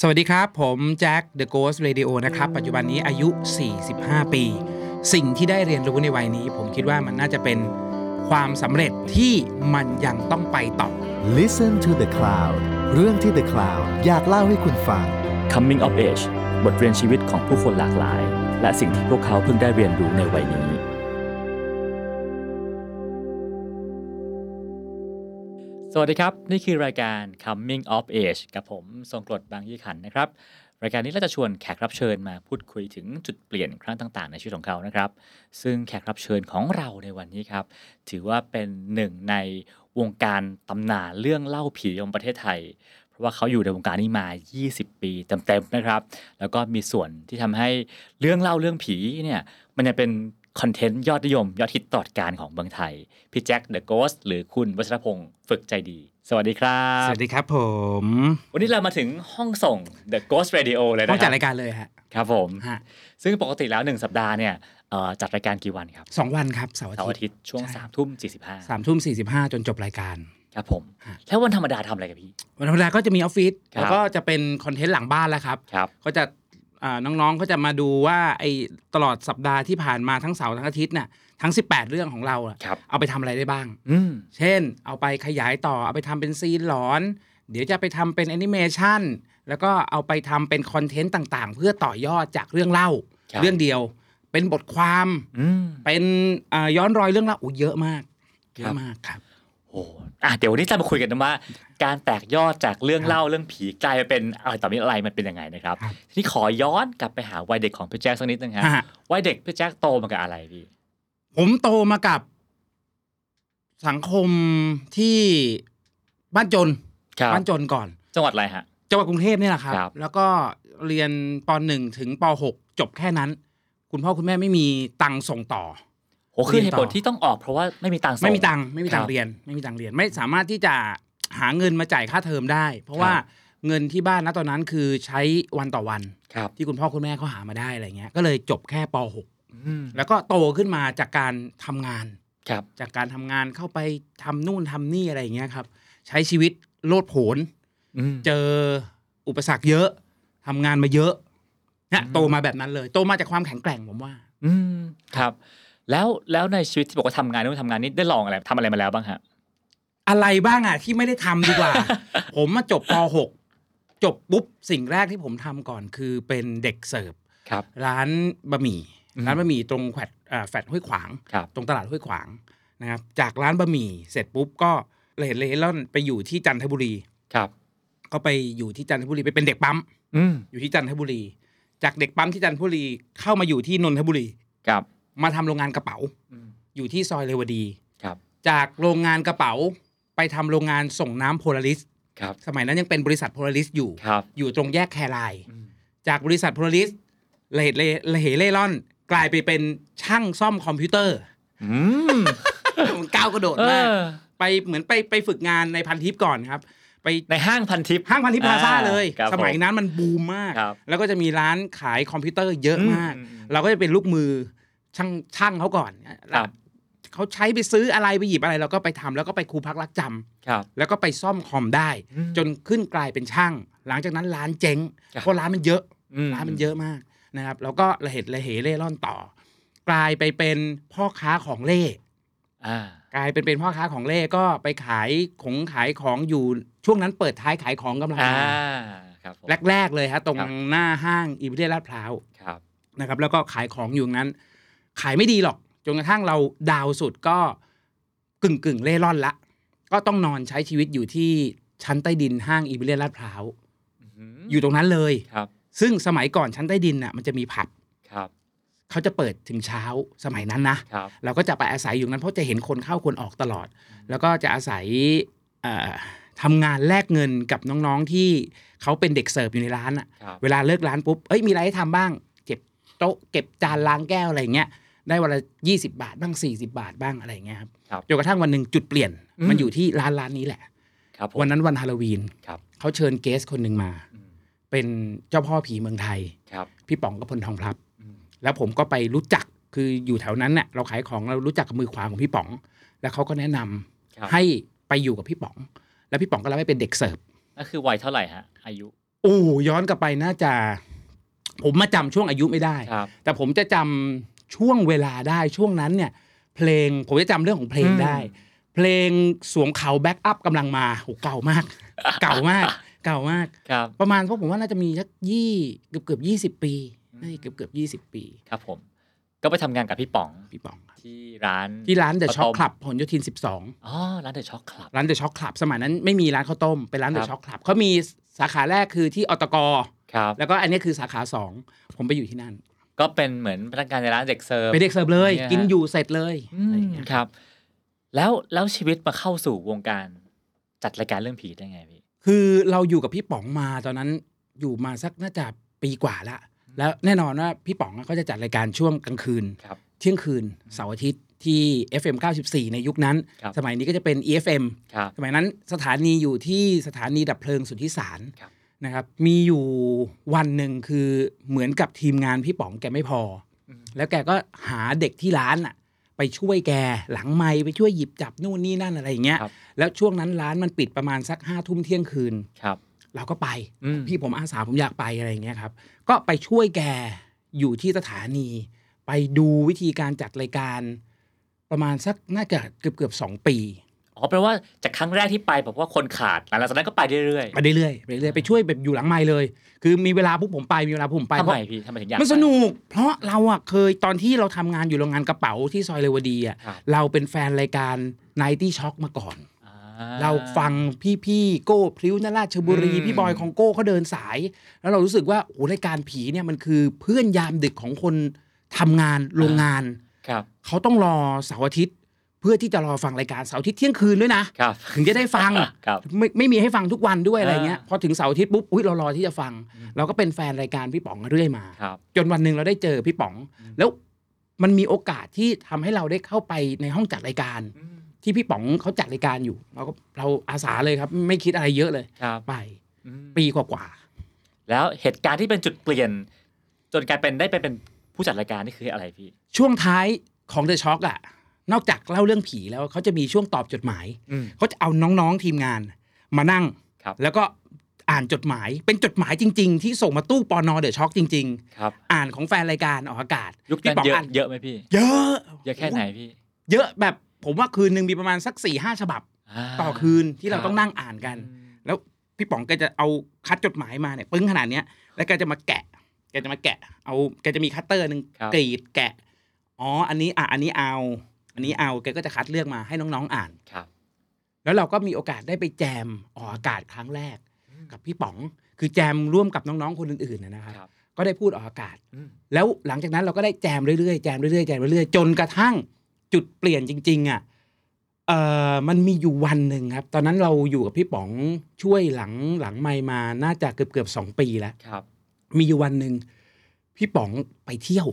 สวัสดีครับ ผมแจ็ค The Ghost Radio นะครับ ปัจจุบันนี้อายุ 45 ปี สิ่งที่ได้เรียนรู้ในวัยนี้ ผมคิดว่ามันน่าจะเป็นความสำเร็จที่มันยังต้องไปต่อ Listen to the Cloud เรื่องที่ The Cloud อยากเล่าให้คุณฟัง Coming of Age บทเรียนชีวิตของผู้คนหลากหลาย และสิ่งที่พวกเขาเพิ่งได้เรียนรู้ในวัยนี้ สวัสดีครับ นี่คือรายการ Coming of Age กับผม ทรงกรดบางยี่ขันธ์นะครับ รายการนี้เราจะชวนแขกรับเชิญมาพูดคุยถึงจุดเปลี่ยนครั้งต่าง ๆ ในชีวิตของเขานะครับ ซึ่งแขกรับเชิญของเราในวันนี้ครับ ถือว่าเป็นหนึ่งในวงการตำนานเรื่องเล่าผีของประเทศไทย เพราะว่าเขาอยู่ในวงการนี้มา 20 ปีเต็มๆนะครับ แล้วก็มีส่วนที่ทำให้เรื่องเล่าเรื่องผีเนี่ย มันจะเป็นคอนเทนต์ยอดนิยม ยอดฮิตตลอดการของเมืองไทย พี่แจ็คเดอะโกสหรือคุณวัชรพงศ์ฝึกใจดี สวัสดีครั ส บ วัสดีครับผม วันนี้เรามาถึงห้องส่ง The Ghost Radio เลย ต้อง นะค จั รั ดรายการเลยฮะ ครับผม ฮะ ซึ่งปกติแล้ว 1 สัปดาห์เนี่ยเอ่อจัดรายการกี่วันครับ สองวันครับเสาร์อา เสาร์อา ทิตย์ ทิตย์ช่วง ใช่ 3ามทุ่มสี่สิบห้า สามทุ่มสี่สิบห้าจนจบรายการ ครับผม ฮะ แล้ววันธรรมดาทำอะไรกับพี่ วันธรรมดาก็จะมีออฟฟิศ ครับ แล้วก็จะเป็นคอนเทนต์หลังบ้านแล้วครับ ครับ ก็จะอ่าน้องๆก็จะมาดูว่าไอ้ตลอดสัปดาห์ที่ผ่านมาทั้งเสาร์ทั้งอาทิตย์น่ะทั้ง 18 เรื่องของเราอะ ครับ เอาไปทำอะไรได้บ้าง อืม เช่น เอาไปขยายต่อเอาไปทำเป็นซีนหลอน เดี๋ยวจะไปทำเป็นแอนิเมชันแล้วก็เอาไปทำเป็นคอนเทนต์ต่างๆ เพื่อต่อยอดจากเรื่องเล่า ครับ เรื่องเดียว เป็นบทความ อืม เป็นอ่าย้อนรอยเรื่องเล่าโอ้เยอะมาก คเยรับอะมากครับ โอ้อ่ะเดี๋ยววันนี้จะมาคุยกันนะว่า การแตกยอดจากเรื่อง ครับ เล่าเรื่องผีกลายมาเป็นอะไรต่อมีอะไรมันเป็นยังไงนะครับ ครับ ทีนี้ขอย้อนกลับไปหาวัยเด็กของพี่แจ็คสักนิดนึงฮะ ฮะ วัยเด็กพี่แจ็คโตมากับอะไรพี่ ผมโตมากับสังคมที่บ้านจนบ้านจนก่อน จังหวัดอะไรฮะ จังหวัดกรุงเทพนี่แหละครับ ครับ แล้วก็เรียนป .1 ถึงป .6 จบแค่นั้น คุณพ่อคุณแม่ไม่มีตังค์ส่งต่อ โหคือ เรี เห ยนต่อตุผลที่ต้องออกเพราะว่าไม่มีตังค์ส่ง ไม่มีตังค์ไม่มีตัง ครั ค์ บ เรียน ไม่มีตังค์เรียนไม่สามารถที่จะหาเงินมาจ่ายค่าเทอมได้ เพราะว่า ครับ เงินที่บ้านนะตอนนั้นคือใช้วันต่อวัน ครับ ที่คุณพ่อคุณแม่เขาหามาได้อะไรเงี้ยก็เลยจบแค่ป .6 อืม แล้วก็โตขึ้นมาจากการทำงาน ครับ จากการทำงานเข้าไปทำนู่นทำนี่อะไรอย่างเงี้ยครับ ใช้ชีวิตโลดโผน อืม เจออุปสรรคเยอะทำงานมาเยอะเนี่ย อืม โตมาแบบนั้นเลย โตมาจากความแข็งแกร่งผมว่า อืมครับ แล้วแล้วในชีวิตที่บอกว่าทำงานนู่นทำงานนี้ได้ลองอะไรทำอะไรมาแล้วบ้างฮะ อะไรบ้างอ่ะที่ไม่ได้ทำดีกว่า ผมมาจบป .6 จบปุ๊บสิ่งแรกที่ผมทำก่อนคือเป็นเด็กเสิร์ฟ ครับ ร้านบะหมี่ อืม ร้านบะหมี่ตรงแฟดเอ่อแฟดห้วยขวาง ครับ ตรงตลาดห้วยขวางนะครับจากร้านบะหมี่เสร็จปุ๊บก็เลเล่ล่อนไปอยู่ที่จันทบุรี ครับ ก็ไปอยู่ที่จันทบุรีไปเป็นเด็กปั๊ม อืม อยู่ที่จันทบุรี จากเด็กปั๊มที่จันทบุรีเข้ามาอยู่ที่นนทบุรี ครับ มาทำโรงงานกระเป๋า อืม อยู่ที่ซอยเลวดี ครับ จากโรงงานกระเป๋า ไปทำโรงงานส่งน้ำโพลาริส ครับ สมัยนั้นยังเป็นบริษัทโพลาริสอยู่ ครับ อยู่ตรงแยกแคราย อืม จากบริษัทโพลาริสเลเหเลเลเหเล่ร่อน กลายไปเป็นช่างซ่อมคอมพิวเตอร์ อืม มันก้าวกระโดด เอ มาก อ ไปเหมือนไปไปฝึกงานในพันทิปก่อนครับ ไป ในห้างพันทิป ห้างพันทิปพลาซ่าเลย ครับผม สมัยนั้นมันบูมมาก ครับ แล้วก็จะมีร้านขายคอมพิวเตอร์เยอะมาก อือืม เราก็จะเป็นลูกมือช่างช่างเขาก่อน ครับ เขาใช้ไปซื้ออะไรไปหยิบอะไรเราก็ไปทำแล้วก็ไปครูพักรักจำ ครับ แล้วก็ไปซ่อมคอมได้ อืม จนขึ้นกลายเป็นช่าง หลังจากนั้นร้านเจ๊ง ครับ เพราะร้านมันเยอะ อื ร้านมันเยอะมากนะครับ แล้วก็ระเหตุระเหเร่ร่อนต่อ กลายไปเป็นพ่อค้าของเล่ อ่าก ลายเป็นเป็นพ่อค้าของเล่ก็ไปขายของขายของอยู่ช่วงนั้นเปิดท้ายขายของกำลัง อ่า มา ครับผม แรกๆเลยฮะตรง ครับ หน้าห้างอิมพีเรียลลาดพร้าว ครับ นะครับแล้วก็ขายของอยู่อย่างนั้น ขายไม่ดีหรอก จนกระทั่งเราดาวสุดก็กึ่งกึ่งๆเล่ร่อนละ ก็ต้องนอนใช้ชีวิตอยู่ที่ชั้นใต้ดินห้างอีเบเรียลาดพร้าวอยู่ตรงนั้นเลย ครับ ซึ่งสมัยก่อนชั้นใต้ดินน่ะมันจะมีผับ ครับ เขาจะเปิดถึงเช้าสมัยนั้นนะครับ เราก็จะไปอาศัยอยู่นั้นเพราะจะเห็นคนเข้าคนออกตลอด แล้วก็จะอาศัยเอ่อทำงานแลกเงินกับน้องๆที่เขาเป็นเด็กเสิร์ฟอยู่ในร้านอ่ะ ครับ เวลาเลิกร้านปุ๊บ เอ้ย มีอะไรให้ทำบ้าง เก็บโต๊ะ เก็บจานล้างแก้วอะไรอย่างเงี้ย ได้วันละยี่สิบาทบ้างสี่สิบาทบ้างอะไรอย่างเงี้ยครับ ครับ จนกระทั่งวันหนึ่งจุดเปลี่ยน อืม มันอยู่ที่ร้านร้านนี้แหละ ครับผม วันนั้นวันฮาโลวีน ครับ เขาเชิญเกสคนหนึ่งมา อืม เป็นเจ้าพ่อผีเมืองไทย ครับ พี่ป๋องกับพลทองพลับ อืม แล้วผมก็ไปรู้จัก คืออยู่แถวนั้นเนี่ยเราขายของเรารู้จักกับมือขวาของพี่ป๋อง แล้วเขาก็แนะนำ ครับ ให้ไปอยู่กับพี่ป๋อง แล้วพี่ป๋องก็รับให้เป็นเด็กเสิร์ฟ นั่นคือวัยเท่าไหร่ฮะอายุ โอ้ย้อนกลับไปน่าจะ ผมมาจำช่วงอายุไม่ได้ ครับ แต่ผมจะจำช่วงเวลาได้ช่วงนั้นเนี่ย เพลงผมจะจำเรื่องของเพลงได้ อืม เพลงสวมเขาแบ็กอัพกำลังมาโหเก่ามาก เก่ามาก เก่ามาก ครับ ประมาณพวกผมว่าน่าจะมีสักยี่เกือบเกือบยี่สิบปี อืม น่าจะเกือบเกือบยี่สิบปี ครับผม ก็ไปทำงานกับพี่ป๋อง พี่ปองครับ ที่ร้าน ที่ร้านเดอะ ข้ว ช็อ ต้ c ม คลับผลโยธินสิบสอง อ๋อ ร้านเดอะช็อกคลับ ร้านเดอะช็อ c คลับสมัยนั้นไม่มีร้านข้าวต้มเป็นร้านเด ครั อะ บ ช็อ c คลับเขามีสาขาแรกคือที่อตก ครับ แล้วก็อันนี้คือสาขาสองผมไปอยู่ที่นั่น ก็เป็นเหมือนพนักงานในร้านเด็กเสิร์ฟ ไปเด็กเสิร์ฟเลย เนี่ยฮะ กินอยู่เสร็จเลย อืม อะไรอย่างเงี้ย ครับ แล้วแล้วชีวิตมาเข้าสู่วงการจัดรายการเรื่องผีได้ไงพี่ คือเราอยู่กับพี่ป๋องมาตอนนั้นอยู่มาสักน่าจะปีกว่าละแล้วแน่นอนว่าพี่ป๋องก็จะจัดรายการช่วงกลางคืน ครับ เที่ยงคืนเสาร์อาทิตย์ที่ FM 94 ในยุคนั้น ครับ สมัยนี้ก็จะเป็น EFM ครับ สมัยนั้นสถานีอยู่ที่สถานีดับเพลิงสุทธิสาร ครับ นะครับมีอยู่วันหนึ่งคือเหมือนกับทีมงานพี่ป๋องแกไม่พอ อืม แล้วแกก็หาเด็กที่ร้านอะไปช่วยแกหลังไม้ไปช่วยหยิบจับนู่นนี่นั่นอะไรอย่างเงี้ย ครับ แล้วช่วงนั้นร้านมันปิดประมาณสักห้าทุ่มเที่ยงคืน ครับ เราก็ไป อืม พี่ผมอาสาผมอยากไปอะไรอย่างเงี้ยครับ ก็ไปช่วยแกอยู่ที่สถานี ไปดูวิธีการจัดรายการ ประมาณสักน่าจะเกือบเกือบสองปี อ๋อแปลว่าจากครั้งแรกที่ไปบอกว่าคนขาดหลังจากนั้นก็ไปเรื่อย ไปเรื่อยๆไปเรื่อยๆไปช่วยแบบอยู่หลังไม้เลย คือมีเวลาพวกผมไปมีเวลาพวกผม ๆ ไป ทำไม เพราะ พี่ทำไมถึงอยาก มัน ไป สนุก เพราะเราอะเคยตอนที่เราทำงานอยู่โรงงานกระเป๋าที่ซอยเลวดีอะ ครับ เราเป็นแฟนรายการไนตี้ช็อคมาก่อน อ่ เราฟังพี่พี่ๆโก้พริ้วนราชบุรี อืม พี่บอยของโก้เขาเดินสาย แล้วเรารู้สึกว่าโอ้รายการผีเนี่ยมันคือเพื่อนยามดึกของคนทำงานโรงงาน ครับ เขาต้องรอเสาร์อาทิตย์ เพื่อที่จะรอฟังรายการเสาร์อาทิตย์เที่ยงคืนด้วยนะ ครับ ถึงจะได้ฟัง ครับ ไม่ไม่มีให้ฟังทุกวันด้วยอะไรเงี้ย อ่า พอถึงเสาร์อาทิตย์ปุ๊บอุ้ยเรารอที่จะฟัง อืม เราก็เป็นแฟนรายการพี่ป๋องเรื่อยมา ครับ จนวันหนึ่งเราได้เจอพี่ป๋อง อืม แล้วมันมีโอกาสที่ทำให้เราได้เข้าไปในห้องจัดรายการ อืม ที่พี่ป๋องเขาจัดรายการอยู่ เราก็เราอาสาเลยครับ ไม่คิดอะไรเยอะเลย ครับ ไป อืม ปีกว่า แล้วเหตุการณ์ที่เป็นจุดเปลี่ยน จนกลายเป็นได้ไปเป็นผู้จัดรายการนี่คืออะไรพี่ ๆช่วงท้ายของ The Shock อ่ะ นอกจากเล่าเรื่องผีแล้วเขาจะมีช่วงตอบจดหมาย อืม เขาจะเอาน้องๆทีมงานมานั่ง ครับ แล้วก็อ่านจดหมายเป็นจดหมายจริง ๆ ที่ส่งมาตู้ปอนอเดอะช็อคจริง ครับ ๆ อ่านของแฟนรายการออกอากาศ ยุค พี่ นั้น ป๋อง เยอะ อ่าน เยอะไหมพี่ เยอะ เยอะแค่ไหนพี่ เยอะแบบผมว่าคืนหนึ่งมีประมาณสัก4ี่ห้าฉบับ า ต่อคืนที่เรา ครับ ต้องนั่งอ่านกัน อืม แล้วพี่ป๋องแกจะเอาคัดจดหมายมาเนี่ยปึ้งขนาดเนี้ยแล้วแกจะมาแกะ แกจะมาแกะ เอาแกจะมีคัตเตอร์หนึ่ง ครับ กรีดแกะ อ๋อ อันนี้อ่ะอันนี้เอา อันนี้เอาแกก็จะคัดเลือกมาให้น้องๆอ่าน ครับ แล้วเราก็มีโอกาสได้ไปแจมออกอากาศครั้งแรก กับพี่ป๋อง คือแจมร่วมกับน้องๆคนอื่นๆนะนะครับ ครับ ก็ได้พูดออกอากาศ อืม แล้วหลังจากนั้นเราก็ได้แจมเรื่อยๆแจมเรื่อยๆแจมเรื่อยๆจนกระทั่งจุดเปลี่ยนจริงๆอ่ะเอ่อมันมีอยู่วันหนึ่งครับ ตอนนั้นเราอยู่กับพี่ป๋องช่วยหลังหลังไม่มาน่าจะเกือบเกือบๆสองปีแล้ว ครับ มีอยู่วันหนึ่งพี่ป๋องไปเที่ยว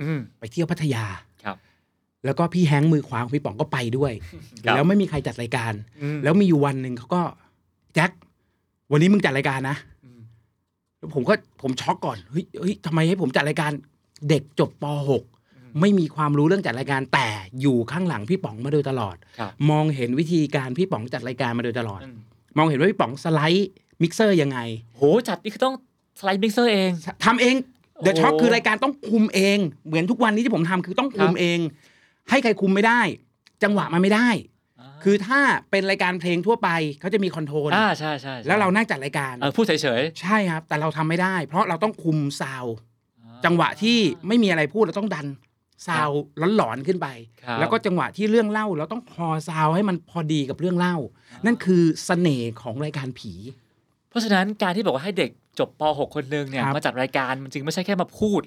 อืม ไปเที่ยวพัทยา ครับ แล้วก็พี่แฮงค์มือขวาของพี่ป๋องก็ไปด้วย แล้วไม่มีใครจัดรายการ อืม แล้วมีอยู่วันหนึ่งเขาก็แจ็ควันนี้มึงจัดรายการนะ อืม แล้วผมก็ผมช็อกก่อนเฮ้ยเฮ้ยทำไมให้ผมจัดรายการเด็กจบป .6 ไม่มีความรู้เรื่องจัดรายการแต่อยู่ข้างหลังพี่ป๋องมาโดยตลอด ครับ มองเห็นวิธีการพี่ป๋องจัดรายการมาโดยตลอด อืม มองเห็นว่าพี่ป๋องสไลด์มิกเซอร์ยังไง โหจัดนี่คือต้องสไลด์มิกเซอร์เอง ทำเองเดอะ โอ้ ช็อคคือรายการต้องคุมเอง เหมือนทุกวันนี้ที่ผมทำคือต้องคุมครับ เอง ให้ใครคุมไม่ได้ จังหวะมันไม่ได้ อ่า คือถ้าเป็นรายการเพลงทั่วไปเขาจะมีคอนโทรล อ่าใช่ใช่ใช่ แล้วเรานั่งจัดรายการ เออพูดเฉย ใช่ครับ แต่เราทำไม่ได้ เพราะเราต้องคุมซาวด์ ๆ จังหวะที่ไม่มีอะไรพูดเราต้องดันซาวหลอนๆขึ้นไป ครับ แล้วก็จังหวะที่เรื่องเล่า เราต้องคอซาวให้มันพอดีกับเรื่องเล่า นั่นคือเสน่ห์ของรายการผี เพราะฉะนั้นการที่บอกว่าให้เด็กจบป .6 คนหนึงเนี่ย ครับ มาจัดรายการมันจึงไม่ใช่แค่มาพูด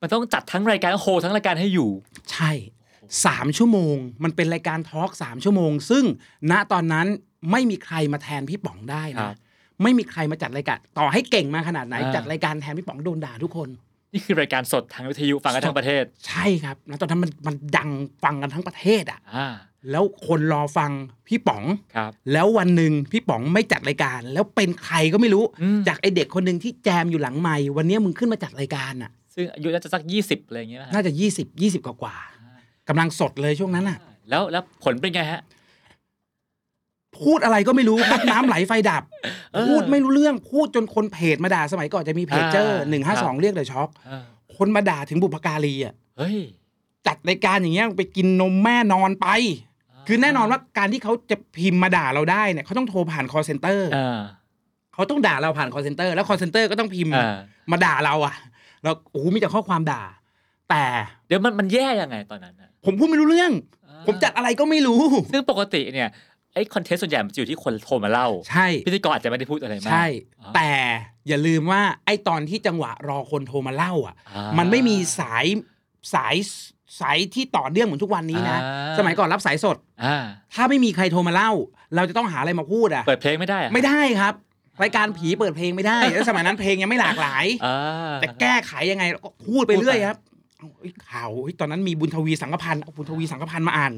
มันต้องจัดทั้งรายการโฮทั้งรายการให้อยู่ ใช่สามชั่วโมง มันเป็นรายการทอล์กสามชั่วโมง ซึ่งณตอนนั้นไม่มีใครมาแทนพี่ป๋องได้ ครั นะ บ ไม่มีใครมาจัดรายการต่อให้เก่งมาขนาดไหน อ่า จัดรายการแทนพี่ป๋องโดนด่าทุกคน นี่คือรายการสดทางวิทยุฟังกันทั้งประเทศ ใช่ครับณตอนนั้นมันมันดังฟังกันทั้งประเทศอ่ะ อ่า แล้วคนรอฟังพี่ป๋อง ครับ แล้ววันหนึ่งพี่ป๋องไม่จัดรายการ แล้วเป็นใครก็ไม่รู้ อืม จากไอเด็กคนหนึ่งที่แจมอยู่หลังไมค์วันเนี้ยมึงขึ้นมาจัดรายการอ่ะ ซึ่งอายุน่าจะสัก 20อะไรอย่างเงี้ยนะฮะ น่าจะ 20 20 กว่ากว่าๆกำลังสดเลยช่วงนั้นอ่ะ แล้วแล้วผลเป็นไงฮะ พูดอะไรก็ไม่รู้พัดน้ำไหลไฟดับ เออ พูดไม่รู้เรื่องพูดจนคนเพจมาด่าสมัยก่อนจะมีเพจเจอร์หนึ่ง ครั ห้าสอบ งเรียกเดอะช็อก อ่า คนมาด่าถึงบุพการีอ่ะ เฮ้ย จัดรายการอย่างเงี้ยไปกินนมแม่นอนไป คือแน่นอนว่าการที่เขาจะพิมพ์มาด่าเราได้เนี่ยเขาต้องโทรผ่าน call center อ่า เขาต้องด่าเราผ่าน call center แล้ว call center ก็ต้องพิมพ์ อ่า มาด่าเราอ่ะเราโอ้โหมีแต่ข้อความด่า แต่ เดี๋ยวมันมันแย่ยังไงตอนนั้นน่ะ ผมพูดไม่รู้เรื่อง อ่า ผมจัดอะไรก็ไม่รู้ ซึ่งปกติเนี่ยไอ้คอนเทนต์ส่วนใหญ่มันจะอยู่ที่คนโทรมาเล่า ใช่ พิธีกรอาจจะไม่ได้พูดอะไรมาก ใช่ แต่อย่าลืมว่าไอ้ตอนที่จังหวะรอคนโทรมาเล่าอ่ะ อ่า มันไม่มีสายสายสายที่ต่อเนื่องเหมือนทุกวันนี้นะ อ่า สมัยก่อนรับสายสด อ่า ถ้าไม่มีใครโทรมาเล่า เราจะต้องหาอะไรมาพูดอ่ะ เปิดเพลงไม่ได้อะ ไม่ได้ครับ รายการผีเปิดเพลงไม่ได้ แล้วสมัยนั้นเพลงยังไม่หลากหลาย อ่า จะแก้ไขยังไงเราก็พูดไปเรื่อยครับเอาเอ้ยข่าวเอ้ยตอนนั้นมีบุญทวีสังกพันธ์เอาบุญทวีสังกพันธ์มาอ่าน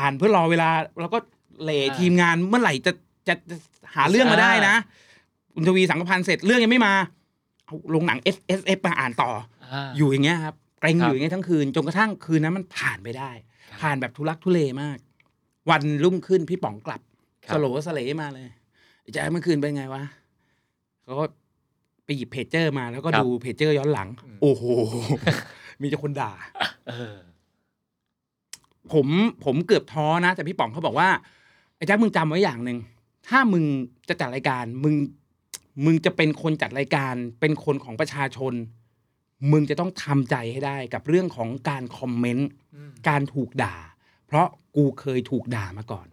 อ่านเพื่อรอเวลาแล้วก็เหล อ่า ทีมงานเมื่อไหร่จะจะจะหาเรื่องมาได้นะ บุญทวีสังกพันธ์เสร็จเรื่องยังไม่มาเอาลงหนัง S S F มาอ่านต่อ า อยู่อย่างเงี้ยครับเกรง ครั อบ ยู่อย่างเงี้ยทั้งคืนจนกระทั่งคืนนั้นมันผ่านไปได้ ครับ ผ่านแบบทุลักทุเลมาก วันรุ่งขึ้นพี่ป๋องกลับ ครับ สโลว์สเลมาเลยไอ้แจ๊คเมื่อคืนเป็นไงวะเขาก็ไปหยิบเพจเจอร์มาแล้วก็ ครับ ดูเพจเจอร์ย้อนหลัง อืม โอ้โห มีแต่คนด่า เออ ผมผมเกือบท้อนะ แต่พี่ป๋องเขาบอกว่าไอ้แจ๊คมึงจำไว้อย่างหนึ่งถ้ามึงจะจัดรายการมึง มึงจะเป็นคนจัดรายการ เป็นคนของประชาชน มึงจะต้องทำใจให้ได้กับเรื่องของการคอมเมนต์ อืม การถูกด่า เพราะกูเคยถูกด่ามาก่อน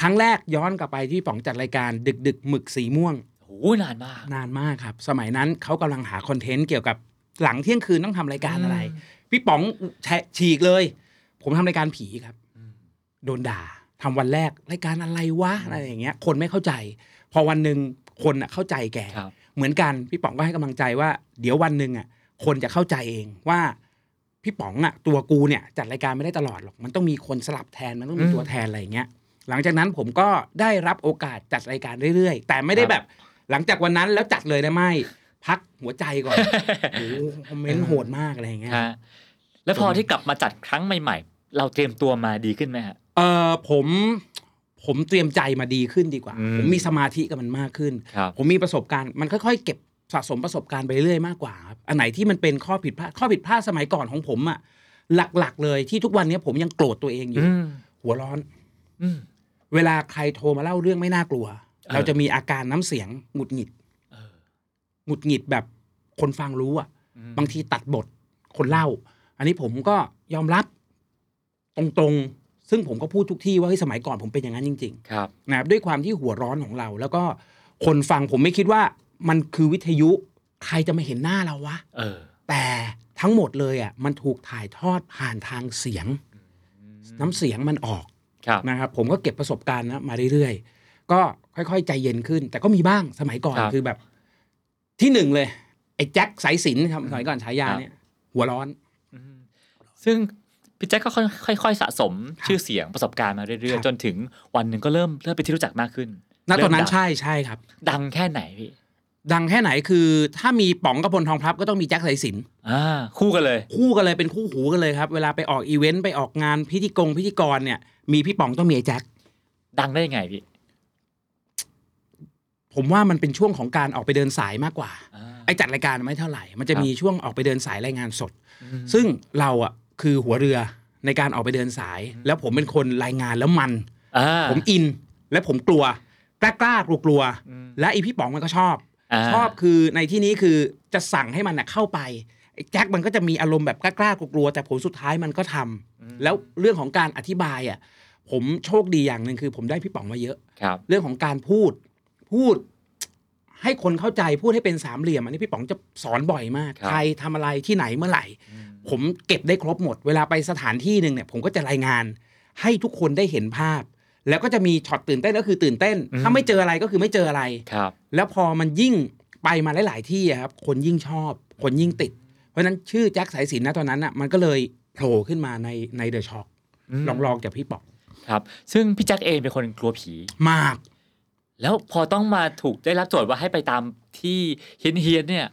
ครั้งแรกย้อนกลับไปที่ป๋องจัดรายการดึกดึกๆหมึกสีม่วง โหนานมาก นานมากครับ สมัยนั้นเขากำลังหาคอนเทนต์เกี่ยวกับหลังเที่ยงคืนต้องทำรายการอะไร อืม พี่ป๋องแฉะฉีกเลย ผมทำรายการผีครับ อืม โดนด่าทำวันแรกรายการอะไรวะอะไรอย่างเงี้ย คนไม่เข้าใจ พอวันหนึ่งคนน่ะเข้าใจแก ครับ เหมือนกันพี่ป๋องก็ให้กำลังใจว่า เดี๋ยววันหนึ่งอ่ะคนจะเข้าใจเองว่า พี่ป๋องอ่ะตัวกูเนี่ยจัดรายการไม่ได้ตลอดหรอก มันต้องมีคนสลับแทนมันต้องมี อืม ตัวแทนอะไรอย่างเงี้ย หลังจากนั้นผมก็ได้รับโอกาสจัดรายการเรื่อยๆ แต่ไม่ได้ ครับ แบบ หลังจากวันนั้นแล้วจัดเลยนะไม่ พักหัวใจก่อนโอ้โหคอมเมน อื ต์ ม โหดมากอะไรอย่างเงี้ย ฮะแล้วพอ ผม ที่กลับมาจัดครั้งใหม่ ๆ เราเตรียมตัวมาดีขึ้นไหมฮะ เออผมผมเตรียมใจมาดีขึ้นดีกว่า อืม ผมมีสมาธิกับมันมากขึ้น ครับ ผมมีประสบการณ์มันค่อยๆ เก็บสะสมประสบการณ์ไปเรื่อยมากกว่าครับอันไหนที่มันเป็นข้อผิดพลาดข้อผิดพลาดสมัยก่อนของผมอะหลักๆ เลยที่ทุกวันเนี้ยผมยังโกรธตัวเองอยู่ อืม หัวร้อน อืม เวลาใครโทรมาเล่าเรื่องไม่น่ากลัว ออ เราจะมีอาการน้ำเสียงหงุดหงิด เออ หงุดหงิดแบบคนฟังรู้อะ อืม บางทีตัดบทคนเล่า อันนี้ผมก็ยอมรับตรงๆ ซึ่งผมก็พูดทุกที่ว่าเฮ้ยสมัยก่อนผมเป็นอย่างนั้นจริง ๆ ครับ นะครับด้วยความที่หัวร้อนของเรา แล้วก็คนฟังผมไม่คิดว่ามันคือวิทยุใครจะมาเห็นหน้าเราวะ เออ แต่ทั้งหมดเลยอ่ะมันถูกถ่ายทอดผ่านทางเสียง น้ำเสียงมันออก ครับ นะครับ ผมก็เก็บประสบการณ์นะมาเรื่อยๆ ก็ค่อยๆ ใจเย็นขึ้น แต่ก็มีบ้างสมัยก่อน ครับ คือแบบ ที่หนึ่งเลย ไอ้แจ็คสายสินครับสมัยก่อนฉายาเนี่ย หัวร้อน อืมซึ่งพี่แจ็คก็ค่อยๆสะสม ครับ ชื่อเสียงประสบการณ์มาเรื่อ ค ย รับ ๆ จนถึงวันหนึ่งก็เริ่มเริ่มเป็นที่รู้จักมากขึ้น ณตอนนั้น เริ่มดัง ใช่ใช่ครับ ดังแค่ไหนพี่ ดังแค่ไหนคือถ้ามีป๋องกระพลทองพลับก็ต้องมีแจ็คสายสิน อ่าคู่กันเลย คู่กันเลยเป็นคู่หูกันเลยครับ เวลาไปออกอีเวนต์ไปออกงานพิธีกรพิธีกรเนี่ยมีพี่ป๋องต้องมีไอ้แจ็ค ดังได้ยังไงพี่ ผมว่ามันเป็นช่วงของการออกไปเดินสายมากกว่า อ่า ไอ้จัดรายการไม่เท่าไหร่ มันจะ ครับ มีช่วงออกไปเดินสายรายงานสด อืม ซึ่งเราอ่ะคือหัวเรือในการออกไปเดินสาย แล้วผมเป็นคนรายงานแล้วมัน อ่า ผมอินและผมกลัวกล้ากล้ากลัวกลัว อืม และไอพี่ป๋องมันก็ชอบ า ชอบคือในที่นี้คือจะสั่งให้มันน่ะเข้าไปไอ้แจ็คมันก็จะมีอารมณ์แบบกล้ากลัวกลัวๆแต่ผลสุดท้ายมันก็ทำ อืม แล้วเรื่องของการอธิบายอ่ะผมโชคดีอย่างหนึ่งคือ ผมได้พี่ป๋องมาเยอะ ครับ เรื่องของการพูด พูด ให้คนเข้าใจพูดให้เป็นสามเหลี่ยมอันนี้พี่ป๋องจะสอนบ่อยมาก ครับ ใครทำอะไรที่ไหนเมื่อไหร่ อืม ผมเก็บได้ครบหมด เวลาไปสถานที่หนึ่งเนี่ย ผมก็จะรายงาน ให้ทุกคนได้เห็นภาพ แล้วก็จะมีช็อตตื่นเต้นก็คือตื่นเต้น ถ้าไม่เจออะไรก็คือไม่เจออะไร ครับ แล้วพอมันยิ่งไปมาหลาย ๆ ที่อะครับ คนยิ่งชอบ คนยิ่งติด เพราะฉะนั้นชื่อแจ็คสายสินนะตอนนั้นอ่ะมันก็เลยโผล่ขึ้นมาในในเดอะช็อค ม ลองลองจากพี่ป๋อง ครับ ซึ่งพี่แจ็คเองเป็นคนกลัวผี มาก แล้วพอต้องมาถูกได้รับโจทย์ว่าให้ไปตามที่เฮียนเฮียนๆเนี่ย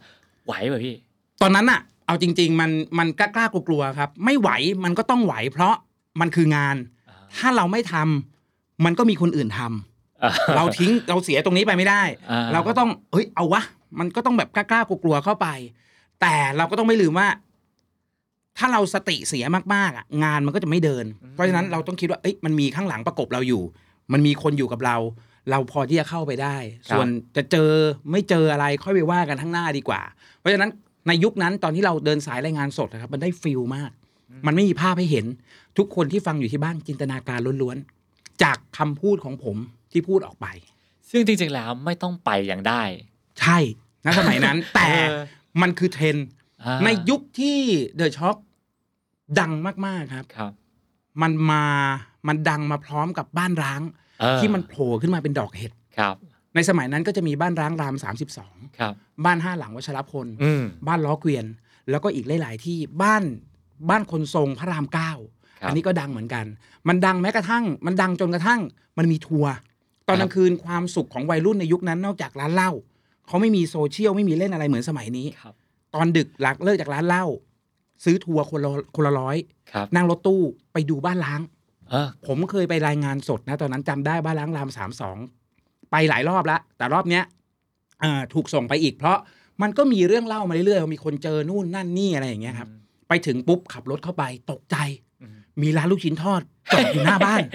ไหวป่ะพี่ ตอนนั้นอ่ะ เอาจริง ๆ มันมันกล้ากล้ากลัวๆครับ ไม่ไหวมันก็ต้องไหว เพราะมันคืองาน ถ้าเราไม่ทำมันก็มีคนอื่นทำ อ่า เราทิ้งเราเสียตรงนี้ไปไม่ได้ อ่ เราก็ต้องเอ้ยเอาวะ มันก็ต้องแบบกล้าๆกลัวๆเข้าไป แต่เราก็ต้องไม่ลืมว่า ถ้าเราสติเสียมากๆอ่ะงานมันก็จะไม่เดิน เพราะฉะนั้นเราต้องคิดว่าเอ้ยมันมีข้างหลังประกบเราอยู่ มันมีคนอยู่กับเรา เราพอที่จะเข้าไปได้ ครับ ส่วนจะเจอไม่เจออะไรค่อยไปว่ากันข้างหน้าดีกว่า เพราะฉะนั้นในยุคนั้นตอนที่เราเดินสายรายงานสดนะครับ มันได้ฟิลมาก มันไม่มีภาพให้เห็น ทุกคนที่ฟังอยู่ที่บ้านจินตนาการล้วนๆจากคำพูดของผมที่พูดออกไป ซึ่งจริงๆแล้วไม่ต้องไปยังได้ ใช่นะสมัย นั้น แต่ เออ มันคือเทรนด์ อ่า ในยุคที่เดอะช็อคดังมากๆครับ ครับ มันมามันดังมาพร้อมกับบ้านร้าง เออ ที่มันโผล่ขึ้นมาเป็นดอกเห็ด ครับ ในสมัยนั้นก็จะมีบ้านร้างราม 32 ครับ บ้านห้าหลังวัชรพล อืม บ้านล้อเกวียน แล้วก็อีกหลาย ๆ ที่บ้านบ้านคนทรงพระรามเก้า ครับ อันนี้ก็ดังเหมือนกัน มันดังแม้กระทั่ง มันดังจนกระทั่ง มันมีทัวร์ตอน ค ก รับ ลางคืนความสุขของวัยรุ่นในยุคนั้นนอกจากร้านเหล้าเขาไม่มีโซเชียลไม่มีเล่นอะไรเหมือนสมัยนี้ ครับ ตอนดึกหลักเลิกจากร้านเหล้าซื้อทัวร์คนละคนละร้อย ครับ นั่งรถตู้ไปดูบ้านล้าง เออ ผมเคยไปรายงานสดนะ ตอนนั้นจำได้บ้านล้างรามสามสองไปหลายรอบละแต่รอบเนี้ยเอ่อถูกส่งไปอีก เพราะมันก็มีเรื่องเล่ามาเรื่อยๆว่ามีคนเจอนู่นนั่นนี่อะไรอย่างเงี้ยครับไปถึงปุ๊บขับรถเข้าไปตกใจ อืม มีร้านลูกชิ้นทอดจอดอยู่หน้าบ้าน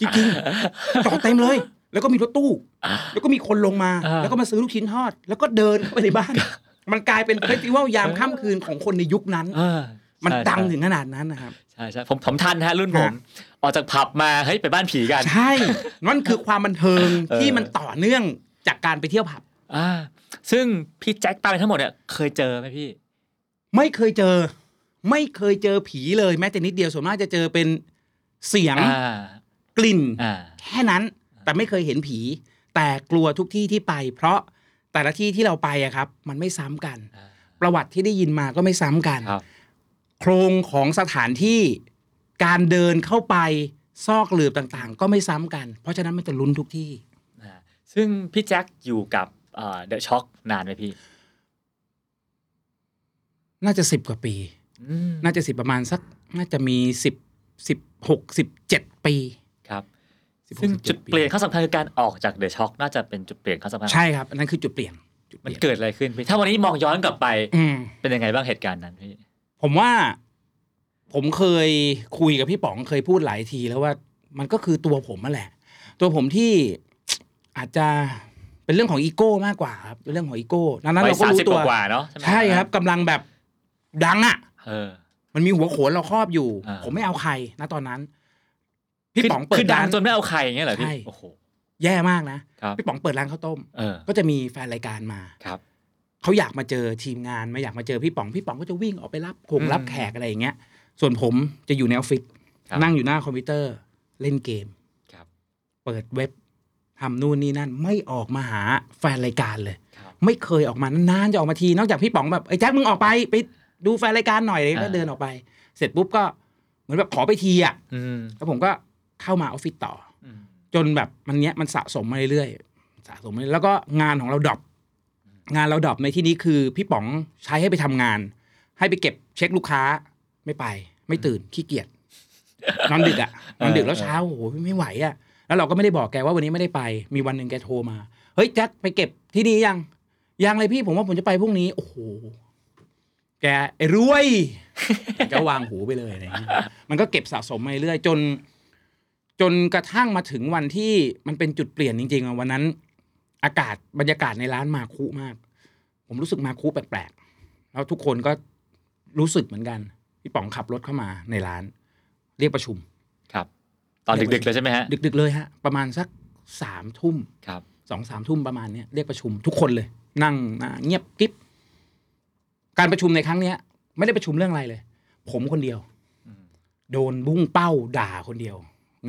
จริงๆจอดเต็มเลย แล้วก็มีรถตู้ อ่า แล้วก็มีคนลงมา อ่า แล้วก็มาซื้อลูกชิ้นทอด แล้วก็เดินเข้าไปในบ้าน มันกลายเป็นเฟสติวัลยามค่ำคืนของคนในยุคนั้น เออ มัน ใช่ ดัง ใช่ ถึงขนาดนั้นนะครับ ใช่ใช่ผมผมทันฮะรุ่นผม ออกจากผับมาเฮ้ยไปบ้านผีกัน ใช่ นั่นคือความบันเทิง เออ ที่มันต่อเนื่องจากการไปเที่ยวผับ อ่าซึ่งพี่แจ็คตามไปทั้งหมดเนี่ยเคยเจอไหมพี่ ไม่เคยเจอ ไม่เคยเจอผีเลยแม้แต่นิดเดียวส่วนมากจะเจอเป็นเสียง อ่าก ลิ่น อ่า แค่นั้นแต่ไม่เคยเห็นผี แต่กลัวทุกที่ที่ไป เพราะแต่ละที่ที่เราไปอะครับ มันไม่ซ้ำกัน อ่า ประวัติที่ได้ยินมาก็ไม่ซ้ำกัน ครับ โครงของสถานที่การเดินเข้าไปซอกหลืบต่างๆ ก็ไม่ซ้ำกัน เพราะฉะนั้นมันจะลุ้นทุกที่ อ่าซึ่งพี่แจ็คอยู่กับเดอะช็อคนานไหมพี่ น่าจะสิบกว่าปี อืม น่าจะสิบประมาณสัก น่าจะมีสิบสิบหกสิบเจ็ดปี ครับ 16 ซึ่งจุด 17 เปลี่ยนข้อสำคัญคือการออกจากเดอะช็อคน่าจะเป็นจุดเปลี่ยนข้อสำคัญ ใช่ครับอันนั้นคือจุดเปลี่ยนจุดเป มัน ลี่ยน เกิดอะไรขึ้นพี่ถ้าวันนี้มองย้อนกลับไป อืม เป็นยังไงบ้างเหตุการณ์นั้นพี่ ผมว่าผมเคยคุยกับพี่ป๋องเคยพูดหลายทีแล้วว่ามันก็คือตัวผมนั่นแหละ ตัวผมที่ อาจจะเป็นเรื่องของอีโก้มากกว่าครับเป็นเรื่องของอีโก้ดังนั้น วัย เราก็ สาม รู้ สิบ ตัว กว่าๆเนาะใช่ไหม ใช่ครับกำลังแบบดังอ่ะ เออ มันมีหัวโขนเราครอบอยู่ อ่า ผมไม่เอาใครนะตอนนั้น พี่ป๋องเปิ คื ด อดั ร้าง น จนไม่เอาใครอย่างเงี้ยเหรอพี่ ใช่ โอ้โห แย่มากนะครับ พี่ป๋องเปิดร้านข้าวต้ม เออ ก็จะมีแฟนรายการมา ครับ เขาอยากมาเจอทีมงานมาอยากมาเจอพี่ป๋องพี่ป๋องก็จะวิ่งออกไปรับคง อืม รับแขกอะไรอย่างเงี้ย ส่วนผมจะอยู่ในออฟฟิศ ครับ นั่งอยู่หน้าคอมพิวเตอร์เล่นเกม ครับ เปิดเว็บทำนู่นนี่นั่นไม่ออกมาหาแฟนรายการเลย ครับ ไม่เคยออกมานานๆจะออกมาที นอกจากพี่ป๋องแบบไอ้แจ็คมึงออกไปไปดูแฟนรายการหน่อยเลยก็ อ่า เดินออกไป เสร็จปุ๊บก็เหมือนแบบขอไปทีอ่ะ อืม แล้วผมก็เข้ามาออฟฟิศต่อ อืม จนแบบมันเนี้ยมันสะสมมาเรื่อยๆสะสมมาเรื่อยๆแล้วก็งานของเราดรอปงานเราดรอปในที่นี้คือพี่ป๋องใช้ให้ไปทำงาน ให้ไปเก็บเช็คลูกค้าไม่ไป ไม่ตื่นขี้เกียจนอนดึก อะนอนดึกแล้วเช้าโอ้โหไม่ไหวอะแล้วเราก็ไม่ได้บอกแกว่าวันนี้ไม่ได้ไป มีวันหนึ่งแกโทรมาเฮ้ยแจ็คไปเก็บที่นี่ยังยังเลยพี่ผมว่าผมจะไปพรุ่งนี้ โอ้โหแกไอ้รวย แกวางหูไปเลยอะไรอย่างเงี้ยมันก็เก็บสะสมมาเรื่อยๆจน จนกระทั่งมาถึงวันที่มันเป็นจุดเปลี่ยนจริงๆอะวันนั้น อากาศบรรยากาศในร้านมาคุมาก ผมรู้สึกมาคุแปลกๆ แล้วทุกคนก็รู้สึกเหมือนกัน พี่ป๋องขับรถเข้ามาในร้าน เรียกประชุม ครับ ตอนดึกๆเลยใช่ไหมฮะ ดึกๆเลยฮะ ประมาณสักสามทุ่ม ครับ สองสามทุ่มประมาณเนี้ยเรียกประชุมทุกคนเลย นั่งหน้าเงียบกริบการประชุมในครั้งเนี้ย ไม่ได้ประชุมเรื่องอะไรเลย ผมคนเดียว อืม โดนบุ้งเป้าด่าคนเดียว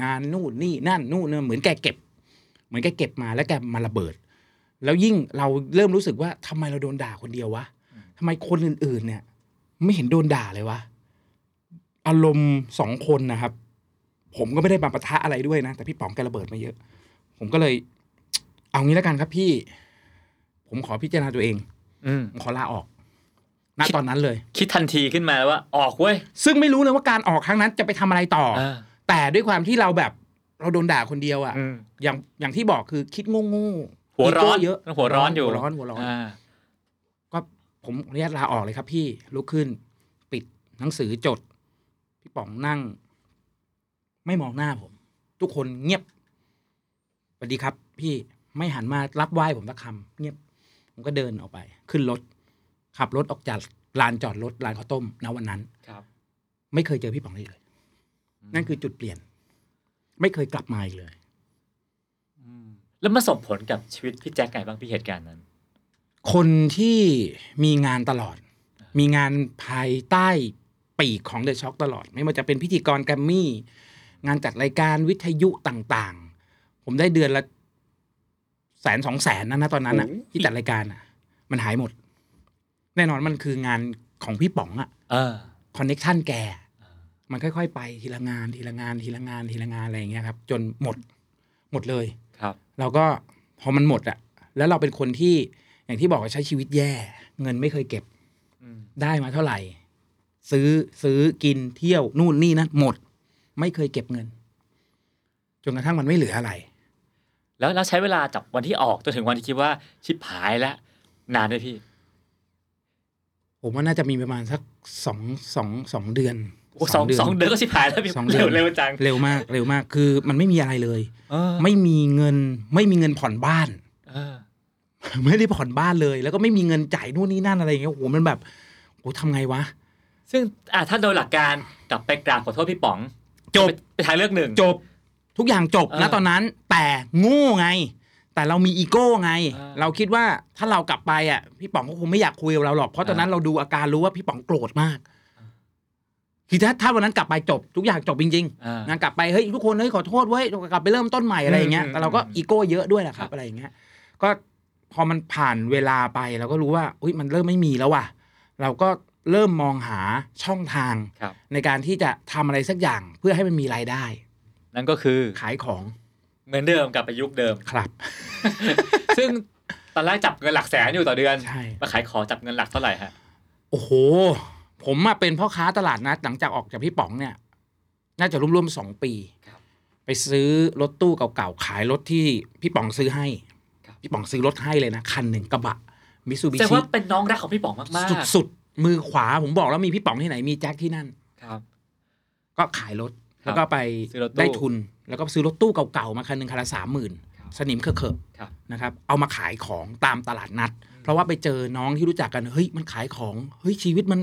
งานนู่นนี่นั่นนู่นเนี่ยเหมือนแกเก็บ เหมือนแกเก็บมาแล้วแกมาระเบิด แล้วยิ่งเราเริ่มรู้สึกว่าทำไมเราโดนด่าคนเดียววะทำไมคนอื่น ๆ เนี่ย ไม่เห็นโดนด่าเลยวะอารมณ์สองคนนะครับ ผมก็ไม่ได้มาปะทะอะไรด้วยนะแต่พี่ป๋องแกระเบิดมาเยอะ ผมก็เลย เอางี้แล้วกันครับพี่ ผมขอพิจารณาตัวเอง อืม ผมขอลาออกณตอนนั้นเลย คิดทันทีขึ้นมาแล้วว่าออกเว้ย ซึ่งไม่รู้เลยว่าการออกครั้งนั้นจะไปทำอะไรต่อ อ่า แต่ด้วยความที่เราแบบ เราโดนด่าคนเดียวอะ อืม อย่างอย่างที่บอกคือคิดโง่โง่ๆ หัวร้อน โก้เยอะ หัวร้อนอยู่ หัวร้อนหัวร้อน า ก็ผมขออนุญาตลาออกเลยครับพี่ลุกขึ้น ปิดหนังสือจด พี่ป๋องนั่ง ไม่มองหน้าผม ทุกคนเงียบสวัสดีครับ พี่ไม่หันมารับไหว้ผมสักคำเงียบ ผมก็เดินออกไป ขึ้นรถ ขับรถออกจากลานจอดรถลานข้าวต้มณวันนั้น ครับ ไม่เคยเจอพี่ป๋องเลยเลย อืม นั่นคือจุดเปลี่ยน ไม่เคยกลับมาอีกเลย อืมแล้วมาส่งผลกับชีวิตพี่แจ็คไงบ้างพี่เหตุการณ์นั้น คนที่มีงานตลอด มีงานภายใต้ปีกของเดอะช็อคตลอด ไม่ว่าจะเป็นพิธีกรแกรมมี่ งานจัดรายการวิทยุต่างๆ ผมได้เดือนละแสนสองแสนนะนะตอนนั้นอ่ะ โอ้ย ที่จัดรายการอ่ะ มันหายหมด แน่นอนมันคืองานของพี่ป๋องอ่ะ เออ คอนเน็ชันแก มันค่อยๆ ไปทีละงาน ทีละงานทีละงานทีละงานอะไรอย่างเงี้ยครับ จนหมด หมดเลย ครับ เราก็พอมันหมดอะแล้วเราเป็นคนที่อย่างที่บอกว่าใช้ชีวิตแย่ เงินไม่เคยเก็บ อืม ได้มาเท่าไหร่ ซื้อซื้อกินเที่ยวนู่นนี่นั่นหมด ไม่เคยเก็บเงิน จนกระทั่งมันไม่เหลืออะไร แล้วแล้วใช้เวลาจากวันที่ออกจนถึงวันที่คิดว่าชิบหายแล้วนานไหมพี่ ผมว่าน่าจะมีประมาณสักสองสองสองเดือน โอ้สองสองเดือนก็ชิบหายแล้วพี่ สองเดื เร็ อ วน เร็วจัง เร็วมากเร็วมาก คือมันไม่มีอะไรเลย เออ ไม่มีเงิน ไม่มีเงินผ่อนบ้าน เออ ไม่ได้ผ่อนบ้านเลย แล้วก็ไม่มีเงินจ่ายนู่นนี่นั่นอะไรอย่างเงี้ยโอ้โหมันแบบโอ้โหทำไงวะ ซึ่งอ่ะถ้าโดยหลักการกลับไปกราบขอโทษพี่ป๋อง จบ ไปไปทางเลือกหนึ่ง จบทุกอย่างจบ เออ นะตอนนั้น แต่โง่ไง แต่เรามีอีโก้ไง เออ เราคิดว่าถ้าเรากลับไปอ่ะพี่ป๋องก็คงไม่อยากคุยกับเราหรอกเพราะตอนนั้น เออ เราดูอาการรู้ว่าพี่ป๋องโกรธมากคือถ้าถ้าวันนั้นกลับไปจบ ทุกอย่างจบจริง อ่า ๆงานกลับไปเฮ้ยทุกคนเฮ้ยขอโทษเว้ยกลับไปเริ่มต้นใหม่อะไรอย่างเงี้ย อืม แต่เราก็ อืม อีโก้เยอะด้วยแหละครั ครับ บ อะไรอย่างเงี้ย ก็พอมันผ่านเวลาไปเราก็รู้ว่าอุ้ยมันเริ่มไม่มีแล้วว่ะ เราก็เริ่มมองหาช่องทาง ครับ ในการที่จะทำอะไรสักอย่างเพื่อให้มันมีรายได้ นั่นก็คือ ขายของ เหมือนเดิมกลับไปยุคเดิม ครับ ซึ่งตอนแรกจับเงินหลักแสนอยู่ต่อเดือน ใช่ มาขายของจับเงินหลักเท่าไหร่ฮะ โอ้โห ผมอะเป็นพ่อค้าตลาดนัดหลังจากออกจากพี่ป๋องเนี่ย น่าจะร่วมๆสองปี ไปซื้อรถตู้เก่าๆ ขายรถที่พี่ป๋องซื้อให้ พี่ป๋องซื้อรถให้เลยนะ คันหนึ่งกระบะมิซูบิ แสดง ชิ ว่าเป็นน้องรักของพี่ป๋องมากๆ สุดๆ มือขวาผมบอกแล้วมีพี่ป๋องที่ไหนมีแจ็คที่นั่น ครับ ก็ขายรถ ครับ แล้วก็ไป ซื้อรถตู้ ได้ทุน แล้วก็ซื้อรถตู้เก่าๆ มาคันหนึ่งคันละสามหมื่น ครับ สนิมเคอะ ครับ ๆนะครับ เอามาขายของตามตลาดนัด เพราะว่าไปเจอน้องที่รู้จักกัน เฮ้ยมันขายของ เฮ้ยชีวิตมัน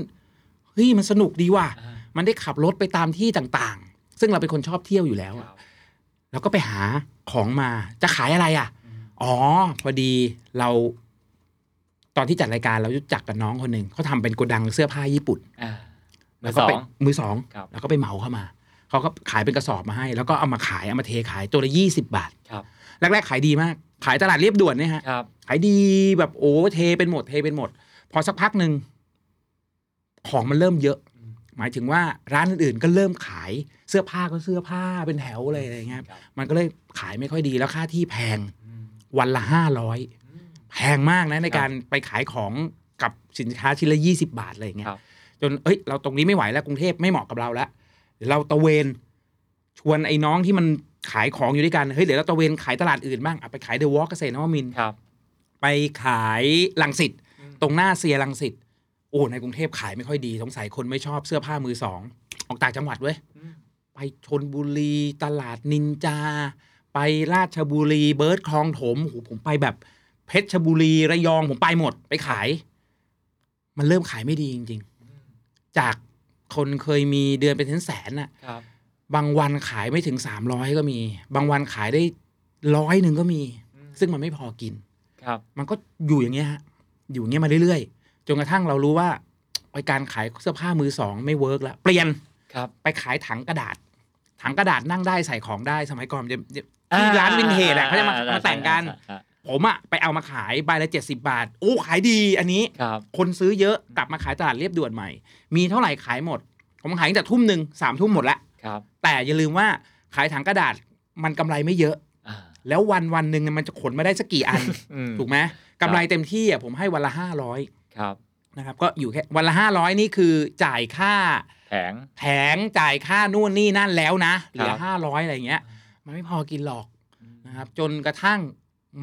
เฮ้ยมันสนุกดีว่ะ อ่ามั มันได้ขับรถไปตามที่ต่างๆ ซึ่งเราเป็นคนชอบเที่ยวอยู่แล้วอะ แล้วก็ไปหาของมาจะขายอะไรอ่ะ อ๋อ พอดีเรา ตอนที่จัดรายการเรารู้จักกับน้องคนหนึ่งเขาทำเป็นโกดังเสื้อผ้าญี่ปุ่น อ่ามื แล้ อ วก็ สอ ไป ง มือสอง ครับ แล้วก็ไปเหมาเข้ามา เขาก็ขายเป็นกระสอบมาให้ แล้วก็เอามาขายเอามาเทขายตัวละยี่สิบาท ครับ แรกๆขายดีมาก ขายตลาดเรียบด่วนเนี่ยฮะ ครับ ขายดีแบบโอ้เทเป็นหมดเทเป็นหมด พอสักพักหนึ่งของมันเริ่มเยอะ หมายถึงว่าร้านอื่นๆก็เริ่มขายเสื้อผ้าก็เสื้อผ้าเป็นแถวเลยอะไรอย่างเงี้ย ครับ มันก็เลยขายไม่ค่อยดีแล้วค่าที่แพง อืม วันละห้าร้อย อืม แพงมากนะในการไปขายของกับสินค้าชิ้นละยี่สิบาทอะไรอย่างเงี้ย ครับ จนเอ้ยเราตรงนี้ไม่ไหวแล้วกรุงเทพไม่เหมาะกับเราแล้วเราตะเวนชวนไอ้น้องที่มันขายของอยู่ด้วยกันเฮ้ยเดี๋ยวเราตะเวนขายตลาดอื่นบ้างอ่ะไปขายเดอะวอล์กเกษตรนวมินทร์ ครับ ไปขายลังสิต อืม ตรงหน้าเซียลังสิตโอ้ในกรุงเทพขายไม่ค่อยดีสงสัยคนไม่ชอบเสื้อผ้ามือสองออกต่างจังหวัดเว้ย อืม ไปชนบุรีตลาดนินจา ไปราชบุรีเบิร์ดคลองถมโหผมไปแบบเพชรบุรีระยองผมไปหมด ไปขาย มันเริ่มขายไม่ดีจริง ๆ จากคนเคยมีเดือนเป็นแสนๆน่ะ ครับ บางวันขายไม่ถึงสามร้อยก็มี บางวันขายได้ร้อยหนึ่งก็มี อืม ซึ่งมันไม่พอกิน ครับ มันก็อยู่อย่างเงี้ยฮะ อยู่อย่างเงี้ยมาเรื่อยๆ จนกระทั่งเรารู้ว่าไอการขายเสื้อผ้ามือสองไม่เวิร์กละเปลี่ยน ครับ ไปขายถังกระดาษ ถังกระดาษนั่งได้ใส่ของได้สมัยก่อนจะจะ อ่ ที่ร้านวินเทจอะเขาจะมา อ่ มาแต่งกัน อ่า ผมอะไปเอามาขายใบละเจ็ดสิบาท โอ้ขายดีอันนี้ ครับ คนซื้อเยอะกลับมาขายตลาดเรียบด่วนใหม่ มีเท่าไหร่ขายหมด ผมขายตั้งแต่ทุ่มหนึ่งสามทุ่มหมดละ ครับ แต่อย่าลืมว่าขายถังกระดาษมันกำไรไม่เยอะ อ่า แล้ววันวันหนึ่งมันจะขนมาได้สักกี่อัน อืม ถูกไหมกำไรเต็มที่อะผมให้วันละห้าร้อย ครับ นะครับก็อยู่แค่วันละห้าร้อยนี่คือจ่ายค่า แผง แผงจ่ายค่านู่นนี่นั่นแล้วนะ เหลื ค อ รับ ห้าร้อยอะไรอย่างเงี้ย มันไม่พอกินหรอกนะครับ จนกระทั่ง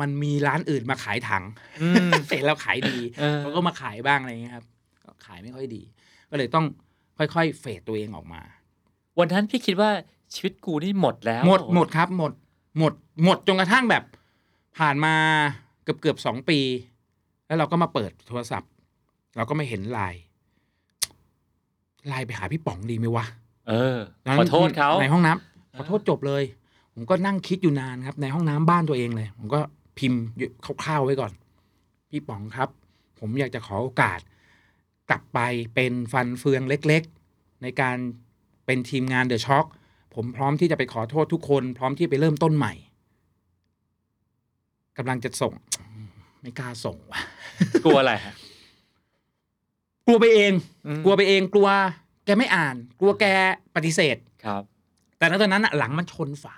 มันมีร้านอื่นมาขายถัง อืม เสร็จแล้วขายดี เออ เขาก็มาขายบ้างอะไรอย่างเงี้ยครับก็ขายไม่ค่อยดี ก็เลยต้องค่อยๆ เฟดตัวเองออกมา วันนั้นพี่คิดว่าชีวิตกูนี่หมดแล้ว หมดหมดครับ หมดหมดหมดจนกระทั่งแบบ ผ่านมาเกือบเกือบสองปี แล้วเราก็มาเปิดโทรศัพท์ เราก็ไม่เห็นไลน์ไลน์ไปหาพี่ป๋องดีไหมวะ เออ ตนนั้น ขอโทษเขา ในห้องน้ำขอโทษจบเลย ผมก็นั่งคิดอยู่นานครับ ในห้องน้ำบ้านตัวเองเลย ผมก็พิมพ์อยู่คร่าวๆไว้ก่อน พี่ป๋องครับ ผมอยากจะขอโอกาส กลับไปเป็นฟันเฟืองเล็กๆ ในการเป็นทีมงานเดอะช็อคผมพร้อมที่จะไปขอโทษทุกคน พร้อมที่ไปเริ่มต้นใหม่กำลังจะส่ง ไม่กล้าส่งว่ะ กลัวอะไรฮะ กลัวไปเอง อืม กลัวไปเองกลัว แกไม่อ่าน กลัวแกปฏิเสธ ครับ แต่ณตอนนั้นน่ะหลังมันชนฝา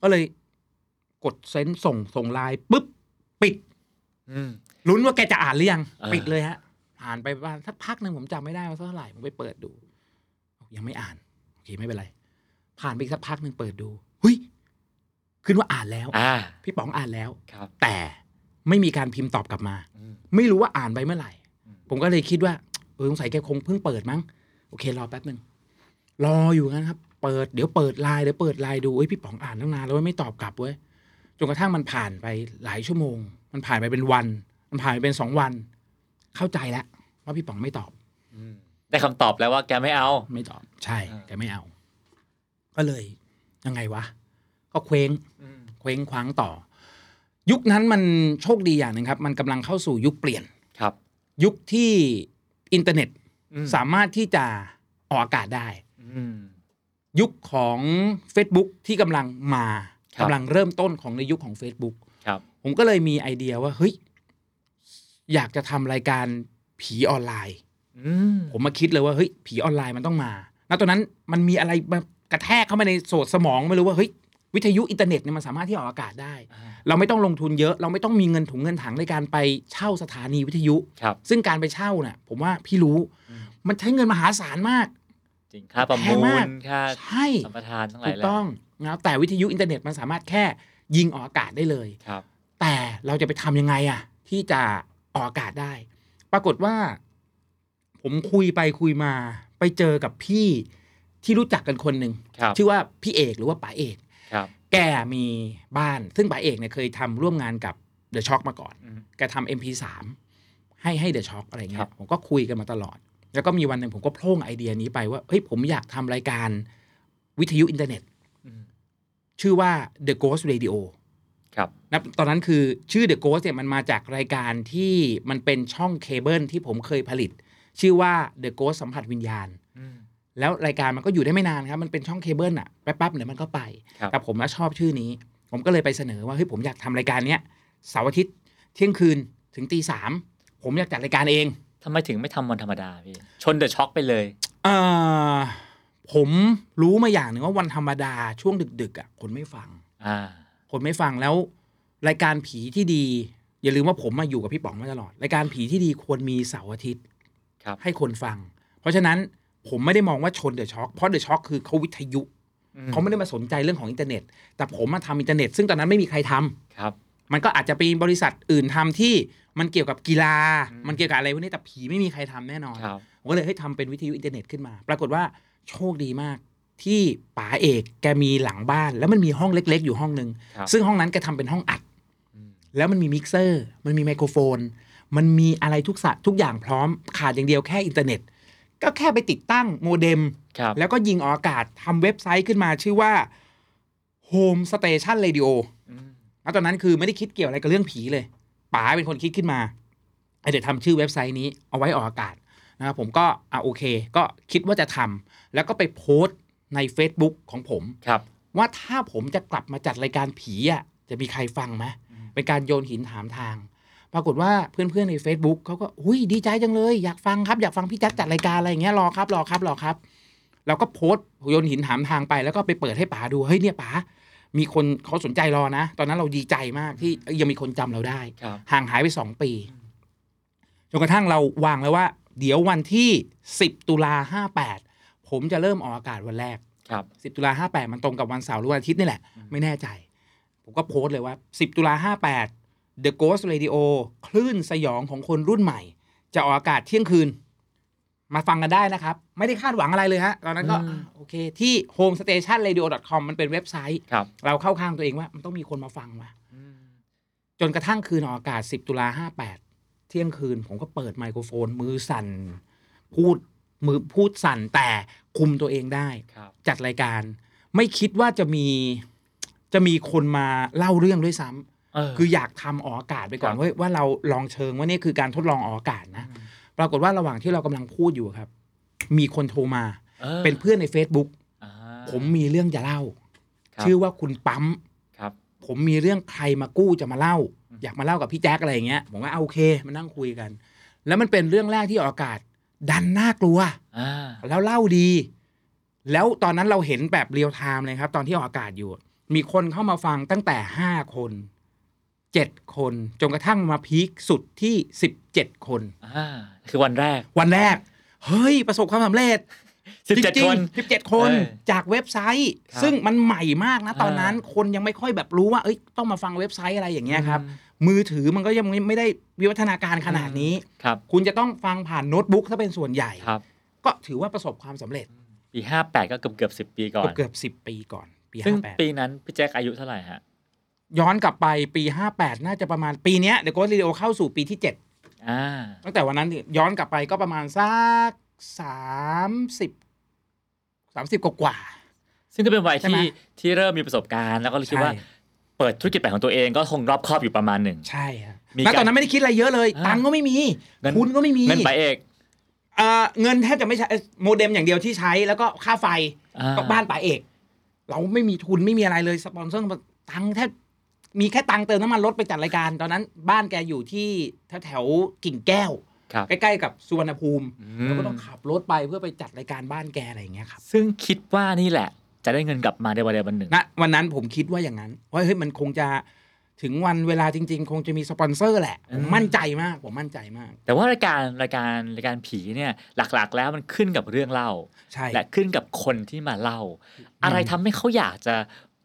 ก็เลยกดเซ็นส่งส่งไลน์ปุ๊บ ปิด อืม ลุ้นว่าแกจะอ่านหรือยัง เออ ปิดเลยฮะ อ่านไปประมาณสักพักหนึ่งผมจำไม่ได้ว่าเท่าไหร่ผมไปเปิดดู ยังไม่อ่าน โอเคไม่เป็นไร ผ่านไปอีกสักพักหนึ่งเปิดดูหุยขึ้นว่าอ่านแล้ว อ่า พี่ป๋องอ่านแล้ว ครับ แต่ไม่มีการพิมพ์ตอบกลับมา อืม ไม่รู้ว่าอ่านไปเมื่อไหร่ อืม ผมก็เลยคิดว่าเออสงสัยแกคงเพิ่งเปิดมั้ง โอเค รอแป๊บหนึ่งรออยู่งั้นครับ เปิดเดี๋ยวเปิดไลน์เดี๋ยวเปิดไลน์ดูเอ้ยพี่ป๋องอ่านตั้งนานแล้วเว้ยไม่ตอบกลับเว้ยจนกระทั่งมันผ่านไปหลายชั่วโมง มันผ่านไปเป็นวัน มันผ่านไปเป็นสองวัน เข้าใจแล้วว่าพี่ป๋องไม่ตอบ อืมได้คำตอบแล้วว่าแกไม่เอา ไม่ตอบ ใช่ อ่า แกไม่เอา ก็เลย ยังไงวะ ก็เคว้ง อืม เคว้งคว้างต่อ ยุคนั้นมันโชคดีอย่างหนึ่งครับ มันกำลังเข้าสู่ยุคเปลี่ยน ครับ ยุคที่อินเทอร์เน็ต อืม สามารถที่จะออกอากาศได้ อืม ยุคของ Facebook ที่กำลังมา ครับ กำลังเริ่มต้นของในยุคของ Facebook ครับ ผมก็เลยมีไอเดียว่าเฮ้ยอยากจะทำรายการผีออนไลน์ อืม ผมมาคิดเลยว่าเฮ้ยผีออนไลน์มันต้องมาณตอนนั้นมันมีอะไรมากระแทกเข้ามาในโสดสมองไม่รู้ว่าเฮ้ยวิทยุอินเทอร์เน็ตเนี่ยมันสามารถที่ออกอากาศได้ อ่า เราไม่ต้องลงทุนเยอะ เราไม่ต้องมีเงินถุงเงินถังในการไปเช่าสถานีวิทยุ ครับ ซึ่งการไปเช่าน่ะ ผมว่าพี่รู้ อืม มันใช้เงินมหาศาลมาก จริงค่าประมู แพงมาก ลค่า ใช่ สัมปทานทั้งหลา ถู ย ก แหละ ต้องนะครับแต่วิทยุอินเทอร์เน็ตมันสามารถแค่ยิงออกอากาศได้เลย ครับ แต่เราจะไปทำยังไงอะที่จะออกอากาศได้ ปรากฏว่า ผมคุยไปคุยมา ไปเจอกับพี่ที่รู้จักกันคนหนึ่ง ครับ ชื่อว่าพี่เอกหรือว่าป๋าเอก ครับ แกมีบ้าน ซึ่งป๋าเอกเนี่ยเคยทำร่วมงานกับเดอะช็อคมาก่อน อืม แกทำ MP3 ให้ให้เดอะช็อคอะไร ค เงี้ รั ย บ ผมก็คุยกันมาตลอด แล้วก็มีวันหนึ่งผมก็โพร่งไอเดียนี้ไปว่าเฮ้ยผมอยากทำรายการวิทยุอินเทอร์เน็ต อืม ชื่อว่า The Ghost Radio ครับ นะตอนนั้นคือชื่อ The Ghost เนี่ยมันมาจากรายการที่มันเป็นช่องเคเบิลที่ผมเคยผลิต ชื่อว่า The Ghost สัมผัสวิญญาณ อืม แล้วรายการมันก็อยู่ได้ไม่นานครับ มันเป็นช่องเคเบิลอะแป๊บๆเดี๋ยวมันก็ไป ครับ แต่ผมน่ะชอบชื่อนี้ ผมก็เลยไปเสนอว่าเฮ้ยผมอยากทำรายการเนี้ยเสาร์อาทิตย์เที่ยงคืนถึงตีสามผมอยากจัดรายการเอง ทำไมถึงไม่ทำวันธรรมดาพี่ ชนเดอะช็อคไปเลย เอ่อผมรู้มาอย่างหนึ่งว่าวันธรรมดาช่วงดึกๆอ่ะคนไม่ฟัง อ่า คนไม่ฟังแล้ว รายการผีที่ดี อย่าลืมว่าผมมาอยู่กับพี่ป๋องมาตลอด รายการผีที่ดีควรมีเสาร์อาทิตย์ ครับ ให้คนฟัง เพราะฉะนั้นผมไม่ได้มองว่าชนเดอะช็อคเพราะเดอะช็อคคือเขาวิทยุ อื เขาไม่ได้มาสนใจเรื่องของอินเทอร์เน็ต แต่ผมมาทำอินเทอร์เน็ต ซึ่งตอนนั้นไม่มีใครทำ ครับ มันก็อาจจะเป็นบริษัทอื่นทำที่มันเกี่ยวกับกีฬา อืม มันเกี่ยวกับอะไรพวกนี้ แต่ผีไม่มีใครทำแน่นอน ครับ ผมก็เลยให้ทำเป็นวิทยุอินเทอร์เน็ตขึ้นมา ปรากฏว่าโชคดีมาก ที่ป๋าเอกแกมีหลังบ้าน แล้วมันมีห้องเล็ก ๆ อยู่ห้องหนึ่ง ครับ ซึ่งห้องนั้นแกทำเป็นห้องอัด อืม แล้วมันมีมิกเซอร์ มันมีไมโครโฟน มันมีอะไรทุกสัทุกอย่างพร้อม ขาดอย่างเดียวแค่อินเทอร์เน็ต ก็แค่ไปติดตั้งโมเด็ม ครับ แล้วก็ยิงออกอากาศทำเว็บไซต์ขึ้นมาชื่อว่า Home Station Radio อืม แล้วตอนนั้นคือไม่ได้คิดเกี่ยวอะไรกับเรื่องผีเลยป๋าเป็นคนคิดขึ้นมาไอเดี๋ยวทำชื่อเว็บไซต์นี้เอาไว้ออกอากาศนะครับผมก็อ่ะโอเค ก็คิดว่าจะทำแล้วก็ไปโพสต์ใน Facebook ของผม ครับ ว่าถ้าผมจะกลับมาจัดรายการผีอ่ะจะมีใครฟังไหม อืม เป็นการโยนหินถามทาง ปรากฏว่าเพื่อนๆใน Facebook เขาก็อุ้ยดีใจจังเลย อยากฟังครับ อยากฟังพี่แจ็คจัดรายการอะไรอย่างเงี้ยรอครับรอครับรอครับ เราก็โพสต์โยนหินถามทางไปแล้วก็ไปเปิดให้ป๋าดูเฮ้ยเนี่ยป๋ามีคนเขาสนใจรอนะ ตอนนั้นเราดีใจมากที่เอ้ยยังมีคนจำเราได้ ครับ ห่างหายไป 2 ปีจนกระทั่งเราวางแล้วว่า เดี๋ยววันที่ 10 ตุลา58 ผมจะเริ่มออกอากาศวันแรก ครับ 10 ตุลา58 มันตรงกับวันเสาร์หรือวันอาทิตย์นี่แหละ อืม ไม่แน่ใจ ผมก็โพสต์เลยว่า 10 ตุลา58 The Ghost Radio คลื่นสยองของคนรุ่นใหม่ จะออกอากาศเที่ยงคืน มาฟังกันได้นะครับ ไม่ได้คาดหวังอะไรเลยฮะ ตอนนั้นก็ อืม อ่ะโอเค ที่ homestationradio.com มันเป็นเว็บไซต์ ครับ เราเข้าข้างตัวเองว่า มันต้องมีคนมาฟังว่ะ อืม จนกระทั่งคืนออกอากาศ 10 ตุลา58 เที่ยงคืน ผมก็เปิดไมโครโฟน มือสั่น พูดมือพูดสั่นแต่คุมตัวเองได้ ครับ จัดรายการ ไม่คิดว่าจะมีจะมีคนมาเล่าเรื่องด้วยซ้ำ เ คืออยากทำออกอากาศไปก่อน ครับ เว้ยว่าเราลองเชิงว่านี่คือการทดลองออกอากาศนะ ปรากฏว่าระหว่างที่เรากำลังพูดอยู่ครับ มีคนโทรมาเป็นเพื่อนใน Facebook อ่า ผมมีเรื่องจะเล่า ครับ ชื่อว่าคุณปั๊ม ครับ ผมมีเรื่องใครมากู้จะมาเล่า อืม อยากมาเล่ากับพี่แจ๊คอะไรอย่างเงี้ยผมว่าเอาโอเคมานั่งคุยกัน แล้วมันเป็นเรื่องแรกที่ออกอากาศ ดันน่ากลัว อ่า แล้วเล่าดี แล้วตอนนั้นเราเห็นแบบเรียลไทม์เลยครับ ตอนที่ออกอากาศอยู่ มีคนเข้ามาฟังตั้งแต่ 5 คน 7 คน จนกระทั่งมาพีคสุดที่ 17 คน อ่าคือวันแรก วันแรก เฮ้ย ประสบความสำเร็จ 17 คน สิบเจ็ดคน เออ จากเว็บไซต์ ครับ ซึ่งมันใหม่มากนะตอนนั้น อ่า คนยังไม่ค่อยแบบรู้ว่า เอ้ยต้องมาฟังเว็บไซต์อะไรอย่างเงี้ยครับ มือถือมันก็ยังไม่ได้วิวัฒนาการขนาดนี้ ครับ คุณจะต้องฟังผ่านโน้ตบุ๊กถ้าเป็นส่วนใหญ่ ครับ ก็ถือว่าประสบความสำเร็จ ปีห้าแปดก็เกือบเกือบสิบปีก่อน เกือบสิบ10 ปีก่อนปี ซึ่ง ห้าแปด ปีนั้นพี่แจ็คอายุเท่าไหร่ฮะ ย้อนกลับไปปีห้าแปดน่าจะประมาณปีเนี้ยเดี๋ยวก็รีโอเข้าสู่ปีที่เจ็ด อ่า ตั้งแต่วันนั้นย้อนกลับไปก็ประมาณสักสามสิบสามสิบกว่า ซึ่งก็เป็นวัย ใช่ไหม ที่ที่เริ่มมีประสบการณ์ แล้วก็เลยคิดว่า ใช่ เปิดธุรกิจแบบของตัวเองก็คงรอบครอบอยู่ประมาณหนึ่ง ๆใช่ครับ มี ณ การ ตอนนั้นไม่ได้คิดอะไรเยอะเลย อ่า ตังค์ก็ไม่มี เงิน ทุนก็ไม่มี เงินไปเอก เอ่อเงินแทบจะไม่ใช้เอ่อโมเด็มอย่างเดียวที่ใช้แล้วก็ค่าไฟ อ่ กับบ้านป๋าเอก เราไม่มีทุนไม่มีอะไรเลยสปอนเซอร์ตังค์แทบมีแค่ตังค์เติมน้ำมันรถไปจัดรายการ ตอนนั้นบ้านแกอยู่ที่แถวแถวๆกิ่งแก้ว ครับ ใกล้ๆกับสุวรรณภูมิ อื เรา ม ก็ต้องขับรถไปเพื่อไปจัดรายการบ้านแกอะไรอย่างเงี้ยครับ ซึ่งคิดว่านี่แหละ จะได้เงินกลับมาในวันใดวันหนึ่ง ณวันนั้นผมคิดว่าอย่างนั้นว่าเฮ้ยมันคงจะถึงวันเวลาจริง ๆ คงจะมีสปอนเซอร์แหละผมมั่นใจมากผมมั่นใจมาก แต่ว่ารายการรายการรายการผีเนี่ยหลักๆ แล้วมันขึ้นกับเรื่องเล่า ใช่ และขึ้นกับคนที่มาเล่า อะไรทำให้เขาอยากจะ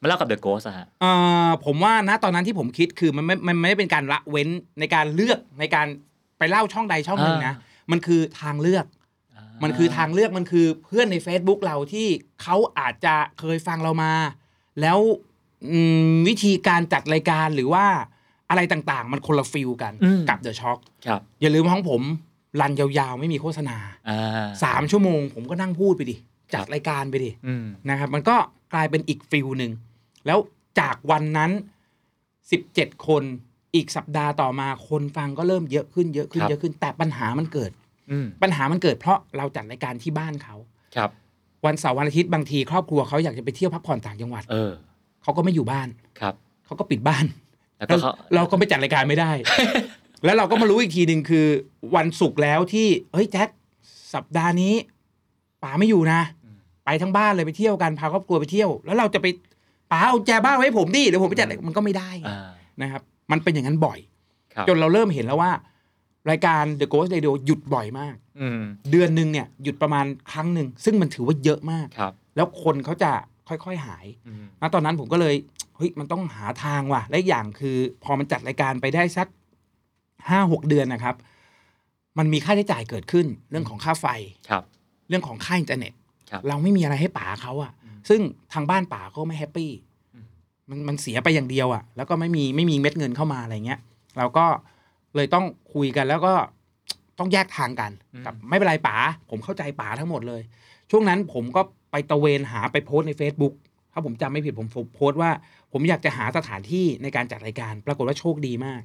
มาเล่ากับเดอะโกสอะฮะ เอ่อผมว่านะตอนนั้นที่ผมคิดคือมันไม่มันไม่ได้เป็นการละเว้นในการเลือกในการไปเล่าช่องใดช่องหนึ่งนะ อ่ มันคือทางเลือก มันคือทางเลือกมันคือเพื่อนใน Facebook เราที่เขาอาจจะเคยฟังเรามา แล้วอืมวิธีการจัดรายการหรือว่าอะไรต่างๆ มันคนละฟิลกัน อืม กับเดอะช็อค ครับ อย่าลืมของผมรันยาวๆ ไม่มีโฆษณา อ่า สามชั่วโมง ผมก็นั่งพูดไปดิจัด ครับ รายการไปดิ อืม นะครับมันก็กลายเป็นอีกฟิลหนึ่ง แล้วจากวันนั้น 17 คนอีกสัปดาห์ต่อมาคนฟังก็เริ่มเยอะขึ้นเยอะขึ้น ครับ เยอะขึ้นแต่ปัญหามันเกิด อืม ปัญหามันเกิดเพราะเราจัดรายการที่บ้านเขา ครับ วันเสาร์วันอาทิตย์บางทีครอบครัวเขาอยากจะไปเที่ยวพักผ่อนต่างจังหวัด เออ เขาก็ไม่อยู่บ้าน ครับ เขาก็ปิดบ้าน แล้วก็เขา เราก็ไปจัดรายการไม่ได้ แล้วเราก็มารู้อีกทีหนึ่งคือวันศุกร์แล้วที่เฮ้ยแจ็คสัปดาห์นี้ป๋าไม่อยู่นะ ไปทั้งบ้านเลยไปเที่ยวกันพาครอบครัวไปเที่ยว แล้วเราจะไปป๋าเอาแจบ้านไว้ให้ผมดิเดี๋ยวผมไปจัดมันก็ไม่ได้ อ่า นะครับ มันเป็นอย่างนั้นบ่อย ครับ จนเราเริ่มเห็นแล้วว่า รายการ The Ghost Radio หยุดบ่อยมาก อืม เดือนหนึ่งเนี่ยหยุดประมาณครั้งหนึ่งซึ่งมันถือว่าเยอะมาก ครับ แล้วคนเขาจะค่อยๆหาย อืม ณตอนนั้นผมก็เลย เฮ้ย มันต้องหาทางว่ะ และอีกอย่างคือ พอมันจัดรายการไปได้สักห้าหกเดือนนะครับ มันมีค่าใช้จ่ายเกิดขึ้น เรื่องของค่าไฟ ครับ เรื่องของค่าอินเทอร์เน็ต ครับ เราไม่มีอะไรให้ป๋าเขาอะ อืม ซึ่งทางบ้านป๋าก็ไม่แฮปปี้ อืม มันมันเสียไปอย่างเดียวอะแล้วก็ไม่มีไม่มีเม็ดเงินเข้ามาอะไรเงี้ย เราก็เลยต้องคุยกันแล้วก็ต้องแยกทางกันกับไม่เป็นไรป๋า ผมเข้าใจป๋าทั้งหมดเลย ช่วงนั้นผมก็ไปตระเวนหาไปโพสต์ใน Facebook ถ้าผมจำไม่ผิดผมโพสต์ว่า ผมอยากจะหาสถานที่ในการจัดรายการ ปรากฏว่าโชคดีมาก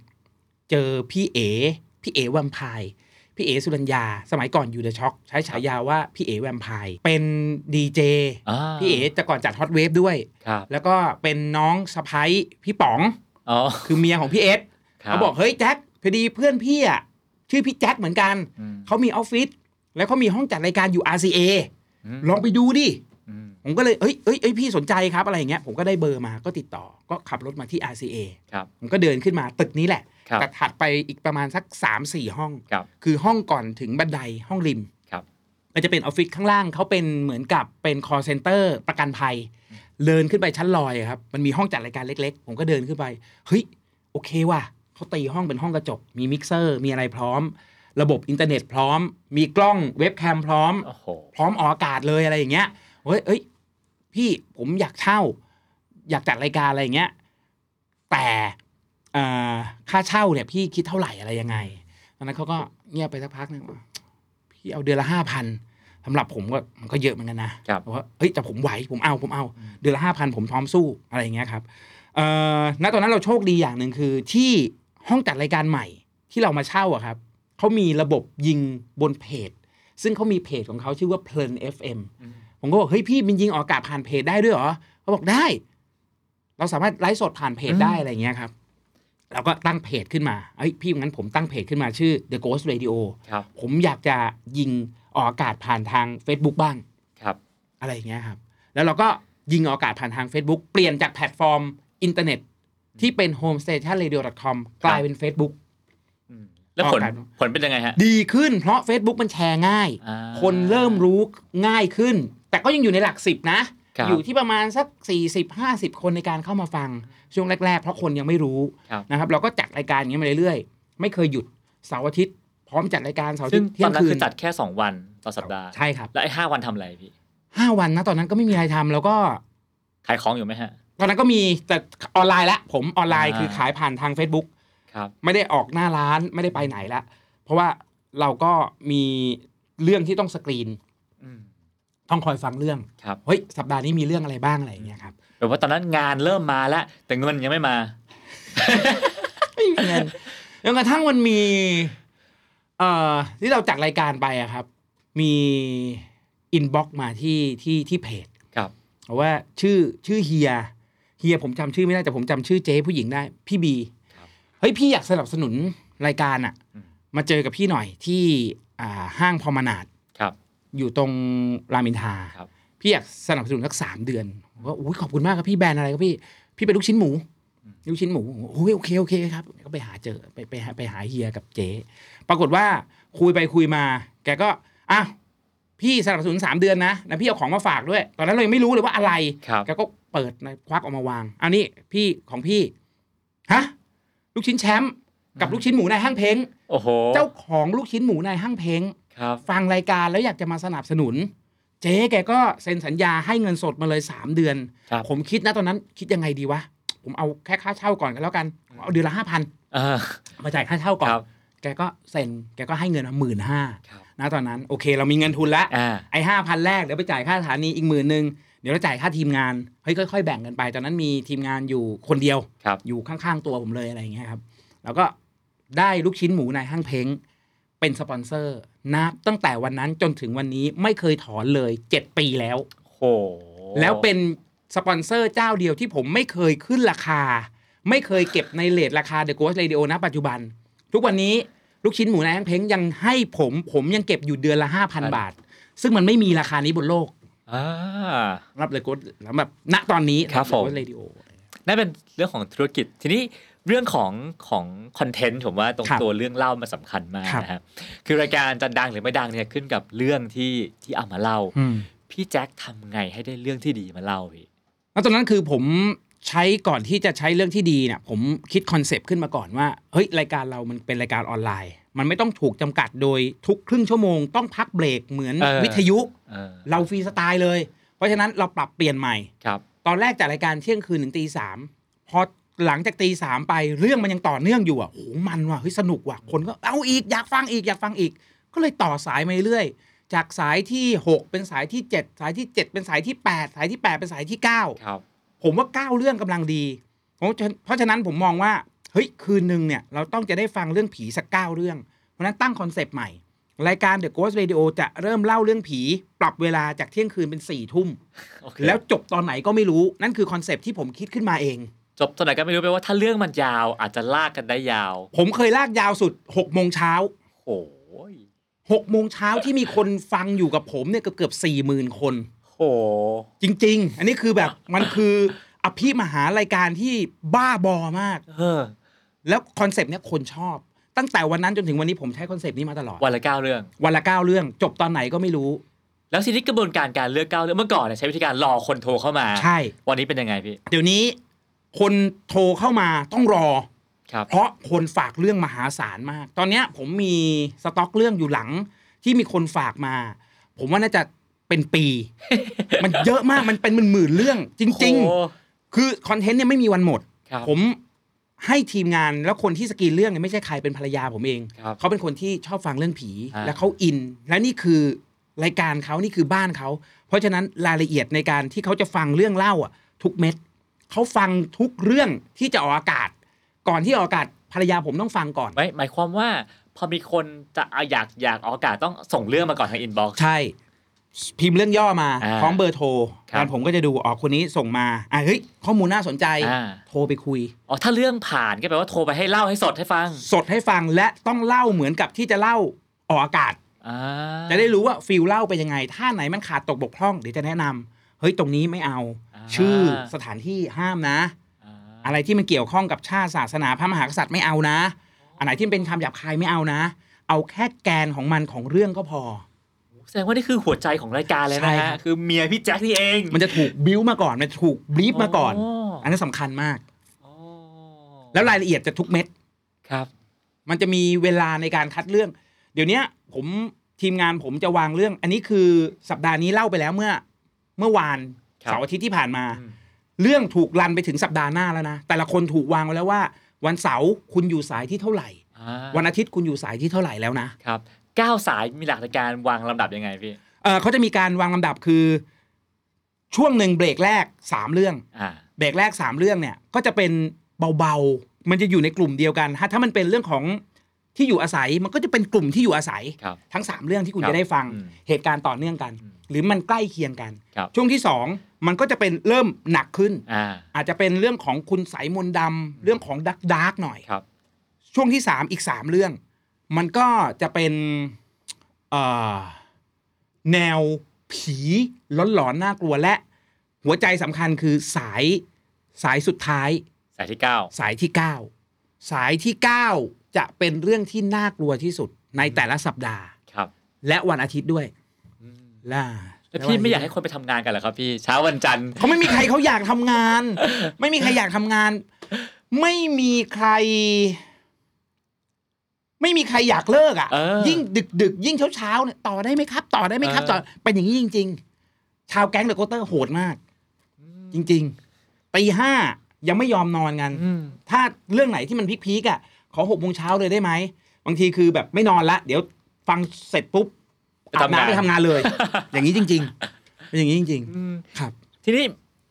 เจอพี่เอ พี่เอแวมไพร์ พี่เอสุรัญญา สมัยก่อนอยู่เดอะช็อคใช้ฉายาว่าพี่เอแวมไพร์ เป็นดีเจ อ่า พี่เอจะก่อนจัดฮอตเวฟด้วย ครับ แล้วก็เป็นน้องสะพ้ยพี่ป๋อง อ๋อ คือเมียของพี่เอส ครับ เขาบอกเฮ้ยแจ็คพอดีเพื่อนพี่อ่ะชื่อพี่แจ็คเหมือนกัน อืม เขามีออฟฟิศแล้วเขามีห้องจัดรายการอยู่ RCA อืม ลองไปดูดิ อืม ผมก็เลยเอ้ยเอ้ยเอ้ยพี่สนใจครับอะไรอย่างเงี้ย ผมก็ได้เบอร์มาก็ติดต่อ ก็ขับรถมาที่ RCA ครับ ผมก็เดินขึ้นมาตึกนี้แหละ ครับ แต่ถัดไปอีกประมาณสัก 3 4 ห้อง ครับ คือห้องก่อนถึงบันไดห้องริม ครับ มันจะเป็นออฟฟิศข้างล่างเขาเป็นเหมือนกับเป็น call center ประกันภัย เดินขึ้นไปชั้นลอยอะครับ มันมีห้องจัดรายการเล็กๆ ผมก็เดินขึ้นไป เฮ้ย โอเคว่ะเขาตีห้องเป็นห้องกระจก มีมิกเซอร์ มีอะไรพร้อม ระบบอินเทอร์เน็ตพร้อม มีกล้องเว็บแคมพร้อม โอ้โห พร้อมออกอากาศเลยอะไรอย่างเงี้ยเฮ้ยเอ้ย พี่ผมอยากเช่า อยากจัดรายการอะไรอย่างเงี้ย แต่เอ่อค่าเช่าเนี่ยพี่คิดเท่าไหร่อะไรยังไงตอนนั้นเขาก็เงียบไปสักพักหนึงว่าพี่เอาเดือนละห้าพันสำหรับผมก็มันก็เยอะเหมือนกันนะครับ แต่ว่าเฮ้ยแต่ผมไหวผมเอาผมเอา เดือนละห้าพันผมพร้อมสู้อะไรอย่างเงี้ยครับเอ่อณตอนนั้นเราโชคดีอย่างหนึ่งคือที่ห้องจัดรายการใหม่ที่เรามาเช่าอะครับเขามีระบบยิงบนเพจ ซึ่งเขามีเพจของเขาชื่อว่าเพลิน FM ผมก็บอกเฮ้ยพี่มันยิงออกอากาศผ่านเพจได้ด้วยเหรอเขาบอกได้ เราสามารถไลฟ์สดผ่านเพจได้อะไรอย่างเงี้ยครับเราก็ตั้งเพจขึ้นมาเอ้ยพี่งั้นผมตั้งเพจขึ้นมาชื่อ The Ghost Radio ครับ ผมอยากจะยิงออกอากาศผ่านทาง Facebook บ้าง ครับ อะไรอย่างเงี้ยครับ แล้วเราก็ยิงออกอากาศผ่านทาง Facebook เปลี่ยนจากแพลตฟอร์มอินเทอร์เน็ต ที่เป็น homestationradio.com กลายเป็น Facebook อืมแล้วผอลอกกัน ผลเป็นยังไงฮะ ดีขึ้นเพราะ Facebook มันแชร์ง่าย อ่า คนเริ่มรู้ง่ายขึ้น แต่ก็ยังอยู่ในหลักสิบนะ ครับ อยู่ที่ประมาณสัก 40-50 คนในการเข้ามาฟัง ช่วงแรก ๆ เพราะคนยังไม่รู้ ครับ นะครับ เราก็จัดรายการอย่างเงี้ยมาเรื่อยๆ ไม่เคยหยุดเสาร์อาทิตย์พร้อมจัดรายการเสาร์อา ซึ่ ทิตย์งต เที่ อย น ง นั้น คื คื น อจัดแค่สองวันต่อสัปดาห์ ใช่ครับ แล้วไอ้ห้าวันทำอะไรพี่ ห้าวันนะตอนนั้นก็ไม่มีอะไรทำแล้วก็ ขายของอยู่ไหมฮะ ตอนนั้นก็มีแต่ออนไลน์ละผมออนไลน์ อ่า คือขายผ่านทาง Facebook ครับ ไม่ได้ออกหน้าร้านไม่ได้ไปไหนละ เพราะว่าเราก็มีเรื่องที่ต้องสกรีน อืม ต้องคอยฟังเรื่อง ครับ เฮ้ยสัปดาห์นี้มีเรื่องอะไรบ้างอะไรอย่างเงี้ยครับ แบบว่าตอนนั้นงานเริ่มมาแล้ว แต่เงินยังไม่มา ไม่มีเงิน จนกระทั่งมันมีเอ่อที่เราจัดรายการไปอะครับ มีอินบ็อกมาที่ที่ที่เพจ ครับ เพราะว่าชื่อชื่อเฮียเฮียผมจำชื่อไม่ได้แต่ผมจำชื่อเจ๊ผู้หญิงได้ พี่บี ครับ เฮ้ยพี่อยากสนับสนุนรายการอะ อืม มาเจอกับพี่หน่อยที่อ่าห้างพอมานาด ครับ อยู่ตรงรามอินทรา ครับ พี่อยากสนับสนุนสักสามเดือนผมก็อุ้ยขอบคุณมากครับพี่แบรนด์อะไรครับพี่ พี่เป็นลูกชิ้นหมูลูกชิ้นหมูโอ้ยโอเคโอเคครับ ก็ไปหาเจอไปไปหาไปหาเฮียกับเจ๊ปรากฏว่าคุยไปคุยมา แกก็อ้าวพี่สนับสนุนสามเดือนนะแล้วพี่เอาของมาฝากด้วย ตอนนั้นเรายังไม่รู้เลยว่าอะไร ครับ แกก็เปิดนะควักออกมาวางอันนี้พี่ของพี่ฮะลูกชิ้นแชมป์กับลูกชิ้นหมูนายห้างเพ้ง โอ้โห เจ้าของลูกชิ้นหมูนายห้างเพ้ง ครับ ฟังรายการแล้วอยากจะมาสนับสนุน เจ๊แกก็เซ็นสัญญาให้เงินสดมาเลย 3 เดือน ครับ ผมคิดนะตอนนั้นคิดยังไงดีวะ ผมเอาแค่ค่าเช่าก่อนกันแล้วกันผมเอาเดือนละห้าพัน อ่า มาจ่ายค่าเช่าก่อน ครับ แกก็เซ็นแกก็ให้เงินมาหมื่นห้า ครับ นะตอนนั้น โอเค เรามีเงินทุนแล้ว อ่า ไอ้ห้าพันแรกเดี๋ยวไปจ่ายค่าสถานีอีกหมื่นหนึ่งเดี๋ยวเราจ่ายค่าทีมงานเฮ้ยค่อย ๆ แบ่งกันไป ตอนนั้นมีทีมงานอยู่คนเดียว ครับ อยู่ข้างๆตัวผมเลยอะไรอย่างเงี้ยครับ แล้วก็ได้ลูกชิ้นหมูนายห้างเพ้งเป็นสปอนเซอร์นับตั้งแต่วันนั้นจนถึงวันนี้ไม่เคยถอนเลย 7 ปีแล้ว โห แล้วเป็นสปอนเซอร์เจ้าเดียวที่ผมไม่เคยขึ้นราคา ไม่เคยเก็บในเลทราคา The Ghost Radio นะปัจจุบัน ทุกวันนี้ลูกชิ้นหมูนายห้างเพ้งยังให้ผมผมยังเก็บอยู่เดือนละ 5,000 บาท ซึ่งมันไม่มีราคานี้บนโลก อ่า สำหรับ The Ghost สำหรับณตอนนี้ ครับ The ผม Ghost Radio นั่นเป็นเรื่องของธุรกิจ ทีนี้เรื่องของของคอนเทนต์ผมว่าตรง ครับ ตัวเรื่องเล่ามันสำคัญมาก ครับ นะฮะคือรายการจะดังหรือไม่ดังเนี่ยขึ้นกับเรื่องที่ที่เอามาเล่า อืม พี่แจ็คทำไงให้ได้เรื่องที่ดีมาเล่าพี่ แล้วตอนนั้นคือผมใช้ก่อนที่จะใช้เรื่องที่ดีเนี่ยผมคิดคอนเซปต์ขึ้นมาก่อนว่าเฮ้ยรายการเรามันเป็นรายการออนไลน์ มันไม่ต้องถูกจำกัดโดยทุกครึ่งชั่วโมงต้องพักเบรกเหมือน เออ วิทยุ เออ เราฟรีสไตล์เลย เพราะฉะนั้นเราปรับเปลี่ยนใหม่ ครับ ตอนแรกจัดรายการเที่ยงคืนถึงตีสามพอหลังจากตีสามไปเรื่องมันยังต่อเนื่องอยู่อ่ะโอ้โหมันว่ะเฮ้ยสนุกว่ะคนก็เอาอีกอยากฟังอีกอยากฟังอีก ก็เลยต่อสายมาเรื่อยๆจากสายที่หกเป็นสายที่เจ็ดสายที่เจ็ดเป็นสายที่แปดสายที่แปดเป็นสายที่เก้า ครับ ผมว่าเก้าเรื่องกำลังดีเพราะฉะเพราะฉะนั้นผมมองว่าเฮ้ยคืนหนึ่งเนี่ยเราต้องจะได้ฟังเรื่องผีสักเก้าเรื่อง เพราะฉะนั้นตั้งคอนเซปต์ใหม่ รายการ The Ghost Radio จะเริ่มเล่าเรื่องผี ปรับเวลาจากเที่ยงคืนเป็น4ี่ทุ่ม โอเค แล้วจบตอนไหนก็ไม่รู้ นั่นคือคอนเซปต์ที่ผมคิดขึ้นมาเอง จบตอนไหนก็ไม่รู้ไปลว่าถ้าเรื่องมันยาว อาจจะลากกันได้ยาว ผมเคยลากยาวสุด6กโมงเช้า โอ้ย หกโมงเช้าที่มีคนฟังอยู่กับผมเนี่ยเกือบเกือบสี่หมื่นคน โห จริง ๆ อันนี้คือแบบมันคืออภิมหารายการที่บ้าบอมาก เออ แล้วคอนเซปต์เนี้ยคนชอบ ตั้งแต่วันนั้นจนถึงวันนี้ผมใช้คอนเซปต์นี้มาตลอด วันละเก้าเรื่อง วันละเก้าเรื่องจบตอนไหนก็ไม่รู้ แล้วทีนี้กระบวนการการเลือกเก้าเรื่องเมื่อก่อนเนี่ยใช้วิธีการรอคนโทรเข้ามา ใช่ วันนี้เป็นยังไงพี่ เดี๋ยวนี้คนโทรเข้ามาต้องรอ ครับ เพราะคนฝากเรื่องมหาศาลมาก ตอนเนี้ยผมมีสต็อกเรื่องอยู่หลังที่มีคนฝากมา ผมว่าน่าจะเป็นปี มันเยอะมาก มันเป็นหมื่นๆเรื่องจริง โอ้โห ๆ คือคอนเทนต์เนี่ยไม่มีวันหมด ครับ ผมให้ทีมงานแล้วคนที่สกรีนเรื่องเนี่ยไม่ใช่ใครเป็นภรรยาผมเอง ครับ เขาเป็นคนที่ชอบฟังเรื่องผี อ่า และเขาอิน และนี่คือรายการเขานี่คือบ้านเขา เพราะฉะนั้นรายละเอียดในการที่เขาจะฟังเรื่องเล่าอ่ะ ทุกเม็ดเขาฟังทุกเรื่องที่จะออกอากาศ ก่อนที่ออกอากาศภรรยาผมต้องฟังก่อน หมายหมายความว่าพอมีคนจะอ่ะอยากอยากออกอากาศต้องส่งเรื่องมาก่อนทางอินบ็อกซ์ ใช่ พิมพ์เรื่องย่อมา อ่า พร้อมเบอร์โทร ครับ แล้วผมก็จะดูอ๋อคนนี้ส่งมาอ่ะเฮ้ยข้อมูลน่าสนใจ อ่า โทรไปคุย อ๋อถ้าเรื่องผ่านก็แปลว่าโทรไปให้เล่าให้สดให้ฟัง สดให้ฟังและต้องเล่าเหมือนกับที่จะเล่าออกอากาศ อ่า จะได้รู้ว่าฟิลเล่าเป็นยังไง ถ้าไหนมันขาดตกบกพร่องเดี๋ยวจะแนะนำเฮ้ย ตรงนี้ไม่เอา า ชื่อสถานที่ห้ามนะ อ่า อะไรที่มันเกี่ยวข้องกับชาติศาสนาพระมหากษัตริย์ไม่เอานะ อันไหนที่เป็นคำหยาบคายไม่เอานะ เอาแค่แกนของมันของเรื่องก็พอ แสดงว่านี่คือหัวใจของรายการเลย ใช่ นะครับ คือเมียพี่แจ็คนี่เอง มันจะถูกบิ้วมาก่อน มันถูกบลีฟมาก่อน อ๋อ อันนั้นสำคัญมาก อ๋อ แล้วรายละเอียดจะทุกเม็ด ครับ มันจะมีเวลาในการคัดเรื่อง เดี๋ยวเนี้ยผมทีมงานผมจะวางเรื่อง อันนี้คือสัปดาห์นี้เล่าไปแล้วเมื่อ เมื่อวาน ครับ เสาร์อาทิตย์ที่ผ่านมา อืม เรื่องถูกรันไปถึงสัปดาห์หน้าแล้วนะแต่ละคนถูกวางไว้แล้วว่า วันเสาร์คุณอยู่สายที่เท่าไหร่ อ่า วันอาทิตย์คุณอยู่สายที่เท่าไหร่แล้วนะครับ เก้าสายมีหลักในการวางลำดับยังไงพี่ เอ่อเขาจะมีการวางลำดับคือ ช่วงหนึ่งเบรกแรกสามเรื่อง อ่า เบรกแรก 3 เรื่องเนี่ยก็จะเป็นเบาๆ มันจะอยู่ในกลุ่มเดียวกันฮะถ้ามันเป็นเรื่องของที่อยู่อาศัยมันก็จะเป็นกลุ่มที่อยู่อาศัย ครับ ทั้ง 3 เรื่องที่คุณ ครับ จะได้ฟัง อืม เหตุการณ์ต่อเนื่องกัน อืม หรือมันใกล้เคียงกัน ครับ ช่วงที่ 2 มันก็จะเป็นเริ่มหนักขึ้น อ่า อาจจะเป็นเรื่องของคุณสายมนต์ดำเรื่องของดักดาร์กหน่อย ครับ ช่วงที่ 3 อีก 3 เรื่อง มันก็จะเป็นเอ่อแนวผีหลอนๆน่ากลัวและ หัวใจสำคัญคือสายสายสุดท้าย สายที่เก้า สายที่ 9 สายที่ 9 จะเป็นเรื่องที่น่ากลัวที่สุดในแต่ละสัปดาห์ ครับ และวันอาทิตย์ด้วย อืม ล่ะ แล้วพี่ไม่อยากให้คนไปทำงานกันเหรอครับพี่เช้าวันจันทร์ เขาไม่มีใครเขาอยากทำงาน ไม่มีใครอยากทำงาน ไม่มีใคร ไม่มีใครอยากเลิกอ่ะ เออ ยิ่งดึกดึกๆยิ่งเช้าเช้าๆเนี่ยต่อได้ไหมครับ ต่อได้ไหมครับ เออ ต่อเป็นอย่างนี้จริง ๆ ชาวแก๊งเดอะโกเตอร์โหดมาก จริงๆตีห้ายังไม่ยอมนอนกัน อืม ถ้าเรื่องไหนที่มันพีคๆอ่ะ ขอหกโมงเช้าเลยได้ไหม บางทีคือแบบไม่นอนละ เดี๋ยวฟังเสร็จปุ๊บอาบน้ำไปทำงาน เลย อย่างนี้จริงๆเป็นอย่างนี้จริง อืม ๆ ครับ ทีนี้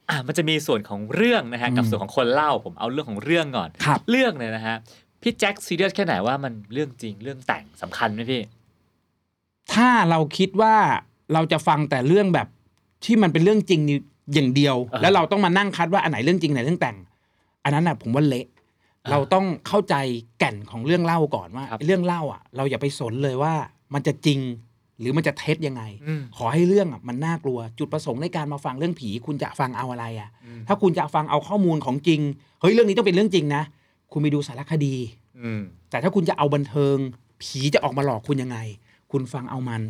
อ่ะมันจะมีส่วนของเรื่องนะฮะ อืม กับส่วนของคนเล่าผมเอาเรื่องของเรื่องก่อน ครับ เรื่องเนี่ยนะฮะพี่แจ็คซีเรียสแค่ไหนว่ามันเรื่องจริงเรื่องแต่งสำคัญไหมพี่ ถ้าเราคิดว่าเราจะฟังแต่เรื่องแบบที่มันเป็นเรื่องจริงอย่างเดียว เออ แล้วเราต้องมานั่งคัดว่าอันไหนเรื่องจริงอันไหนเรื่องแต่ง อันนั้นน่ะผมว่าเละ อ่า เราต้องเข้าใจแก่นของเรื่องเล่าก่อนว่า ครับ เรื่องเล่าอ่ะ เราอย่าไปสนเลยว่ามันจะจริงหรือมันจะเท็จยังไง อืม ขอให้เรื่องอ่ะมันน่ากลัวจุดประสงค์ในการมาฟังเรื่องผี คุณจะฟังเอาอะไรอ่ะ อืม ถ้าคุณจะฟังเอาข้อมูลของจริงเฮ้ยเรื่องนี้ต้องเป็นเรื่องจริงนะคุณไปดูสารคดี อืม แต่ถ้าคุณจะเอาบันเทิง ผีจะออกมาหลอกคุณยังไง คุณฟังเอามัน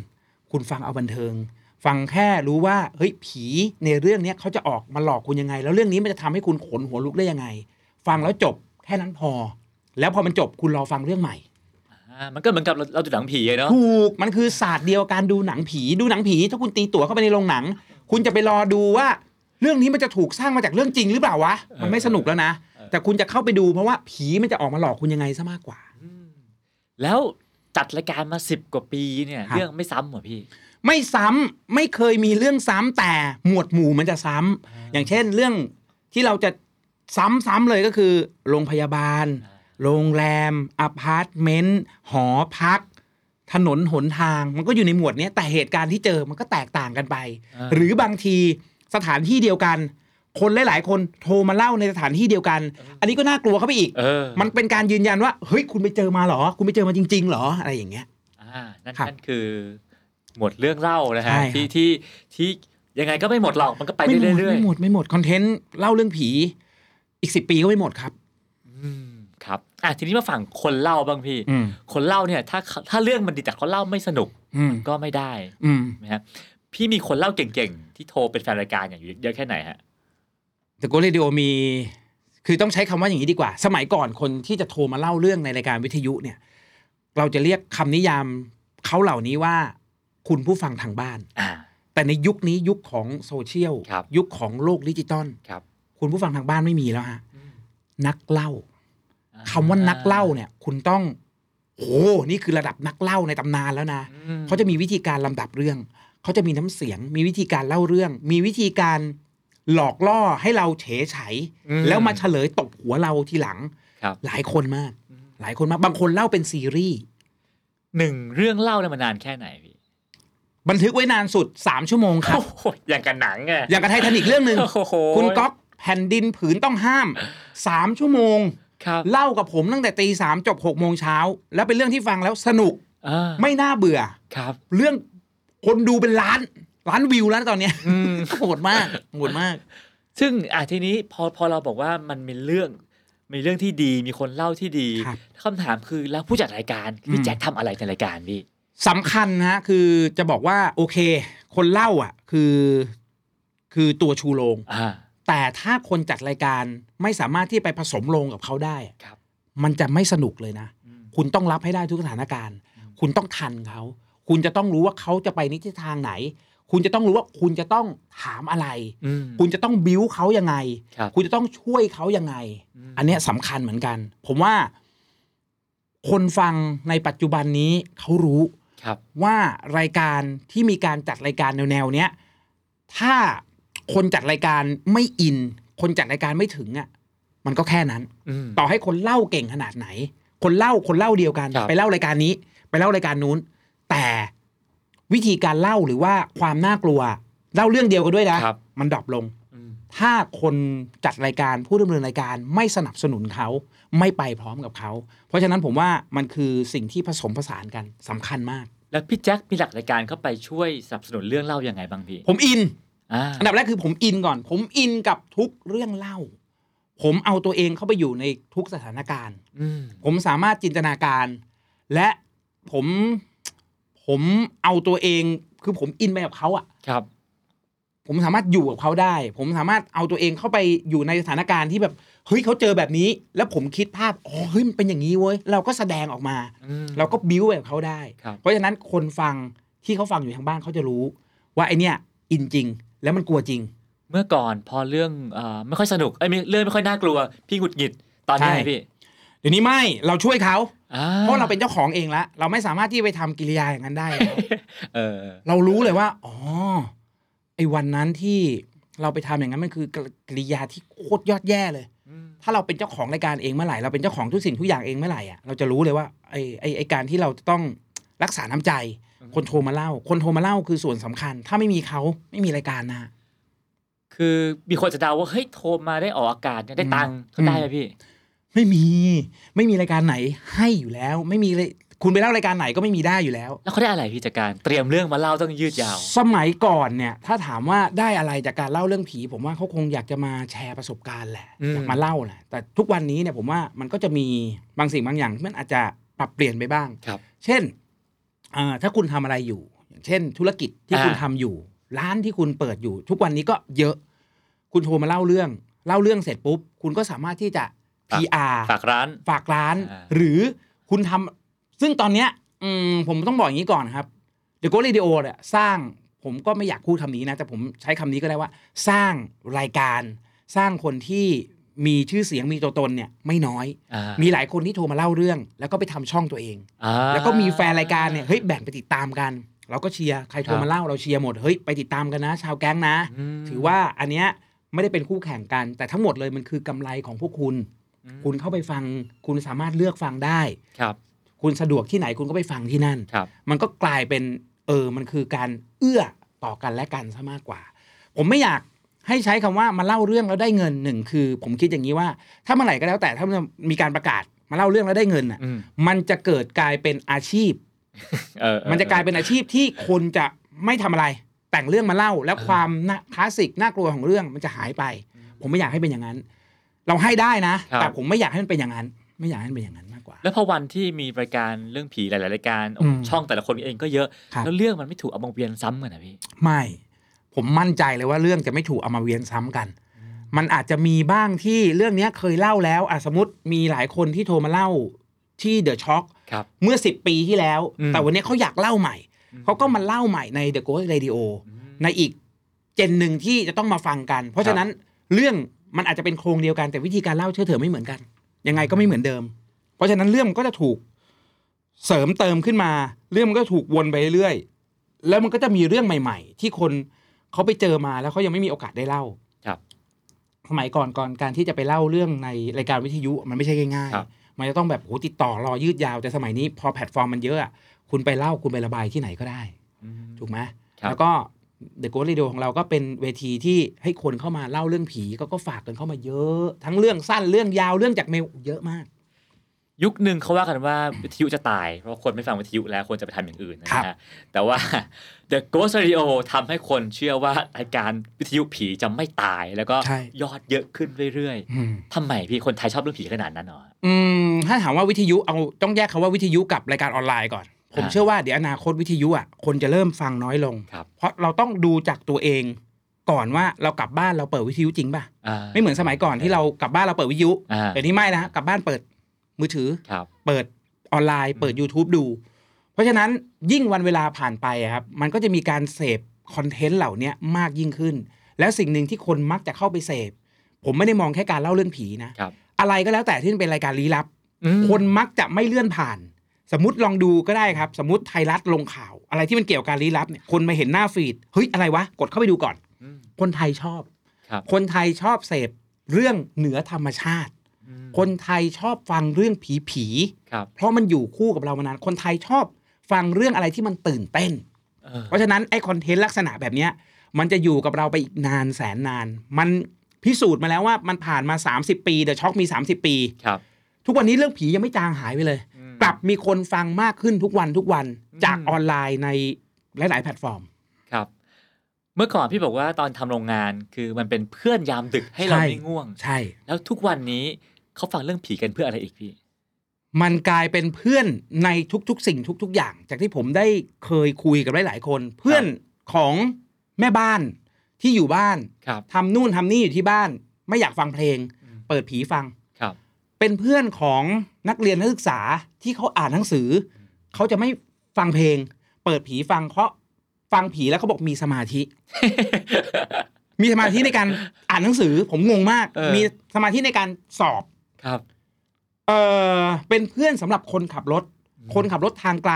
คุณฟังเอาบันเทิง ฟังแค่รู้ว่าเฮ้ยผีในเรื่องเนี้ยเขาจะออกมาหลอกคุณยังไง แล้วเรื่องนี้มันจะทำให้คุณขนหัวลุกได้ยังไง ฟังแล้วจบแค่นั้นพอ แล้วพอมันจบคุณรอฟังเรื่องใหม่ อ่ามันก็เหมือนกับเราเราดูหนังผีอะเนาะ ถูก มันคือศาสตร์เดียวการดูหนังผี ดูหนังผี ถ้าคุณตีตั๋วเข้าไปในโรงหนัง คุณจะไปรอดูว่า เรื่องนี้มันจะถูกสร้างมาจากเรื่องจริงหรือเปล่าวะ มันไม่สนุกแล้วนะ เออ แต่คุณจะเข้าไปดูเพราะว่าผีมันจะออกมาหลอกคุณยังไงซะมากกว่า อืมแล้วจัดรายการมาสิบกว่าปีเนี่ย ครับ เรื่องไม่ซ้ำเหรอพี่ ไม่ซ้ำไม่เคยมีเรื่องซ้ำแต่หมวดหมู่มันจะซ้ำอย่างเช่นเรื่องที่เราจะซ้ำๆเลยก็คือ โรงพยาบาล อ่า โรงแรมอพาร์ตเมนต์หอพัก ถนนหนทาง มันก็อยู่ในหมวดเนี้ยแต่เหตุการณ์ที่เจอมันก็แตกต่างกันไป อ่า หรือบางทีสถานที่เดียวกัน คนหลาย ๆ คนโทรมาเล่าในสถานที่เดียวกัน อันนี้ก็น่ากลัวเข้าไปอีก เออ มันเป็นการยืนยันว่าเฮ้ยคุณไปเจอมาเหรอ คุณไปเจอมาจริง ๆ เหรออะไรอย่างเงี้ย อ่านั่น ครับ นั่นคือ หมวดเรื่องเล่านะฮะ ใช่ครับ ที่ที่ที่ยังไงก็ไม่หมดหรอกมันก็ไปได้ ม่หมด เรื่อย ไม่หมดไม่หมดคอนเทนต์เล่าเรื่องผี อีกสิปีก็ไม่หมดครับ ๆอืมครับอ่ะทีนี้มาฝั่งคนเล่าบ้างพี่ อืม คนเล่าเนี่ยถ้าถ้าเรื่องมันดีแต่เขาเล่าไม่สนุก อืม ก็ไม่ได้ อืม นะฮะ พี่มีคนเล่าเก่งๆ ที่โทรเป็นแฟนรายการอย่างเยอะแค่ไหนฮะ แต่โกเรดิโอมี คือต้องใช้คำว่าอย่างนี้ดีกว่า สมัยก่อนคนที่จะโทรมาเล่าเรื่องในรายการวิทยุเนี่ย เราจะเรียกคำนิยามเขาเหล่านี้ว่า คุณผู้ฟังทางบ้าน อ่า แต่ในยุคนี้ยุคของโซเชียล ครับ ยุคของโลกดิจิตอล ครับ คุณผู้ฟังทางบ้านไม่มีแล้วฮะนักเล่าคำว่านักเล่าเนี่ย คุณต้องโอ้โหนี่คือระดับนักเล่าในตำนานแล้วนะ อืม เขาจะมีวิธีการลำดับเรื่อง เขาจะมีน้ำเสียง มีวิธีการเล่าเรื่อง มีวิธีการหลอกล่อให้เราเฉยไฉ อื แล้วมาเฉลยตบหัวเราทีหลัง ครับ หลายคนมาก หลายคนมาก บางคนเล่าเป็นซีรีส์ หนึ่งเรื่องเล่าเนี่ยมานานแค่ไหนพี่ บันทึกไว้นานสุด 3 ชั่วโมงครับ โอ้โหอย่างกับหนังไง อย่างกระไททานิกเรื่องหนึ่ง โอ้โห คุณก๊อฟแผ่นดินผืนต้องห้าม 3 ชั่วโมง ครับ เล่ากับผมตั้งแต่ตีสามจบ6กโมงเช้า แล้วเป็นเรื่องที่ฟังแล้วสนุก อ่า ไม่น่าเบื่อ ครับ เรื่องคนดูเป็นล้าน ล้านวิวแล้วนะตอนเนี้ย อืม โหดมากโหดมาก ซึ่งอ่ะทีนี้พอพอเราบอกว่ามันมีเรื่องมีเรื่องที่ดีมีคนเล่าที่ดี ครับ คำถามคือแล้วผู้จัดรายการ อื พี่ ม แจ็คทำอะไรในรายการพี่ สำคัญนะฮะคือจะบอกว่าโอเค คนเล่าอ่ะ คือ คือตัวชูโรง อ่า แต่ถ้าคนจัดรายการไม่สามารถที่ไปผสมโรงกับเขาได้อะ ครับ มันจะไม่สนุกเลยนะ อืม คุณต้องรับให้ได้ทุกสถานการณ์ อืม คุณต้องทันเขา คุณจะต้องรู้ว่าเขาจะไปในทิศทางไหน คุณจะต้องรู้ว่าคุณจะต้องถามอะไร อืม คุณจะต้องบิ้วเขายังไง ครับ คุณจะต้องช่วยเขายังไง ม อันเนี้ยสำคัญเหมือนกัน ผมว่า คนฟังในปัจจุบันนี้เขารู้ ครับ ว่ารายการที่มีการจัดรายการแนวๆเนี้ยถ้าคนจัดรายการไม่อิน คนจัดรายการไม่ถึงอ่ะมันก็แค่นั้น อืม ต่อให้คนเล่าเก่งขนาดไหน คนเล่าคนเล่าเดียวกัน ครับ ไปเล่ารายการนี้ ไปเล่ารายการนู้น แต่วิธีการเล่าหรือว่าความน่ากลัว เล่าเรื่องเดียวกันด้วยนะครับ มันดรอปลง อืม ถ้าคนจัดรายการผู้ดำเนินรายการไม่สนับสนุนเขาไม่ไปพร้อมกับเขา เพราะฉะนั้นผมว่ามันคือสิ่งที่ผสมผสานกันสำคัญมาก แล้วพี่แจ็คมีหลักรายการเข้าไปช่วยสนับสนุนเรื่องเล่ายังไงบ้างพี่ ผมอิน อ่า อันดับแรกคือผมอินก่อน ผมอินกับทุกเรื่องเล่า ผมเอาตัวเองเข้าไปอยู่ในทุกสถานการณ์ อืม ผมสามารถจินตนาการ และผมผมเอาตัวเองคือผมอินไปกับเขาอะ ครับ ผมสามารถอยู่กับเขาได้ ผมสามารถเอาตัวเองเข้าไปอยู่ในสถานการณ์ที่แบบเฮ้ยเขาเจอแบบนี้ แล้วผมคิดภาพอ๋อเฮ้ยมันเป็นอย่างนี้เว้ยเราก็แสดงออกมา อืม เราก็บิ้วไปกับเขาได้ ครับ เพราะฉะนั้นคนฟังที่เขาฟังอยู่ทางบ้านเขาจะรู้ ว่าไอเนี้ยอินจริง แล้วมันกลัวจริง เมื่อก่อนพอเรื่องเอ่อไม่ค่อยสนุกเอ้ยไม่เรื่องไม่ค่อยน่ากลัว พี่หงุดหงิดตอนนี้ ใช่ ไงพี่ เดี๋ยวนี้ไม่เราช่วยเขา อ่ เพราะเราเป็นเจ้าของเองแล้วเราไม่สามารถที่ไปทำกิริยาอย่างนั้นได้แล้ว เออ เรารู้เลยว่าอ๋อไอ้วันนั้นที่เราไปทำอย่างนั้นมันคือกิริยาที่โคตรยอดแย่เลย ถ้าเราเป็นเจ้าของรายการเองเมื่อไหร่เราเป็นเจ้าของทุกสิ่งทุกอย่างเองเมื่อไหร่อ่ะเราจะรู้เลยว่าไอ้ไอ้ไอ้การที่เราจะต้องรักษาน้ำใจ อืม คนโทรมาเล่า คนโทรมาเล่าคือส่วนสำคัญ ถ้าไม่มีเขาไม่มีรายการนะ คือมีคนจะเดาว่าเฮ้ยโทรมาได้ออกอากาศเนี่ยได้ตังค์เขาได้ไหมพี่ ไม่มีไม่มีรายการไหนให้อยู่แล้ว ไม่มีเลยคุณไปเล่ารายการไหนก็ไม่มีได้อยู่แล้ว แล้วเขาได้อะไรพี่จากการเตรียมเรื่องมาเล่าต้องยืดยาว สมัยก่อนเนี่ย ถ้าถามว่าได้อะไรจากการเล่าเรื่องผี ผมว่าเขาคงอยากจะมาแชร์ประสบการณ์แหละอยากมาเล่าแหละแต่ทุกวันนี้เนี่ยผมว่ามันก็จะมีบางสิ่งบางอย่างที่มันอาจจะปรับเปลี่ยนไปบ้าง ครับ เช่นเอ่อถ้าคุณทำอะไรอยู่ อย่างเช่น ธุรกิจที่ อ่า คุณทำอยู่ ร้านที่คุณเปิดอยู่ ทุกวันนี้ก็เยอะ คุณโทรมาเล่าเรื่อง เล่าเรื่องเสร็จปุ๊บ คุณก็สามารถที่จะ PR ฝากร้าน ฝากร้าน อ่า หรือคุณทำซึ่งตอนเนี้ยอืมผมต้องบอกอย่างนี้ก่อนครับเดอะโกเรดิโอเนี่ยสร้างผมก็ไม่อยากพูดคำนี้นะ แต่ผมใช้คำนี้ก็ได้ว่า สร้างรายการ สร้างคนที่มีชื่อเสียงมีตัวตนเนี่ยไม่น้อย อ่า มีหลายคนที่โทรมาเล่าเรื่อง แล้วก็ไปทำช่องตัวเอง อ่า แล้วก็มีแฟนรายการเนี่ยเฮ้ยแบ่งไปติดตามกัน เราก็เชียร์ใครโทรมาเล่าเราเชียร์หมดเฮ้ยไปติดตามกันนะ ชาวแก๊งนะ ม ถือว่าอันเนี้ยไม่ได้เป็นคู่แข่งกัน แต่ทั้งหมดเลยมันคือกำไรของพวกคุณ อืม คุณเข้าไปฟัง คุณสามารถเลือกฟังได้ ครับ คุณสะดวกที่ไหนคุณก็ไปฟังที่นั่น ครับ มันก็กลายเป็นเออมันคือการเอื้อต่อกันและกันซะมากกว่า ผมไม่อยากให้ใช้คำว่ามาเล่าเรื่องแล้วได้เงินหนึ่งคือ ผมคิดอย่างนี้ว่า ถ้าเมื่อไหร่ก็แล้วแต่ถ้ามันมีการประกาศมาเล่าเรื่องแล้วได้เงินน่ะ อืม มันจะเกิดกลายเป็นอาชีพ เออเออ มันจะกลายเป็นอาชีพที่คนจะไม่ทำอะไร แต่งเรื่องมาเล่าแล้วความน่าคลาสสิกน่ากลัวของเรื่องมันจะหายไป ผมไม่อยากให้เป็นอย่างนั้น เราให้ได้นะ ครับ แต่ผมไม่อยากให้มันเป็นอย่างนั้น ไม่อยากให้มันเป็นอย่างนั้นมากกว่า กว่า แล้วพอวันที่มีรายการเรื่องผีหลาย ๆ รายการ อืม ช่องแต่ละคนเองก็เยอะ ครับ แล้วเรื่องมันไม่ถูกเอามาเวียนซ้ำกันนะพี่ ไม่ ผมมั่นใจเลยว่าเรื่องจะไม่ถูกเอามาเวียนซ้ำกัน มันอาจจะมีบ้างที่เรื่องเนี้ยเคยเล่าแล้วอ่ะสมมติมีหลายคนที่โทรมาเล่าที่เดอะช็อค ครับ เมื่อ 10 ปีที่แล้ว อืม แต่วันเนี้ยเขาอยากเล่าใหม่ เขาก็มาเล่าใหม่ใน The Ghost Radio ในอีกเจนหนึ่งที่จะต้องมาฟังกัน เพราะฉะนั้นเรื่องมันอาจจะเป็นโครงเดียวกันแต่วิธีการเล่าเชื่อเถอะไม่เหมือนกัน ยังไงก็ไม่เหมือนเดิม เพราะฉะนั้นเรื่องมันก็จะถูกเสริมเติมขึ้นมา เรื่องมันก็ถูกวนไปเรื่อยๆแล้วมันก็จะมีเรื่องใหม่ ๆ ที่คนเขาไปเจอมาแล้วเขายังไม่มีโอกาสได้เล่า ครับ สมัยก่อนก่อนการที่จะไปเล่าเรื่องในรายการวิทยุมันไม่ใช่ง่าย ครับ ๆมันจะต้องแบบโหติดต่อรอยืดยาวแต่สมัยนี้พอแพลตฟอร์มมันเยอะอะคุณไปเล่าคุณไประบายที่ไหนก็ได้ อืม ถูกไหม ครับ แล้วก็ The Ghost Radio ของเราก็เป็นเวทีที่ให้คนเข้ามาเล่าเรื่องผีก็ก็ฝากกันเข้ามาเยอะ ทั้งเรื่องสั้นเรื่องยาวเรื่องจากเมลเยอะมาก ยุคหนึ่งเขาว่ากันว่าวิทยุจะตาย เพราะคนไม่ฟังวิทยุแล้วคนจะไปทำอย่างอื่นนะ ครั ฮะ บ แต่ว่า The Ghost Radio ทำให้คนเชื่อว่ารายการวิทยุผีจะไม่ตาย แล้วก็ ใช่ ยอดเยอะขึ้นเรื่อย อืม ๆทำไมพี่คนไทยชอบเรื่องผีขนาดนั้นเหรอ อืมถ้าถามว่าวิทยุเอาต้องแยกคำว่าวิทยุกับรายการออนไลน์ก่อน ผม อ่า เชื่อว่าเดี๋ยวอนาคตวิทยุอ่ะคนจะเริ่มฟังน้อยลง ครับ เพราะเราต้องดูจากตัวเอง ก่อนว่าเรากลับบ้านเราเปิดวิทยุจริงป่ะ อ่า ไม่เหมือนสมัยก่อนที่เรากลับบ้านเราเปิดวิทยุ อ่า เดี๋ยวนี้ไม่นะกลับบ้านเปิดมือถือ ครับ เปิดออนไลน์เปิด YouTube ดู เพราะฉะนั้นยิ่งวันเวลาผ่านไปอะครับมันก็จะมีการเสพคอนเทนต์เหล่าเนี้ยมากยิ่งขึ้น แล้วสิ่งหนึ่งที่คนมักจะเข้าไปเสพ ผมไม่ได้มองแค่การเล่าเรื่องผีนะ ครับ อะไรก็แล้วแต่ที่เป็นรายการลี้ลับ อืม คนมักจะไม่เลื่อนผ่าน สมมติลองดูก็ได้ครับ สมมติไทยรัฐลงข่าว อะไรที่มันเกี่ยวกับการลี้ลับเนี่ยคนมาเห็นหน้าฟีดเฮ้ยอะไรวะกดเข้าไปดูก่อน อืม คนไทยชอบ ครับ คนไทยชอบเสพเรื่องเหนือธรรมชาติ อืม คนไทยชอบฟังเรื่องผีผีๆ ครับ เพราะมันอยู่คู่กับเรามานาน คนไทยชอบฟังเรื่องอะไรที่มันตื่นเต้น เออ เพราะฉะนั้นไอ้คอนเทนต์ลักษณะแบบเนี้ยมันจะอยู่กับเราไปอีกนานแสนนาน มันพิสูจน์มาแล้วว่ามันผ่านมา 30 ปีเดอะช็อคมี 30 ปี ครับ ทุกวันนี้เรื่องผียังไม่จางหายไปเลย อืม กลับมีคนฟังมากขึ้นทุกวันทุกวัน อืม จากออนไลน์ในหลาย ๆ แพลตฟอร์ม ครับ เมื่อก่อนพี่บอกว่าตอนทำโรงงานคือมันเป็นเพื่อนยามดึกให้เรา ใช่ ไม่ง่วง ใช่ แล้วทุกวันนี้เขาฟังเรื่องผีกันเพื่ออะไรอีกพี่ มันกลายเป็นเพื่อนในทุก ๆ สิ่งทุก ๆ อย่าง จากที่ผมได้เคยคุยกับหลาย ๆ คน เพื่อนของแม่บ้านที่อยู่บ้าน ครับ ทำนู่นทำนี่อยู่ที่บ้าน ไม่อยากฟังเพลง อืม เปิดผีฟัง ครับ เป็นเพื่อนของนักเรียนนักศึกษาที่เขาอ่านหนังสือ เขาจะไม่ฟังเพลง เปิดผีฟังเพราะฟังผีแล้วเขาบอกมีสมาธิ มีสมาธิใน การอ่านหนังสือ ผมงงมาก เออ มีสมาธิในการสอบ ครับ เออเป็นเพื่อนสำหรับคนขับรถ คนขับรถทางไกล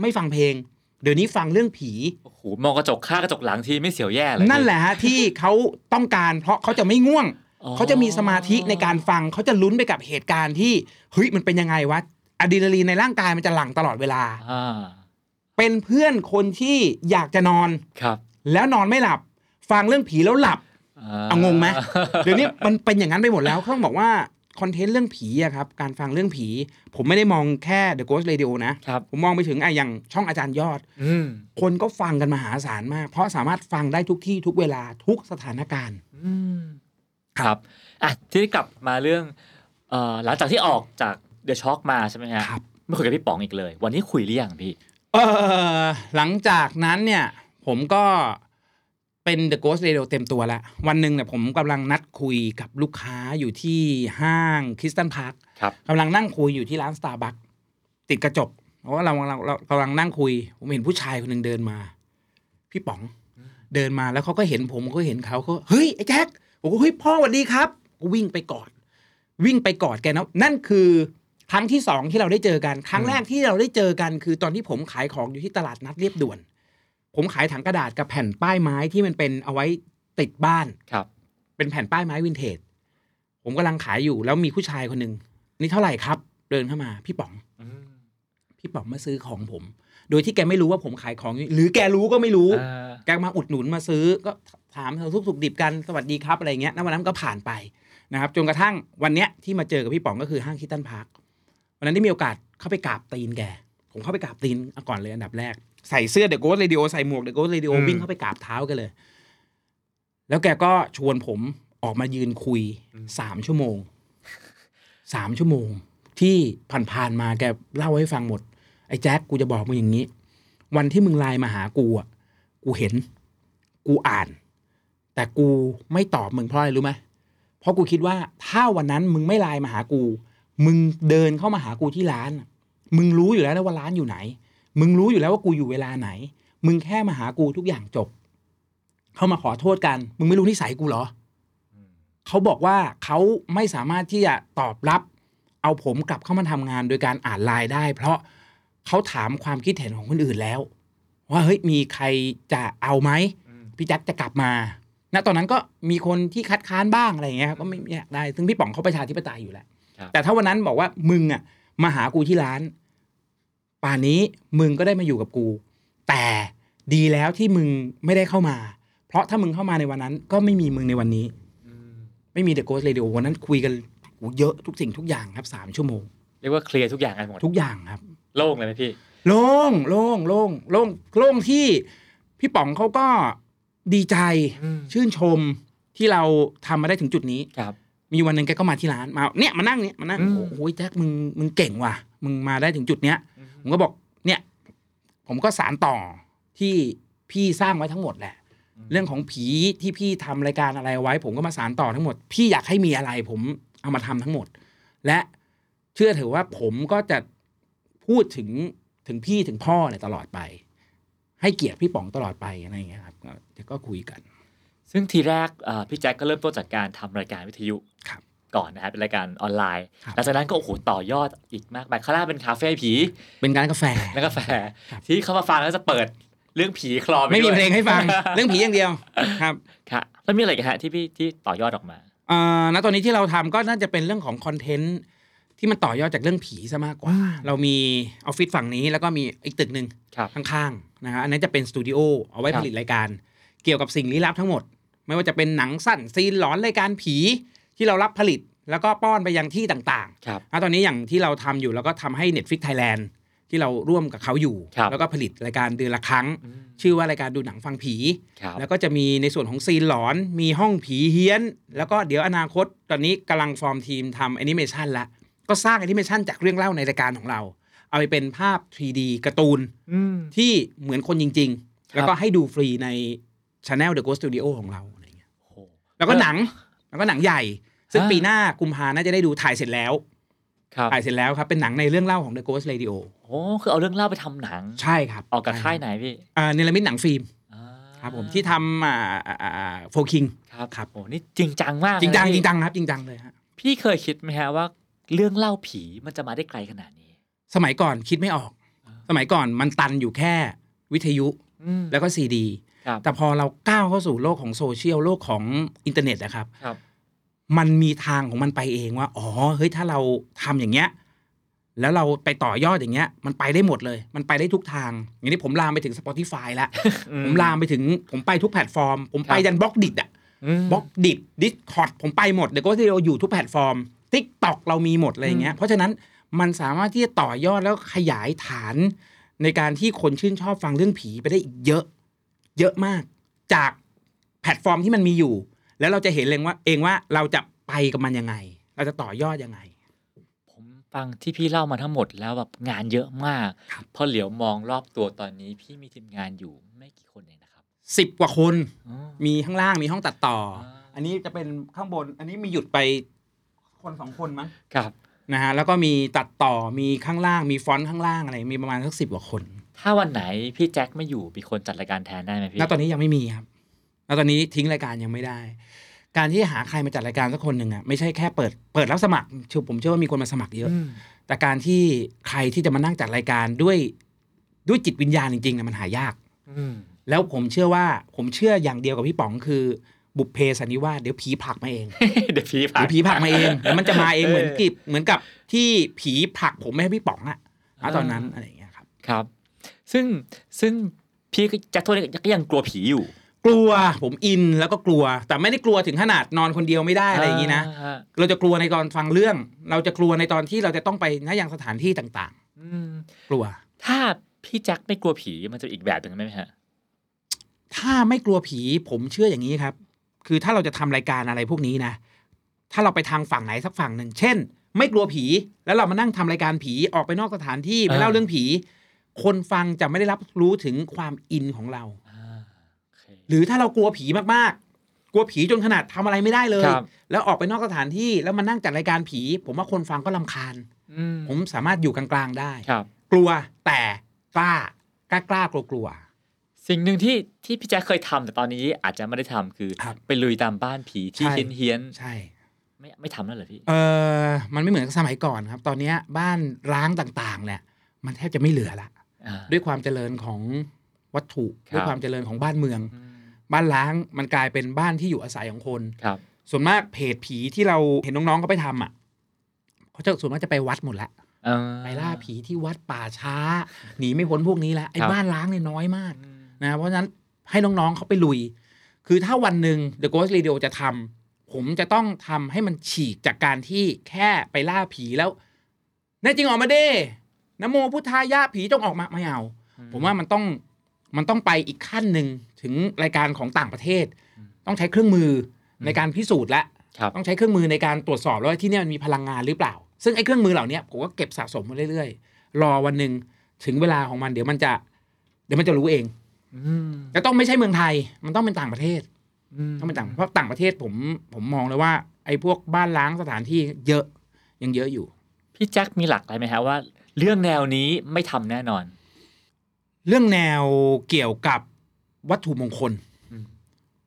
ไม่ฟังเพลง เดี๋ยวนี้ฟังเรื่องผี โอ้โหมองกระจกข้างกระจกหลังทีไม่เสียวแย่เลย นั่นแหละฮะที่เขาต้องการ เพราะเขาจะไม่ง่วง อ๋อ เขาจะมีสมาธิในการฟังเขาจะลุ้นไปกับเหตุการณ์ที่เฮ้ยมันเป็นยังไงวะอะดรีนาลีนในร่างกายมันจะหลั่งตลอดเวลา อ่า เป็นเพื่อนคนที่อยากจะนอน ครับ แล้วนอนไม่หลับ ฟังเรื่องผีแล้วหลับ เอางงไหม เดี๋ยวนี้มันเป็นอย่างนั้นไปหมดแล้วต้องบอกว่าคอนเทนต์เรื่องผีอะครับการฟังเรื่องผี ผมไม่ได้มองแค่ The Ghost Radio นะ ครับ ผมมองไปถึงอะอย่างช่องอาจารย์ยอด อืม คนก็ฟังกันมหาศาลมาก เพราะสามารถฟังได้ทุกที่ทุกเวลาทุกสถานการณ์ อืมครับอ่ะทีนี้กลับมาเรื่องเอ่อหลังจากที่ออกจากเดอะช็อคมาใช่ไหมฮะ ครับ ไม่คุยกับพี่ป๋องอีกเลย วันนี้คุยหรือยังพี่ เออหลังจากนั้นเนี่ย ผมก็เป็น The Ghost Radio เต็มตัวแล้ว วันหนึ่งเนี่ยผมกำลังนัดคุยกับลูกค้าอยู่ที่ห้างคริสตันพาร์ค ครับ กำลังนั่งคุยอยู่ที่ร้าน Starbucks ติดกระจกเพราะว่าเราเราเรากำลังนั่งคุย ผมเห็นผู้ชายคนหนึ่งเดินมา พี่ป๋องเดินมาแล้วเขาก็เห็นผมเขาก็เห็นเขาเขาเฮ้ย ไอ้แจ็คผมก็เฮ้ยพ่อสวัสดีครับก็วิ่งไปกอด วิ่งไปกอดแกนะนั่นคือครั้งที่สองที่เราได้เจอกัน ครั้งแรกที่เราได้เจอกัน คือตอนที่ผมขายของอยู่ที่ตลาดนัดเรียบด่วน ผมขายถังกระดาษกับแผ่นป้ายไม้ที่มันเป็นเอาไว้ติดบ้าน ครับ เป็นแผ่นป้ายไม้วินเทจผมกำลังขายอยู่แล้วมีผู้ชายคนหนึ่งนี่เท่าไหร่ครับ เดินเข้ามา พี่ป๋อง อืม พี่ป๋องมาซื้อของผม โดยที่แกไม่รู้ว่าผมขายของอยู่หรือแกรู้ก็ไม่รู้ อ่า แกมาอุดหนุนมาซื้อก็ถามเราทุกสุกดิบกันสวัสดีครับอะไรเงี้ยแล้ววันนั้นก็ผ่านไปนะครับจนกระทั่งวันเนี้ยที่มาเจอกับพี่ป๋องก็คือห้างคิตตันพาร์ควันนั้นได้มีโอกาสเข้าไปกราบตีนแก ผมเข้าไปกราบตีนเอาก่อนเลยอันดับแรก ใส่เสื้อเดอะโกสเรดิโอใส่หมวกเดอะโกสเรดิโอวิ่งเข้าไปกราบเท้ากันเลย แล้วแกก็ชวนผมออกมายืนคุยสามชั่วโมงสามชั่วโมง ที่ผ่านๆมาแกเล่าให้ฟังหมด ไอ้แจ็คกูจะบอกมึงอย่างนี้ วันที่มึงไลน์มาหากูอ่ะกูเห็น กูอ่าน แต่กูไม่ตอบมึงเพราะอะไรรู้ไหมเพราะกูคิดว่าถ้าวันนั้นมึงไม่ไลน์มาหากู มึงเดินเข้ามาหากูที่ร้านอะมึงรู้อยู่แล้วนะว่าร้านอยู่ไหน มึงรู้อยู่แล้วว่ากูอยู่เวลาไหน มึงแค่มาหากูทุกอย่างจบ เข้ามาขอโทษกัน มึงไม่รู้นิสัยกูเหรอ อืม เขาบอกว่าเขาไม่สามารถที่จะตอบรับ เอาผมกลับเข้ามาทำงานโดยการอ่านไลน์ได้ เพราะเขาถามความคิดเห็นของคนอื่นแล้ว ว่าเฮ้ยมีใครจะเอาไหม อืม พี่แจ็คจะกลับมาณตอนนั้นก็มีคนที่คัดค้านบ้างอะไรอย่างเงี้ยครับก็ไม่อยากได้ ซึ่งพี่ป๋องเขาประชาธิปไตยอยู่แล้ว ครับ แต่ถ้าวันนั้นบอกว่ามึงอ่ะมาหากูที่ร้าน ป่านนี้มึงก็ได้มาอยู่กับกู แต่ดีแล้วที่มึงไม่ได้เข้ามา เพราะถ้ามึงเข้ามาในวันนั้น ก็ไม่มีมึงในวันนี้ อืม ไม่มีเดอะโกสเรดิโอวันนั้นคุยกันโหเยอะทุกสิ่งทุกอย่างครับสามชั่วโมง เรียกว่าเคลียร์ทุกอย่างกันหมด ทุกอย่างครับ โล่งเลยไหมพี่ โล่งโล่งโล่งโล่งโล่งที่พี่ป๋องเขาก็ดีใจ อืม ชื่นชมที่เราทำมาได้ถึงจุดนี้ ครับ มีวันหนึ่งแกก็มาที่ร้านมาเนี่ยมานั่งเนี่ยมานั่ง อืม โอ้โหแจ็คมึงมึงเก่งว่ะ มึงมาได้ถึงจุดเนี้ย ผมก็บอกเนี่ย ผมก็สารต่อที่พี่สร้างไว้ทั้งหมดแหละ เรื่องของผีที่พี่ทำรายการอะไรเอาไว้ ผมก็มาสารต่อทั้งหมด พี่อยากให้มีอะไร ผมเอามาทำทั้งหมด และเชื่อเถอะว่าผมก็จะพูดถึงถึงพี่ถึงพ่อเนี่ยตลอดไป ให้เกียรติพี่ป๋องตลอดไปอะไรอย่างเงี้ยครับก็เดี๋ยวก็คุยกัน ซึ่งทีแรกเอ่อพี่แจ็คก็เริ่มต้นจากการทำรายการวิทยุ ครับ ก่อนนะครับเป็นรายการออนไลน์ ครับ หลังจากนั้นก็โอ้โหต่อยอดอีกมากมายคาร่าเป็นคาเฟ่ผี เป็นการกาแฟ และกาแฟ ครับ ที่เขามาฟังแล้วจะเปิด เรื่องผีคลอป ไม่มี ด้วย เพลงให้ ฟัง เรื่องผีอย่างเดียวครับ ค่ะแล้วมีอะไรอีกันฮะที่พี่ที่ต่อยอดออกมา อ่าณตอนนี้ที่เราทำก็น่าจะเป็นเรื่องของคอนเทนต์ที่มันต่อยอดจากเรื่องผีซะมากกว่า เรามีออฟฟิศฝั่งนี้แล้วก็มีอีกตึกหนึ่ง ครับ ข้างๆนะครับอันนั้นจะเป็นสตูดิโอเอาไว้ ครั ผ บ ลิตรายการ เกี่ยวกับสิ่งลี้ลับทั้งหมด ไม่ว่าจะเป็นหนังสั้นซีนหลอนรายการผีที่เรารับผลิตแล้วก็ป้อนไปยังที่ต่าง ครับ ๆณตอนนี้อย่างที่เราทำอยู่แล้วก็ทำให้ Netflix Thailand ที่เราร่วมกับเขาอยู่ ครับ แล้วก็ผลิตรายการเดือนละครั้ง อืม ชื่อว่ารายการดูหนังฟังผี ครับ แล้วก็จะมีในส่วนของซีนหลอน มีห้องผีเฮี้ยน แล้วก็เดี๋ยวอนาคต ตอนนี้กำลังฟอร์มทีมทำแอนิเมชันละ ก็สร้างแอนิเมชันจากเรื่องเล่าในรายการของเรา เอาไปเป็นภาพ 3D การ์ตูน อืม ที่เหมือนคนจริงๆครับแล้วก็ให้ดูฟรีใน Channel The Ghost Studio ของเราอะไรเงี้ย โอ้โห แล้วก็หนัง แล้วก็หนังใหญ่ ซึ่ง อ่า ปีหน้ากุมภาน่าจะได้ดูถ่ายเสร็จแล้ว ครับ ถ่ายเสร็จแล้วครับ เป็นหนังในเรื่องเล่าของ The Ghost Radio โอ้โหคือเอาเรื่องเล่าไปทำหนัง ใช่ครับ ออกกับค่ายไหนพี่ อ่าเนลมิตหนังฟิล์ม อ่า ครับผมที่ทำอ่าอ่าอ่าโฟคิง ครับ ครับ โอ้โหนี่จริงจังมาก จริงจัง นะ จ พี่ ริงจังครับจริงจังเลยฮะ พี่เคยคิดไหมฮะว่า เรื่องเล่าผีมันจะมาได้ไกลขนาดนี้ สมัยก่อนคิดไม่ออก อ่า สมัยก่อนมันตันอยู่แค่วิทยุ อืม แล้วก็ซีดี ครับ แต่พอเราก้าวเข้าสู่โลกของโซเชียลโลกของอินเทอร์เน็ตนะครับ ครับ มันมีทางของมันไปเองว่า อ๋อ เฮ้ย ถ้าเราทำอย่างเงี้ย แล้วเราไปต่อยอดอย่างเงี้ย มันไปได้หมดเลย มันไปได้ทุกทาง อย่างนี้ผมลามไปถึง Spotify แล้ว ผมลามไปถึง ผมไปทุกแพลตฟอร์ม ผมไป ครับ ยันบล็อกดิดอะบล็อกดิดดิสคอร์ดผมไปหมด เดี๋ยวก็เราอยู่ทุกแพลตฟอร์ม ทิกตอกเรามีหมดอะไรอย่างเงี้ย เพราะฉะนั้นมันสามารถที่จะต่อยอดแล้วขยายฐาน ในการที่คนชื่นชอบฟังเรื่องผีไปได้อีกเยอะ เยอะมาก จากแพลตฟอร์มที่มันมีอยู่ แล้วเราจะเห็นเองว่าเองว่าเราจะไปกับมันยังไง เราจะต่อยอดยังไง ผมฟังที่พี่เล่ามาทั้งหมดแล้วแบบงานเยอะมาก ครับ พอเหลียวมองรอบตัวตอนนี้ พี่มีทีมงานอยู่ไม่กี่คนเองนะครับ สิบกว่าคน อ๋อ มีข้างล่างมีห้องตัดต่อ อ่า อันนี้จะเป็นข้างบน อันนี้มีหยุดไปคนสองคนมั้ง ครับ นะฮะแล้วก็มีตัดต่อมีข้างล่างมีฟอนต์ข้างล่างอะไรมีประมาณสักสิบกว่าคน ถ้าวันไหนพี่แจ็คไม่อยู่มีคนจัดรายการแทนได้ไหมพี่ ณตอนนี้ยังไม่มีครับณตอนนี้ทิ้งรายการยังไม่ได้ การที่หาใครมาจัดรายการสักคนหนึ่งอ่ะไม่ใช่แค่เปิดเปิดรับสมัครเชื่อผมเชื่อว่ามีคนมาสมัครเยอะ อืม แต่การที่ใครที่จะมานั่งจัดรายการด้วยด้วยจิตวิญญาณจริงๆนะมันหายาก อืม แล้วผมเชื่อว่าผมเชื่ออย่างเดียวกับพี่ป๋องคือบุพเพสันนิวาสเดี๋ยวผีผลักมาเอง เดี๋ยวพี่ ห ผ่า รื น อผีผลักมาเองเดี๋ยวมันจะมาเอง เออ เหมือนกิบเหมือนกับที่ผีผลักผมไม่ให้พี่ป๋องอะณตอนนั้นอะไรอย่างเงี้ยครับ ครับ ซึ่งซึ่งพี่ก็แจ็คโทษก็ยังกลัวผีอยู่ กลัวผมอินแล้วก็กลัว แต่ไม่ได้กลัวถึงขนาดนอนคนเดียวไม่ได้อะไรอย่างงี้นะ าฮ เราจะกลัวในตอนฟังเรื่อง เราจะกลัวในตอนที่เราจะต้องไปณยังสถานที่ต่าง อืม ๆ กลัว ถ้าพี่แจ็คไม่กลัวผีมันจะอีกแบบหนึ่งไหมฮะ ถ้าไม่กลัวผีผมเชื่ออย่างนี้ครับ คือถ้าเราจะทำรายการอะไรพวกนี้นะ ถ้าเราไปทางฝั่งไหนสักฝั่งหนึ่ง เช่น ไม่กลัวผี แล้วเรามานั่งทำรายการผีออกไปนอกสถานที่ไปเล่า อ่า เรื่องผี คนฟังจะไม่ได้รับรู้ถึงความอินของเรา อ่าโอเค หรือถ้าเรากลัวผีมากๆ กลัวผีจนขนาดทำอะไรไม่ได้เลย ครับ แล้วออกไปนอกสถานที่แล้วมานั่งจัดรายการผี ผมว่าคนฟังก็ลำคาญ อืม ผมสามารถอยู่กลางๆได้ ครับ กลัวแต่กล้ากล้ากล้ากลัวกลัว สิ่งหนึ่งที่ที่พี่แจ๊คเคยทำแต่ตอนนี้อาจจะไม่ได้ทำคือ ครับ ไปลุยตามบ้านผีที่ ใช่ เฮี้ยนเฮี้ยนๆ ใช่ ไม่ไม่ทำแล้วเหรอพี่ เออมันไม่เหมือนสมัยก่อนครับ ตอนเนี้ยบ้านร้างต่างๆ เนี่ย มันแทบจะไม่เหลือละ อ่า ด้วยความเจริญของวัตถุ ครับ ด้วยความเจริญของบ้านเมือง อืม บ้านร้างมันกลายเป็นบ้านที่อยู่อาศัยของคน ครับ ส่วนมากเพจผีที่เราเห็นน้องๆเขาไปทำอ่ะเขาจะส่วนมากจะไปวัดหมดละ อ่ ไปล่าผีที่วัดป่าช้า หนีไม่พ้นพวกนี้ละไอ้ ครับ บ้านร้างเนี่ยน้อยมาก อืม นะเพราะฉะนั้นให้น้องๆเขาไปลุย คือถ้าวันหนึ่ง The Ghost Radio จะทำผมจะต้องทำให้มันฉีกจากการที่แค่ไปล่าผีแล้วแน่จริงออกมาเด้นะโมพุทธายะผีจงออกมาไม่เอา ผมว่ามันต้องมันต้องไปอีกขั้นหนึ่งถึงรายการของต่างประเทศ ต้องใช้เครื่องมืออในการพิสูจน์และ ครับ ต้องใช้เครื่องมือในการตรวจสอบแล้วว่าที่เนี่ยมันมีพลังงานหรือเปล่า ซึ่งไอ้เครื่องมือเหล่าเนี้ยผมก็เก็บสะสมมาเรื่อยๆ รอวันหนึ่งถึงเวลาของมันเดี๋ยวมันจะ เดี๋ยวมันจะรู้เอง อืม จะต้องไม่ใช่เมืองไทย มันต้องเป็นต่างประเทศ ม ต้องเป็นต่าง เพราะต่างประเทศผม ผมมองเลยว่า ไอ้พวกบ้านล้างสถานที่เยอะ ยังเยอะอยู่ พี่แจ็คมีหลักอะไรไหมฮะว่า เรื่องแนวนี้ไม่ทำแน่นอน เรื่องแนวเกี่ยวกับวัตถุมงคล อืม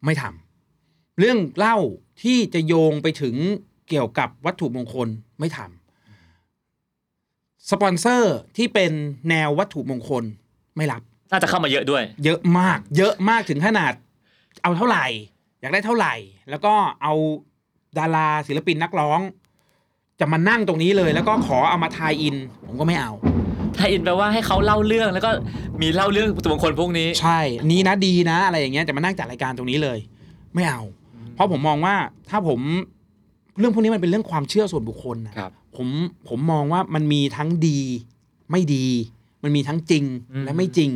ไม่ทำ เรื่องเล่าที่จะโยงไปถึงเกี่ยวกับวัตถุมงคลไม่ทำ สปอนเซอร์ที่เป็นแนววัตถุมงคลไม่รับ น่าจะเข้ามาเยอะด้วย เยอะมาก เยอะมากถึงขนาด เอาเท่าไหร่ อยากได้เท่าไหร่ แล้วก็เอาดาราศิลปินนักร้อง จะมานั่งตรงนี้เลย แล้วก็ขอเอามาทายอิน ผมก็ไม่เอา ถ้าอินแปลว่าให้เขาเล่าเรื่องแล้วก็มีเล่าเรื่องตัวบุคคลพวกนี้ ใช่ นี้นะดีนะ อะไรอย่างเงี้ยจะมานั่งจัดรายการตรงนี้เลย ไม่เอา เพราะผมมองว่าถ้าผมเรื่องพวกนี้มันเป็นเรื่องความเชื่อส่วนบุคคลนะครับ ผมผมมองว่ามันมีทั้งดี ไม่ดี มันมีทั้งจริง อืม และไม่จริง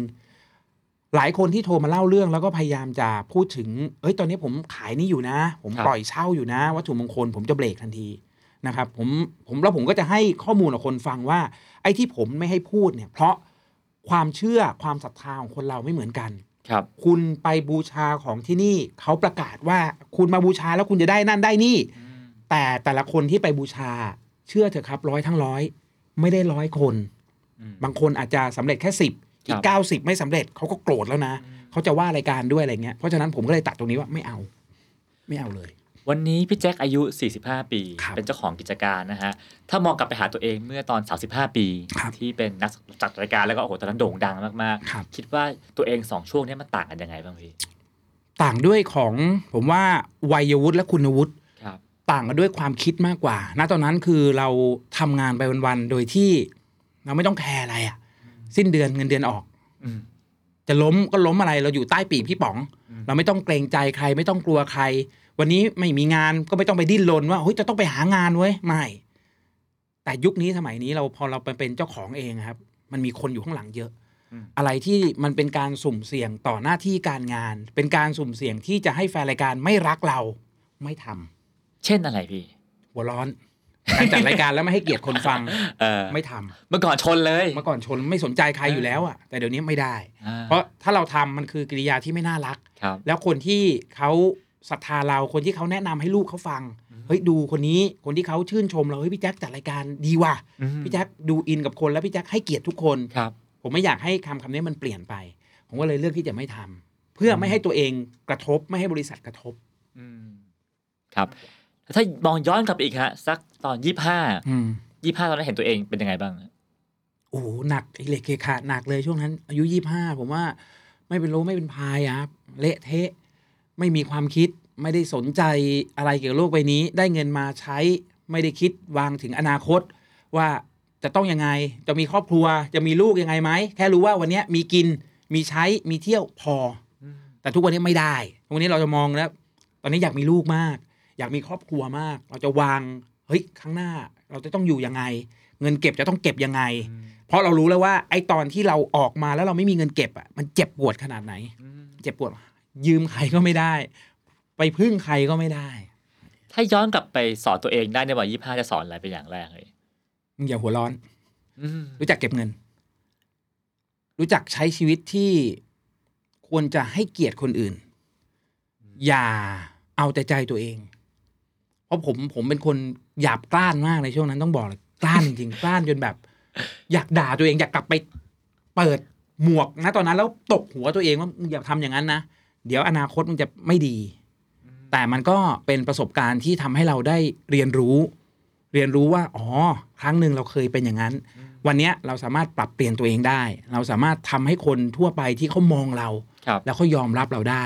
หลายคนที่โทรมาเล่าเรื่องแล้วก็พยายามจะพูดถึง เอ้ยตอนนี้ผมขายนี่อยู่นะ ผมปล่อยเช่าอยู่นะ วัตถุมงคล ผมจะเบรกทันทีนะครับ ผมผมแล้วผมก็จะให้ข้อมูลกับคนฟังว่า ไอ้ที่ผมไม่ให้พูดเนี่ย เพราะความเชื่อความศรัทธาของคนเราไม่เหมือนกัน ครับ คุณไปบูชาของที่นี่ เขาประกาศว่าคุณมาบูชาแล้วคุณจะได้นั่นได้นี่ แต่แต่ละคนที่ไปบูชา เชื่อเถอะครับร้อยทั้งร้อยไม่ได้ร้อยคน บางคนอาจจะสำเร็จแค่สิบอี ครั ก บ เก้าสิบไม่สำเร็จเขาก็โกรธแล้วนะเขาจะว่ารายการด้วยอะไรเงี้ยเพราะฉะนั้นผมก็เลยตัดตรงนี้ว่าไม่เอา ไม่เอาเลย วันนี้พี่แจ็คอายุ 45 ปี ครับ เป็นเจ้าของกิจการนะฮะ ถ้ามองกลับไปหาตัวเองเมื่อตอน 35 ปี ที่เป็นนักจัดรายการแล้วก็โอ้โหตอนนั้นโด่งดังมาก ครับ ๆ คิดว่าตัวเองสองช่วงเนี้ยมันต่างกันยังไงบ้างพี่ ต่างด้วยของผมว่าวัยวุฒิและคุณวุฒิ ครับ ต่างกันด้วยความคิดมากกว่า ณ ตอนนั้นคือเราทำงานไปวันๆ โดยที่เราไม่ต้องแคร์อะไรอะ่ะ สิ้นเดือนเงินเดือนออก อืม จะล้มก็ล้มอะไร เราอยู่ใต้ปีกพี่ป๋อง อืม เราไม่ต้องเกรงใจใคร ไม่ต้องกลัวใคร วันนี้ไม่มีงานก็ไม่ต้องไปดิ้นรนว่าเฮ้ยจะต้องไปหางานเว้ย ไม่ แต่ยุคนี้สมัยนี้เราพอเราไปเป็นเจ้าของเองอะครับ มันมีคนอยู่ข้างหลังเยอะ อืม อะไรที่มันเป็นการสุ่มเสี่ยงต่อหน้าที่การงาน เป็นการสุ่มเสี่ยงที่จะให้แฟนรายการไม่รักเราไม่ทำ เช่นอะไรพี่ หัวร้อน การจัดรายการแล้วไม่ให้เกียรติคน ฟัง เออ ไม่ทำ เมื่อก่อนชนเลย เมื่อก่อนชนไม่สนใจใครอยู่แล้วอะแต่เดี๋ยวนี้ไม่ได้ อ่า เพราะถ้าเราทำมันคือกิริยาที่ไม่น่ารัก ครับ แล้วคนที่เขาศรัทธาเราคนที่เขาแนะนำให้ลูกเขาฟัง เฮ้ยดูคนนี้คนที่เขาชื่นชมเราเฮ้ยพี่แจ๊คจัดรายการดีว่ะ อืม พี่แจ๊คดูอินกับคนแล้วพี่แจ๊คให้เกียรติทุกคน ครับ ผมไม่อยากให้คำคำนี้มันเปลี่ยนไป ผมก็เลยเลือกที่จะไม่ทำเพื่อไม่ให้ตัวเองกระทบไม่ให้บริษัทกระทบ อืม ครับ ถ้ามองย้อนกลับไปอีกฮะ สักตอนยี่ห้า อืม ยี่ห้าตอนนั้นเห็นตัวเองเป็นยังไงบ้าง โอ้โหหนักอิเล็กเคขาดหนักเลยช่วงนั้น อายุยี่ห้าผมว่าไม่เป็นรู้ไม่เป็นพายอะครับเละเทะ ไม่มีความคิดไม่ได้สนใจอะไรเกี่ยวกับโลกใบนี้ ได้เงินมาใช้ไม่ได้คิดวางถึงอนาคต ว่าจะต้องยังไงจะมีครอบครัวจะมีลูกยังไงไหมแค่รู้ว่าวันเนี้ยมีกินมีใช้มีเที่ยวพอ แต่ทุกวันนี้ไม่ได้ทุกวันนี้เราจะมองแล้ว ตอนนี้อยากมีลูกมาก อยากมีครอบครัวมาก เราจะวางเฮ้ยข้างหน้า เราจะต้องอยู่ยังไง เงินเก็บจะต้องเก็บยังไง เพราะเรารู้แล้วว่าไอ้ตอนที่เราออกมาแล้วเราไม่มีเงินเก็บอ่ะมันเจ็บปวดขนาดไหน เจ็บปวด ยืมใครก็ไม่ได้ ไปพึ่งใครก็ไม่ได้ ถ้าย้อนกลับไปสอนตัวเองได้ในวัยยี่ห้าจะสอนอะไรเป็นอย่างแรกเลย มึงอย่าหัวร้อน อืม รู้จักเก็บเงิน รู้จักใช้ชีวิตที่ควรจะให้เกียรติคนอื่น อย่าเอาแต่ใจตัวเอง เพราะผมผมเป็นคนหยาบกล้านมากในช่วงนั้นต้องบอกเลยกล้านจริงๆ กล้านจนแบบ อยากด่าตัวเอง อยากกลับไปเปิดหมวกนะตอนนั้นแล้วตกหัวตัวเองว่ามึงอย่าทำอย่างนั้นนะ เดี๋ยวอนาคตมันจะไม่ดี แต่มันก็เป็นประสบการณ์ที่ทำให้เราได้เรียนรู้ เรียนรู้ว่า อ๋อ ครั้งหนึ่งเราเคยเป็นอย่างนั้น วันเนี้ยเราสามารถปรับเปลี่ยนตัวเองได้ เราสามารถทำให้คนทั่วไปที่เขามองเรา ครับ แล้วเขายอมรับเราได้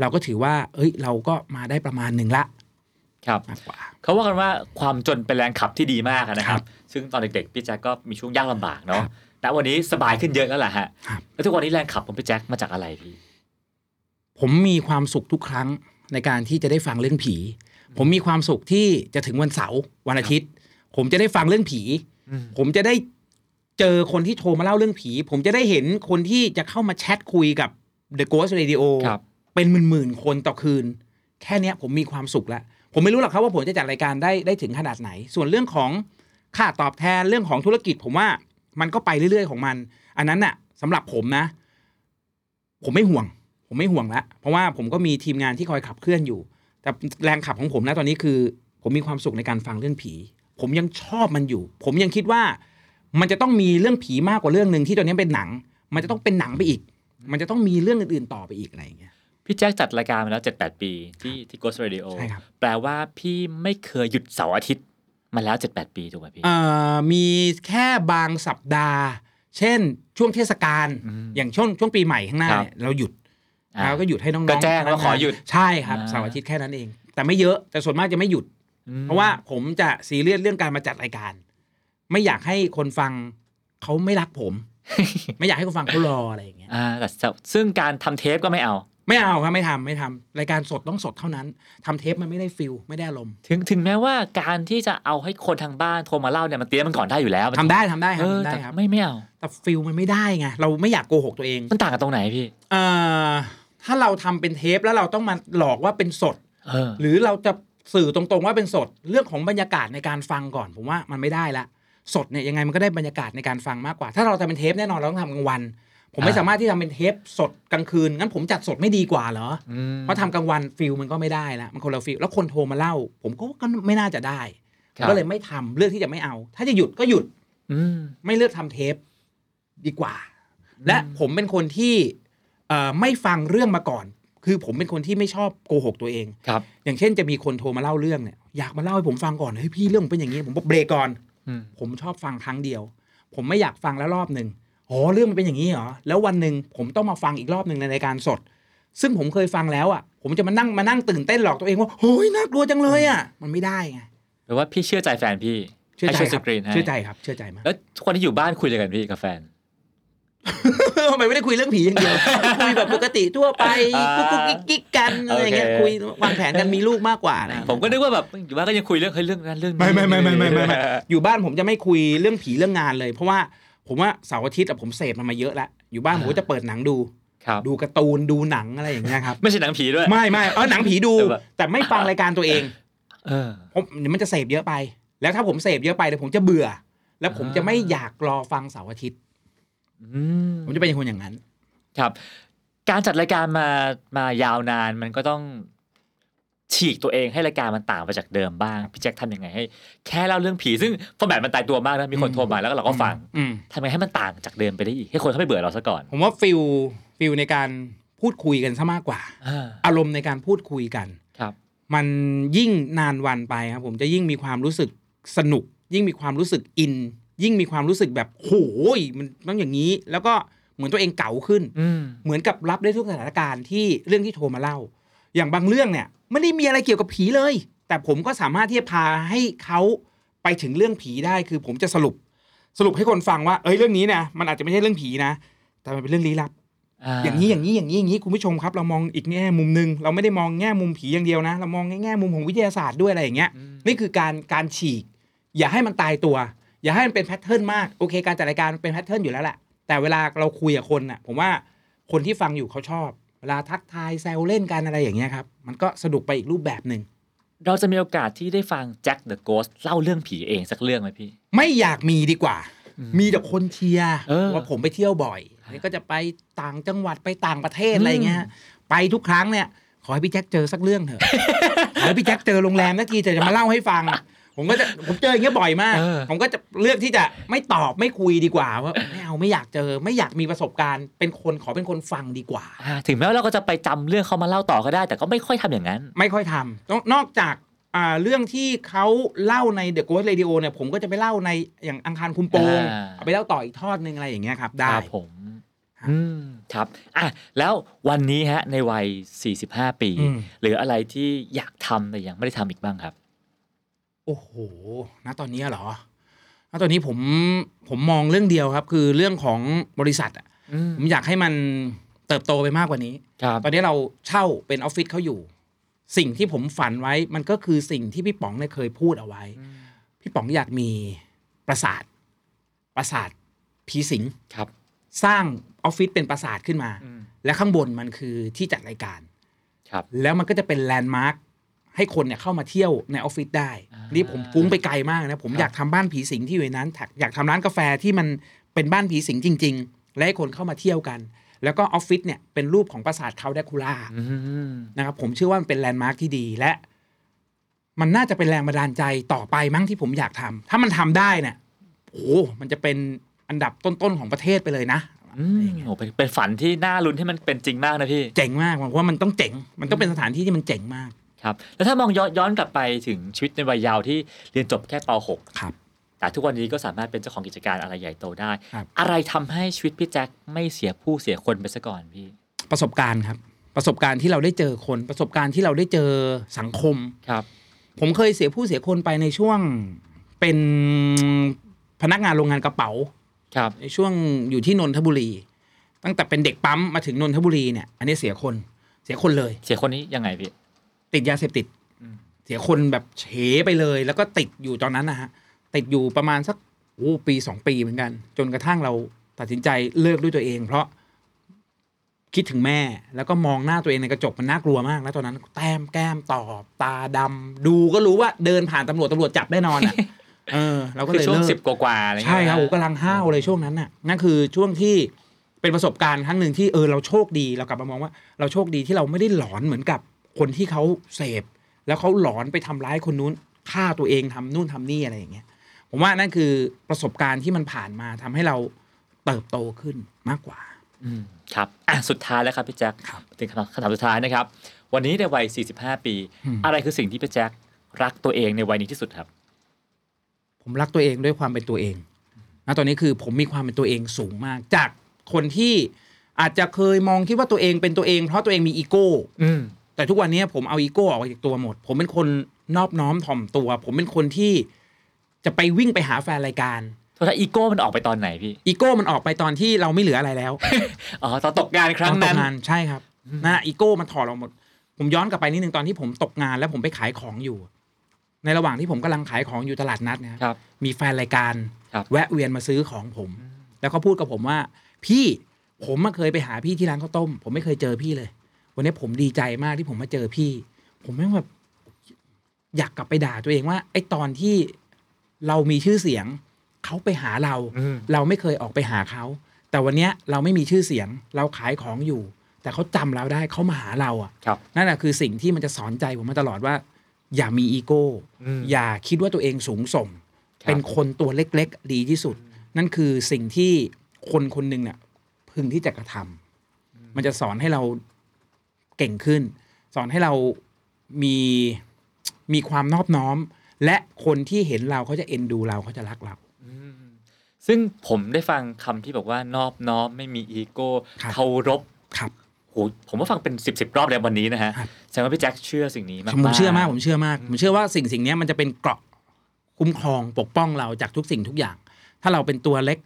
เราก็ถือว่า เอ้ย เราก็มาได้ประมาณหนึ่งละ ครับ มากกว่า เขาว่ากันว่าความจนเป็นแรงขับที่ดีมากอะนะค ครั รับ บ ซึ่งตอนเด็กๆพี่แจ็คก็มีช่วงยากลำบากเนาะ ครับ แต่วันนี้สบายขึ้นเยอะแล้วล่ะฮะ ครับ แล้วทุกวันนี้แรงขับของพี่แจ็คมาจากอะไรพี่ ผมมีความสุขทุกครั้งในการที่จะได้ฟังเรื่องผี ผมมีความสุขที่จะถึงวันเสาร์วันอาทิตย์ ผมจะได้ฟังเรื่องผี ผมจะได้เจอคนที่โทรมาเล่าเรื่องผี ผมจะได้เห็นคนที่จะเข้ามาแชทคุยกับ The Ghost Radio ครับ เป็นหมื่นๆคนต่อคืน แค่เนี้ยผมมีความสุขละผมไม่รู้หรอกครับว่าผมจะจัดรายการได้ได้ถึงขนาดไหน ส่วนเรื่องของค่าตอบแทนเรื่องของธุรกิจ ผมว่ามันก็ไปเรื่อยๆของมัน อันนั้นน่ะสำหรับผมนะ ผมไม่ห่วง ผมไม่ห่วงละเพราะว่าผมก็มีทีมงานที่คอยขับเคลื่อนอยู่ แต่แรงขับของผมนะตอนนี้คือ ผมมีความสุขในการฟังเรื่องผี ผมยังชอบมันอยู่ ผมยังคิดว่ามันจะต้องมีเรื่องผีมากกว่าเรื่องหนึ่งที่ตอนนี้เป็นหนัง มันจะต้องเป็นหนังไปอีก มันจะต้องมีเรื่องอื่นๆต่อไปอีกอะไรอย่างเงี้ย พี่แจ็คจัดรายการมาแล้ว7 8 ปีที่ที่ Ghost Radio ใช่ครับ แปลว่าพี่ไม่เคยหยุดเสาร์อาทิตย์มาแล้ว 7 8 ปีถูกไหมพี่ เอ่อมีแค่บางสัปดาห์ เช่น ช่วงเทศกาล ม อย่างช่วงช่วงปีใหม่ข้างหน้า ครับ เนี่ยเราหยุด อ่า เราก็หยุดให้น้องๆ ก็แจ้งว่าขอหยุด ใช่ครับ อ่า เสาร์อาทิตย์แค่นั้นเอง แต่ไม่เยอะแต่ส่วนมากจะไม่หยุด อืม เพราะว่าผมจะซีเรียสเรื่องการมาจัดรายการ ไม่อยากให้คนฟังเขาไม่รักผม ไม่อยากให้คนฟังเขารออะไรอย่างเงี้ย อ่าแต่ซึ่งการทำเทปก็ไม่เอา ไม่เอาครับไม่ทำไม่ทำรายการสดต้องสดเท่านั้นทำเทปมันไม่ได้ฟิลไม่ได้อารมณ์ ถึงถึงแม้ว่าการที่จะเอาให้คนทางบ้านโทรมาเล่าเนี่ยมันเตรียมมันก่อนได้อยู่แล้ว ทำได้ทำได้ค เอ รับ อ ทำได้ แต่ ครับ ไม่ไม่เอา แต่ฟิลมันไม่ได้ไงเราไม่อยากโกหกตัวเอง มันต่างกันตรงไหนพี่ เอ่อถ้าเราทำเป็นเทปแล้วเราต้องมาหลอกว่าเป็นสด เออ หรือเราจะสื่อตรงๆว่าเป็นสดเรื่องของบรรยากาศในการฟังก่อน ผมว่ามันไม่ได้ละสดเนี่ยยังไงมันก็ได้บรรยากาศในการฟังมากกว่า ถ้าเราจะเป็นเทปแน่นอนเราต้องทำกลางวัน ผมไม่ อ่า สามารถที่ทำเป็นเทปสดกลางคืนงั้นผมจัดสดไม่ดีกว่าเหรอ อืม เพราะทำกลางวันฟิลมันก็ไม่ได้ละมันคนละฟิลแล้วคนโทรมาเล่า ผมก็ก็ไม่น่าจะได้ ครับ ก็เลยไม่ทำเลือกที่จะไม่เอา ถ้าจะหยุดก็หยุด อืม ไม่เลือกทำเทปดีกว่า และผมเป็นคนที่เอ่อไม่ฟังเรื่องมาก่อน คือผมเป็นคนที่ไม่ชอบโกหกตัวเอง ครับ อย่างเช่นจะมีคนโทรมาเล่าเรื่องเนี่ยอยากมาเล่าให้ผมฟังก่อนเฮ้ยพี่เรื่องเป็นอย่างนี้ผมบอกเบรกก่อน อืม ผมชอบฟังครั้งเดียว ผมไม่อยากฟังแล้วรอบหนึ่งอ๋อเรื่องมันเป็นอย่างนี้เหรอแล้ววันหนึ่งผมต้องมาฟังอีกรอบหนึ่งในรายการสด ซึ่งผมเคยฟังแล้วอ่ะ ผมจะมานั่งมานั่งตื่นเต้นหลอกตัวเองว่าโอ้ยน่ากลัวจังเลยอ่ะ มันไม่ได้ไง แปลว่าพี่เชื่อใจแฟนพี่ เชื่อใจ ให้ช่วย ค ส รับ กรีนให้ เชื่อใจครับเชื่อใจมาก แล้วทุกคนที่อยู่บ้านคุยอะไรกันพี่กับแฟน ทำไมไม่ได้คุยเรื่องผีอย่างเดียว คุยแบบปกติทั่วไป อ่า กุ๊กกุ๊กกิ๊กกิ๊กกันอะไรอย่างเงี้ย โอเค คุยวางแผนกันมีลูกมากกว่าอะไรอย่าง ผ เงี้ ม ย ก็นึกว่าแบบอยู่บ้านก็ยังคุยเรื่องเฮ้ยเรื่องนั้นเรื่องนี้ ไม่ไม่ไม่ไม่ไม่ไม่ไม่ อยู่บ้านผมจะไม่คุยเรื่องผีเรื่องงานเลย เพราะว่าผมว่าเสาร์อาทิตย์อะผมเสพมันมาเยอะแล้วอยู่บ้านผมก็จะเปิดหนังดู ครับ ดูการ์ตูนดูหนังอะไรอย่างเงี้ยครับ ไม่ใช่หนังผีด้วย ไม่ไม่เออหนังผีดู แต่แบบ แต่ไม่ฟังรายการตัวเอง เออ ผมมันจะเสพเยอะไป แล้วถ้าผมเสพเยอะไปเดี๋ยวผมจะเบื่อ แล้วผมจะ อ่า ไม่อยากรอฟังเสาร์อาทิตย์ อืม ผมจะเป็นคนอย่างนั้น ครับ การจัดรายการมามายาวนานมันก็ต้อง ฉีกตัวเองให้รายการมันต่างไปจากเดิมบ้างพี่แจ็คทำยังไงให้ แค่เล่าเรื่องผีซึ่งฟอร์แมตมันตายตัวมากนะมีคน อืม โทรมาแล้วก็เราก็ฟัง อืม ทำยังไงให้มันต่างจากเดิมไปได้อีกให้คนเขาไม่เบื่อเราซะก่อน ผมว่าฟิลฟิลในการพูดคุยกันซะมากกว่า อ่า อารมณ์ในการพูดคุยกัน ครับ มันยิ่งนานวันไปครับผมจะยิ่งมีความรู้สึกสนุก ยิ่งมีความรู้สึกอิน ยิ่งมีความรู้สึกแบบโหยมันต้องอย่างนี้ แล้วก็เหมือนตัวเองเก่าขึ้น อืม เหมือนกับรับได้ทุกสถานการณ์ที่เรื่องที่โทรมาเล่า อย่างบางเรื่องเนี่ยไม่ได้มีอะไรเกี่ยวกับผีเลย แต่ผมก็สามารถที่จะพาให้เขาไปถึงเรื่องผีได้คือผมจะสรุป สรุปให้คนฟังว่าเอ้ยเรื่องนี้นะมันอาจจะไม่ใช่เรื่องผีนะ แต่มันเป็นเรื่องลี้ลับ อย่างนี้อย่างนี้อย่างนี้อย่างนี้คุณผู้ชมครับเรามองอีกแง่มุมหนึ่งเราไม่ได้มองแง่มุมผีอย่างเดียวนะ เรามองแง่มุมของวิทยาศาสตร์ด้วยอะไรอย่างเงี้ย อืม นี่คือการการฉีก อย่าให้มันตายตัว อย่าให้มันเป็นแพทเทิร์นมากโอเค การจัดรายการมันเป็นแพทเทิร์นอยู่แล้วแหละแต่เวลาเราคุยกับคนน่ะผมว่าคนที่ฟังอยู่เขาชอบ เวลาทักทายแซวเล่นกันอะไรอย่างเงี้ยครับมันก็สนุกไปอีกรูปแบบหนึ่ง เราจะมีโอกาสที่ได้ฟังแจ็คเดอะโกสเล่าเรื่องผีเองสักเรื่องไหมพี่ ไม่อยากมีดีกว่า อืม มีแต่คนเชียร์ เออ ว่าผมไปเที่ยวบ่อยแล้วก็จะไปต่างจังหวัดไปต่างประเทศอะไรเงี้ย ไปทุกครั้งเนี่ย ขอให้พี่แจ็คเจอสักเรื่องเถอะ ขอให้พี่แจ็คเจอโรงแรมสักทีเถอะจะมาเล่าให้ฟัง ผมก็จะผมเจออย่างเงี้ยบ่อยมาก เออ ผมก็จะเลือกที่จะไม่ตอบไม่คุยดีกว่าว่าไม่เอาไม่อยากเจอ ไม่อยากมีประสบการณ์ เป็นคนขอเป็นคนฟังดีกว่า อ่าถึงแม้ว่าเราก็จะไปจำเรื่องเขามาเล่าต่อก็ได้ แต่ก็ไม่ค่อยทำอย่างนั้น ไม่ค่อยทำนอกนอกจากอ่าเรื่องที่เขาเล่าใน The Ghost Radio เนี่ยผมก็จะไปเล่าในอย่างอังคารคุมโปง อ่า เอาไปเล่าต่ออีกทอดหนึ่งอะไรอย่างเงี้ยครับ ได้ ครับผม ครับ อืมครับอ่ะแล้ววันนี้ฮะในวัย 45 ปี อืม หรืออะไรที่อยากทำแต่ยังไม่ได้ทำอีกบ้างครับ โอ้โห ณ ตอนนี้เหรอ ณ ตอนนี้ผม ผมมองเรื่องเดียวครับ คือเรื่องของบริษัทอะ อืม ผมอยากให้มันเติบโตไปมากกว่านี้ ครับ ตอนนี้เราเช่าเป็นออฟฟิศเขาอยู่ สิ่งที่ผมฝันไว้มันก็คือสิ่งที่พี่ป๋องเนี่ยเคยพูดเอาไว้ พี่ป๋องอยากมีปราสาท ปราสาทผีสิง ครับ สร้างออฟฟิศเป็นปราสาทขึ้นมา อืม และข้างบนมันคือที่จัดรายการ ครับ แล้วมันก็จะเป็นแลนด์มาร์คให้คนเนี่ยเข้ามาเที่ยวในออฟฟิศได้ อ่านี่ นี่ผมฟุ้งไปไกลมากนะ ผม ครับ อยากทำบ้านผีสิงที่อยู่ในนั้นถักอยากทำร้านกาแฟที่มันเป็นบ้านผีสิงจริง ๆ และให้คนเข้ามาเที่ยวกัน แล้วก็ออฟฟิศเนี่ยเป็นรูปของปราสาทเขาแดคูล่า อืม นะครับผมเชื่อว่ามันเป็นแลนด์มาร์คที่ดีและ มันน่าจะเป็นแรงบันดาลใจต่อไปมั้งที่ผมอยากทำถ้ามันทำได้เนี่ยโอ้โหมันจะเป็นอันดับต้นๆของประเทศไปเลยนะ อืมโอ้เป็นเป็นฝันที่น่าลุ้นที่มันเป็นจริงมากนะพี่ เจ๋งมากผมว่ามันต้องเจ๋ง มันต้องเป็นสถานที่ที่มันเจ๋งมาก ครับ แล้วถ้ามองย้อนย้อนกลับไปถึงชีวิตในวัยเยาวที่เรียนจบแค่ป .6 ครับ แต่ทุกวันนี้ก็สามารถเป็นเจ้าของกิจการอะไรใหญ่โตได้ ครับ อะไรทำให้ชีวิตพี่แจ็คไม่เสียผู้เสียคนไปซะก่อนพี่ ประสบการณ์ครับ ประสบการณ์ที่เราได้เจอคน ประสบการณ์ที่เราได้เจอสังคม ครับ ผมเคยเสียผู้เสียคนไปในช่วงเป็นพนักงานโรงงานกระเป๋า ครับ ในช่วงอยู่ที่นนทบุรี ตั้งแต่เป็นเด็กปั๊มมาถึงนนทบุรีเนี่ย อันนี้เสียคน เสียคนเลย เสียคนนี้ยังไงพี่ ติดยาเสพติด อืม เสียคนแบบเฉไปเลย แล้วก็ติดอยู่ตอนนั้นนะฮะ ติดอยู่ประมาณสักโอ้ปีสองปีเหมือนกัน จนกระทั่งเราตัดสินใจเลิกด้วยตัวเอง เพราะคิดถึงแม่ แล้วก็มองหน้าตัวเองในกระจกมันน่ากลัวมาก แล้วตอนนั้นแต้มแก้มตอบ ตาดำดูก็รู้ว่าเดินผ่านตำรวจตำรวจจับแน่นอน อ่ะ เออ เราก็ คือ เลย ช่วง เลิ สิ ก บกว่าๆอะไรเงี้ย ใช่ครับโอ้กำลังห้าวเลยช่วงนั้นน่ะนั่นคือช่วงที่เป็นประสบการณ์ครั้งหนึ่งที่เออเราโชคดีเรากลับมามองว่า เราโชคดีที่เราไม่ได้หลอนเหมือนกับคนที่เขาเสพ แล้วเขาหลอนไปทำร้ายคนนู้นฆ่าตัวเองทำนู่นทำนี่อะไรอย่างเงี้ย ผมว่านั่นคือประสบการณ์ที่มันผ่านมาทำให้เราเติบโตขึ้นมากกว่า อืมครับอ่ะสุดท้ายแล้วครับพี่แจ็ค ครับ ถึงคำถามคำถามสุดท้ายนะครับ วันนี้ในวัย 45 ปี อืม อะไรคือสิ่งที่พี่แจ็ครักตัวเองในวัยนี้ที่สุดครับ ผมรักตัวเองด้วยความเป็นตัวเองนะตอนนี้คือผมมีความเป็นตัวเองสูงมาก จากคนที่อาจจะเคยมองคิดว่าตัวเองเป็นตัวเอง เพราะตัวเองมีอีโก้ อืม แต่ทุกวันนี้ผมเอาอีโก้ออกจากตัวหมด ผมเป็นคนนอบน้อมถ่อมตัว ผมเป็นคนที่จะไปวิ่งไปหาแฟนรายการ โทษทีอีโก้มันออกไปตอนไหนพี่ อีโก้มันออกไปตอนที่เราไม่เหลืออะไรแล้ว อ๋อตอนตกงานครั้ง ตอนต นั้ ก น งานใช่ครับนะอีโก้มันถอดออกหมด ผมย้อนกลับไปนิดนึงตอนที่ผมตกงานแล้วผมไปขายของอยู่ ในระหว่างที่ผมกำลังขายของอยู่ตลาดนัดนะครับ ครับ มีแฟนรายการ ครับ แวะเวียนมาซื้อของผม แล้วเขาพูดกับผมว่า พี่ผมมาเคยไปหาพี่ที่ร้านข้าวต้ม ผมไม่เคยเจอพี่เลย วันนี้ผมดีใจมากที่ผมมาเจอพี่ ผมแม่งแบบอยากกลับไปด่าตัวเองว่า ไอ้ตอนที่เรามีชื่อเสียง เขาไปหาเรา อืม เราไม่เคยออกไปหาเขา แต่วันเนี้ยเราไม่มีชื่อเสียง เราขายของอยู่ แต่เขาจำเราได้เขามาหาเราอ่ะ ครับ นั่นแหะคือสิ่งที่มันจะสอนใจผมมาตลอดว่า อย่ามีอีโก้ อืม อย่าคิดว่าตัวเองสูงส่ง ครับ เป็นคนตัวเล็กๆ ดีที่สุด นั่นคือสิ่งที่คนคนหนึ่งเนี่ยพึงที่จะกระทำมันจะสอนให้เราเก่งขึ้น สอนให้เรามีมีความนอบน้อม และคนที่เห็นเราเขาจะเอ็นดูเราเขาจะรักเรา ซึ่งผมได้ฟังคำที่บอกว่านอบน้อมไม่มีอีโก้ ครับ เคารพ ครับ โหผมว่าฟังเป็นสิบสิบรอบในวันนี้นะฮะ ครับ แสดงว่าพี่แจ็คเชื่อสิ่งนี้มาก ผมเชื่อมาก ๆ ผมเชื่อมาก ผมเชื่อว่าสิ่งสิ่งเนี้ยมันจะเป็นเกราะคุ้มครองปกป้องเราจากทุกสิ่งทุกอย่าง ถ้าเราเป็นตัวเล็ก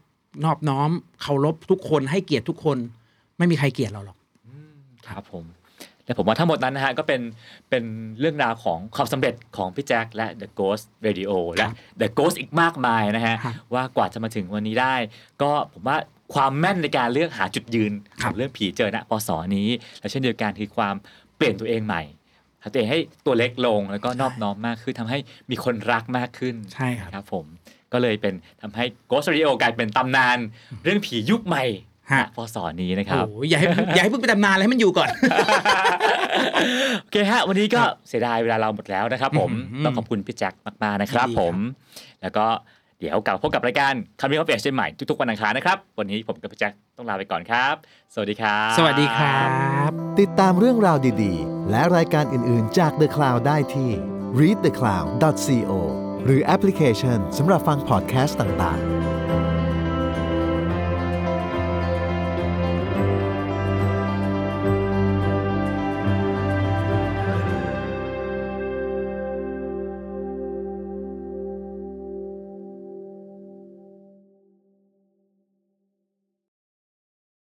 นอบน้อมเคารพทุกคนให้เกียรติทุกคน ไม่มีใครเกลียดเราหรอก ครับผม และผมว่าทั้งหมดนั้นนะฮะก็เป็นเป็นเรื่องราวของความสำเร็จของพี่แจ็คและ The Ghost Radio และ The Ghost อีกมากมายนะฮะ ครับ ว่ากว่าจะมาถึงวันนี้ได้ ก็ผมว่าความแม่นในการเลือกหาจุดยืน ค ข รั อบ งเรื่องผีเจอณปศนี้ และเช่นเดียวกันคือความเปลี่ยนตัวเองใหม่ ทำตัวเองให้ตัวเล็กลงแล้วก็นอบน้อมมากขึ้นทำให้มีคนรักมากขึ้น ใช่ครับ ครับผมก็เลยเป็นทำให้ Ghost Radio กลายเป็นตำนานเรื่องผียุคใหม่ ฮะ ณพศนี้นะค โอ้ รับ โหอย่าให้อย่าให้เพิ่งไปตำนานเลยให้มันอยู่ก่อน โอเคฮะ วันนี้ก็เสียดายเวลาเราหมดแล้วนะครับผม อืม ต้องขอบคุณพี่แจ็คมาก ๆ นะครับ ดีครับ ผม แล้วก็เดี๋ยวกลับมาพบกับรายการคำนี้เขาเปลี่ยนเช่นใหม่ทุก ๆ วันอังคารนะครับ วันนี้ผมกับพี่แจ็คต้องลาไปก่อนครับ สวัสดีครับ สวัสดีครับ ติดตามเรื่องราวดีๆ และรายการอื่นๆจาก The Cloud ได้ที่ readthecloud.co หรือแอปพลิเคชันสำหรับฟังพอดแคสต์ต่างๆ